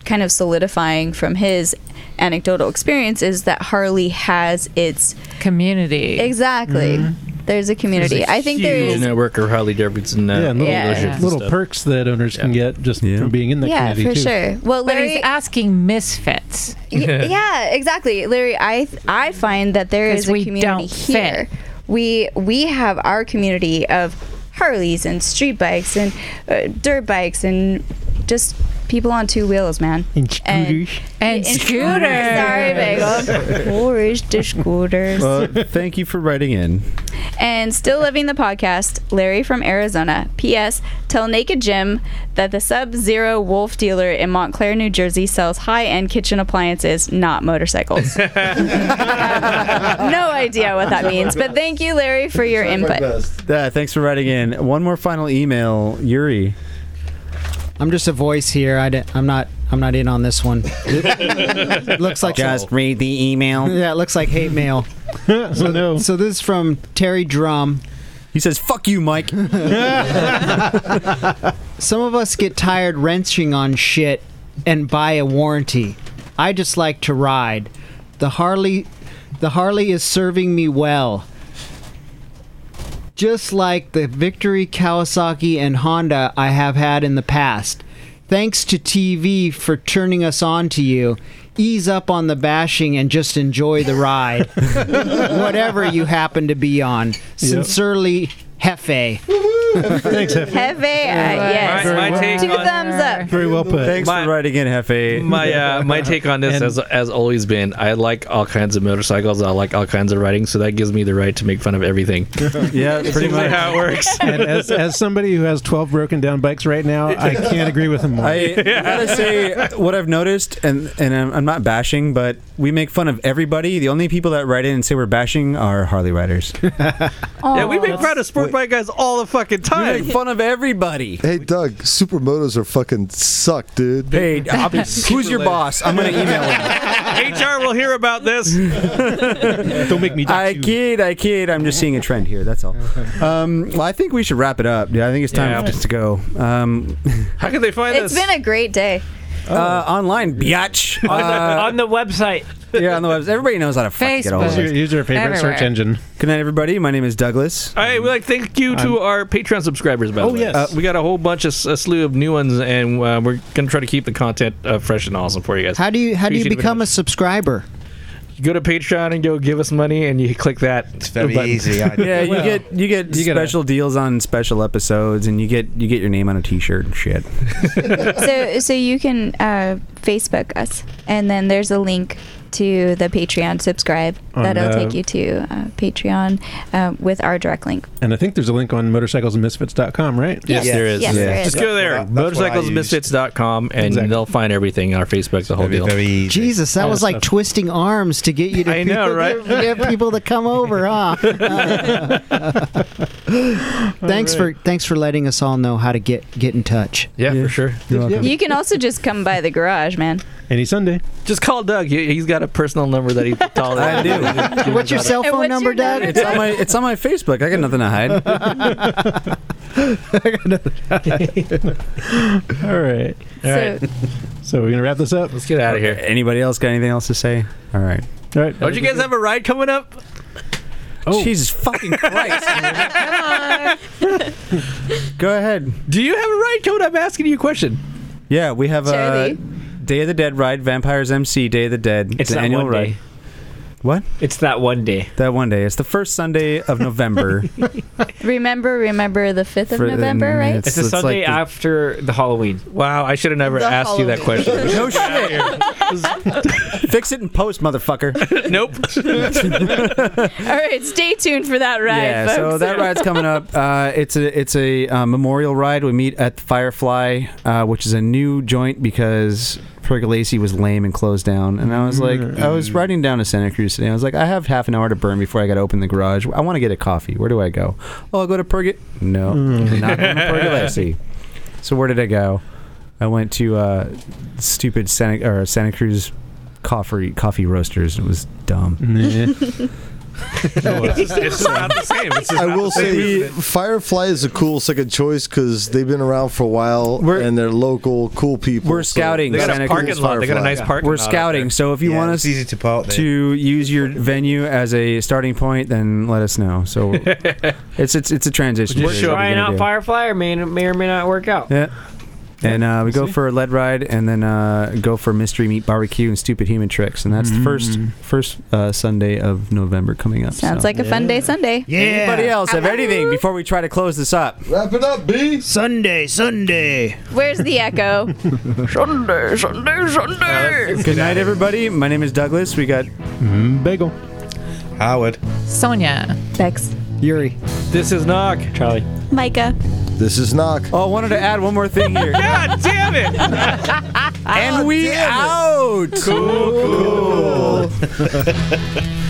Speaker 3: kind of solidifying from his anecdotal experience is that Harley has its
Speaker 12: community.
Speaker 3: Exactly. There's a community.
Speaker 5: Mm-hmm. There's a
Speaker 3: I think there
Speaker 5: huge
Speaker 3: is
Speaker 5: network of Harley Davidson. Uh,
Speaker 8: Yeah, and little,
Speaker 3: Yeah.
Speaker 5: dealerships and
Speaker 8: little
Speaker 5: stuff.
Speaker 8: perks that owners can get just from being in the
Speaker 3: Yeah,
Speaker 8: community
Speaker 3: for
Speaker 8: too.
Speaker 3: sure. Well,
Speaker 12: Larry's asking misfits.
Speaker 3: Y- yeah, exactly, Larry. I th- I find that there
Speaker 12: 'Cause
Speaker 3: is a
Speaker 12: we
Speaker 3: community
Speaker 12: don't fit.
Speaker 3: here. We we have our community of Harleys and street bikes and uh, dirt bikes and just people on two wheels, man.
Speaker 8: And
Speaker 3: scooters. And,
Speaker 12: scooters.
Speaker 3: Sorry, bagel. Orange the scooters.
Speaker 1: Well, thank you for writing in.
Speaker 3: And still loving the podcast, Larry from Arizona. P.S. Tell Naked Jim that the Sub Zero Wolf dealer in Montclair, New Jersey sells high end kitchen appliances, not motorcycles. I have no idea what that means, but thank you, Larry, for your input.
Speaker 1: Yeah, Uh, thanks for writing in. One more final email, Yuri.
Speaker 4: I'm just a voice here. I am not. I'm not in on this one. looks like
Speaker 1: Just read the email.
Speaker 4: yeah, it looks like hate mail. so, so this is from Terry Drum.
Speaker 1: He says, "Fuck you, Mike."
Speaker 4: Some of us get tired wrenching on shit and buy a warranty. I just like to ride. The Harley, the Harley is serving me well. just like the Victory, Kawasaki, and Honda I have had in the past. Thanks to TV for turning us on to you. Ease up on the bashing and just enjoy the ride, whatever you happen to be on. Sincerely, Hefe.
Speaker 8: Thanks, Hefe.
Speaker 3: Hefe, uh, yes.
Speaker 9: My- my take
Speaker 3: Two
Speaker 9: on-
Speaker 3: thumbs up.
Speaker 8: Very well put.
Speaker 1: Thanks for writing in, Hefe.
Speaker 5: my uh, my take on this has has always been I like all kinds of motorcycles. I like all kinds of riding, so that gives me the right to make fun of everything.
Speaker 1: yeah,
Speaker 5: pretty much how it works.
Speaker 8: and as, as somebody who has 12 broken down bikes right now, I can't agree with him more.
Speaker 1: I gotta say what I've noticed, and and I'm, I'm not bashing, but we make fun of everybody. The only people that write in and say we're bashing are Harley riders.
Speaker 5: yeah, we make fun of sport bike guys all the fucking time.
Speaker 1: make fun of everybody.
Speaker 2: Hey, Doug, supermotos are fucking suck, dude.
Speaker 1: Hey, I'll be- who's your boss? I'm gonna email him.
Speaker 5: HR will hear about this.
Speaker 1: Don't
Speaker 8: make me.
Speaker 1: I kid, I kid. I'm just seeing a trend here. That's all. Um, well, I think we should wrap it up. dude. I think it's time
Speaker 5: Yeah.
Speaker 1: just to go. Um,
Speaker 5: How can they find
Speaker 3: It's been a great day.
Speaker 1: uh, online, biatch.
Speaker 9: On the- on
Speaker 1: the website. Yeah, on the website. Everybody knows how to fucking get all of
Speaker 8: Facebook.
Speaker 1: us.
Speaker 8: Use your- use your favorite search Everywhere. engine.
Speaker 1: Good night, everybody. My name is Douglas.
Speaker 5: All right, we like thank you to
Speaker 4: Um,
Speaker 5: our Patreon subscribers. By
Speaker 1: Oh,
Speaker 5: the way,
Speaker 1: yes.
Speaker 5: uh, we got a whole bunch of s- a slew of new ones, and uh, we're gonna try to keep the content uh, fresh and awesome for you guys.
Speaker 4: How do you how do you
Speaker 5: Appreciate it very
Speaker 4: become a subscriber?
Speaker 5: much. Go to Patreon and go give us money, and you click that. It's
Speaker 6: very easy, I-
Speaker 1: Yeah, you get you get special deals on special episodes, and you get you get your name on a T-shirt and shit.
Speaker 3: so so you can uh, Facebook us, and then there's a link to the Patreon subscribe
Speaker 5: Oh,
Speaker 8: On,
Speaker 3: that'll
Speaker 8: uh,
Speaker 3: take you to uh, Patreon uh, with our direct link.
Speaker 8: And I think there's a link on motorcyclesandmisfits.com, right?
Speaker 5: Yes, there is.
Speaker 3: Yes, there is.
Speaker 5: Just go there,
Speaker 8: That's what I- that's what I used.
Speaker 5: motorcyclesmisfits.com, and
Speaker 8: Exactly.
Speaker 5: they'll find everything. Our Facebook, the whole deal.
Speaker 4: Jesus, that
Speaker 5: All
Speaker 4: was
Speaker 5: the
Speaker 4: like
Speaker 5: stuff.
Speaker 4: twisting arms to get you to
Speaker 5: I know, right?
Speaker 4: get people to come over, huh? thanks for thanks for letting us all know how to get get in touch.
Speaker 5: Yeah, for sure.
Speaker 3: You can also just come by the garage, man.
Speaker 8: Any Sunday.
Speaker 5: Just call Doug. He, he's got a personal number that he told
Speaker 1: I do.
Speaker 4: What's your cell phone number, Doug?
Speaker 1: It's on my it's on my Facebook. I got nothing to hide.
Speaker 8: All right.
Speaker 3: All right.
Speaker 8: So we're gonna wrap this up. Let's
Speaker 5: get out of here.
Speaker 1: Anybody else got anything else to say? All right.
Speaker 8: All right.
Speaker 5: Don't you guys have a ride coming up?
Speaker 1: Oh. Jesus fucking Christ. Go ahead.
Speaker 5: Do you have a ride code? I'm asking you a question.
Speaker 1: Yeah, we have a
Speaker 5: Charlie?
Speaker 1: Day of the Dead ride, Vampires MC Day of the Dead.
Speaker 9: It's
Speaker 1: an
Speaker 9: that
Speaker 1: annual
Speaker 9: one
Speaker 1: ride.
Speaker 9: day.
Speaker 1: What?
Speaker 9: It's that one day.
Speaker 1: That one day. It's the first Sunday of November.
Speaker 3: Remember, remember the 5th of
Speaker 1: For-
Speaker 3: November,
Speaker 1: and
Speaker 3: right?
Speaker 1: it's- It's a it's like Sunday the-
Speaker 9: after the Halloween. Wow, I should have never
Speaker 3: The
Speaker 9: asked you that
Speaker 3: Halloween.
Speaker 9: question.
Speaker 1: no shit. Fix it in post, motherfucker.
Speaker 5: nope.
Speaker 3: All right, stay tuned for that ride,
Speaker 1: yeah,
Speaker 3: folks.
Speaker 1: so that ride's coming up. Uh, it's a it's a uh, memorial ride. We meet at the Firefly, uh, which is a new joint because Pergolesi was lame and closed down. And I was like, I was riding down to Santa Cruz today. I was like, I have half an hour to burn before I got to open the garage. I want to get a coffee. Where do I go? Oh, I'll go to Perg. No,
Speaker 6: Hmm.
Speaker 5: Mm.
Speaker 1: not going to Pergolesi. So where did I go? I went to uh, stupid Santa or Santa Cruz coffee coffee roasters. It was dumb. Oh,
Speaker 5: it's, it's not the same. It's just
Speaker 2: I
Speaker 5: not
Speaker 2: will
Speaker 5: the same
Speaker 2: say
Speaker 5: movement.
Speaker 2: Firefly is a cool second choice because they've been around for a while and they're local, cool people.
Speaker 1: We're scouting. Santa Cruz Firefly. We're scouting. So if you want us
Speaker 6: easy to park there.
Speaker 1: use your venue as a starting point, then let us know. So it's it's it's a transition.
Speaker 9: We're
Speaker 1: period. What are you
Speaker 9: trying
Speaker 1: gonna
Speaker 9: out
Speaker 1: do?
Speaker 9: Firefly, or may, may or may not work out.
Speaker 1: Yeah. And uh, we go for a lead ride, and then uh, go for mystery meat barbecue and stupid human tricks, and that's the first first uh, Sunday of November coming up.
Speaker 3: Sounds
Speaker 1: so.
Speaker 3: like a fun day Sunday.
Speaker 1: Yeah. Anybody else have anything before we try to close this up?
Speaker 2: Wrap it up, B.
Speaker 4: Sunday, Sunday.
Speaker 3: Where's the echo? Sunday, Sunday, Sunday.
Speaker 1: Good night, everybody. My name is Douglas. We got
Speaker 8: Bagel,
Speaker 6: Howard,
Speaker 12: Sonia,
Speaker 3: Bex,
Speaker 4: Yuri.
Speaker 9: This is Knock. Charlie.
Speaker 3: Micah.
Speaker 2: This is Knock.
Speaker 1: Oh, I wanted to add one more thing here.
Speaker 10: Oh,
Speaker 9: God damn it!
Speaker 1: and we out.
Speaker 9: Cool, cool.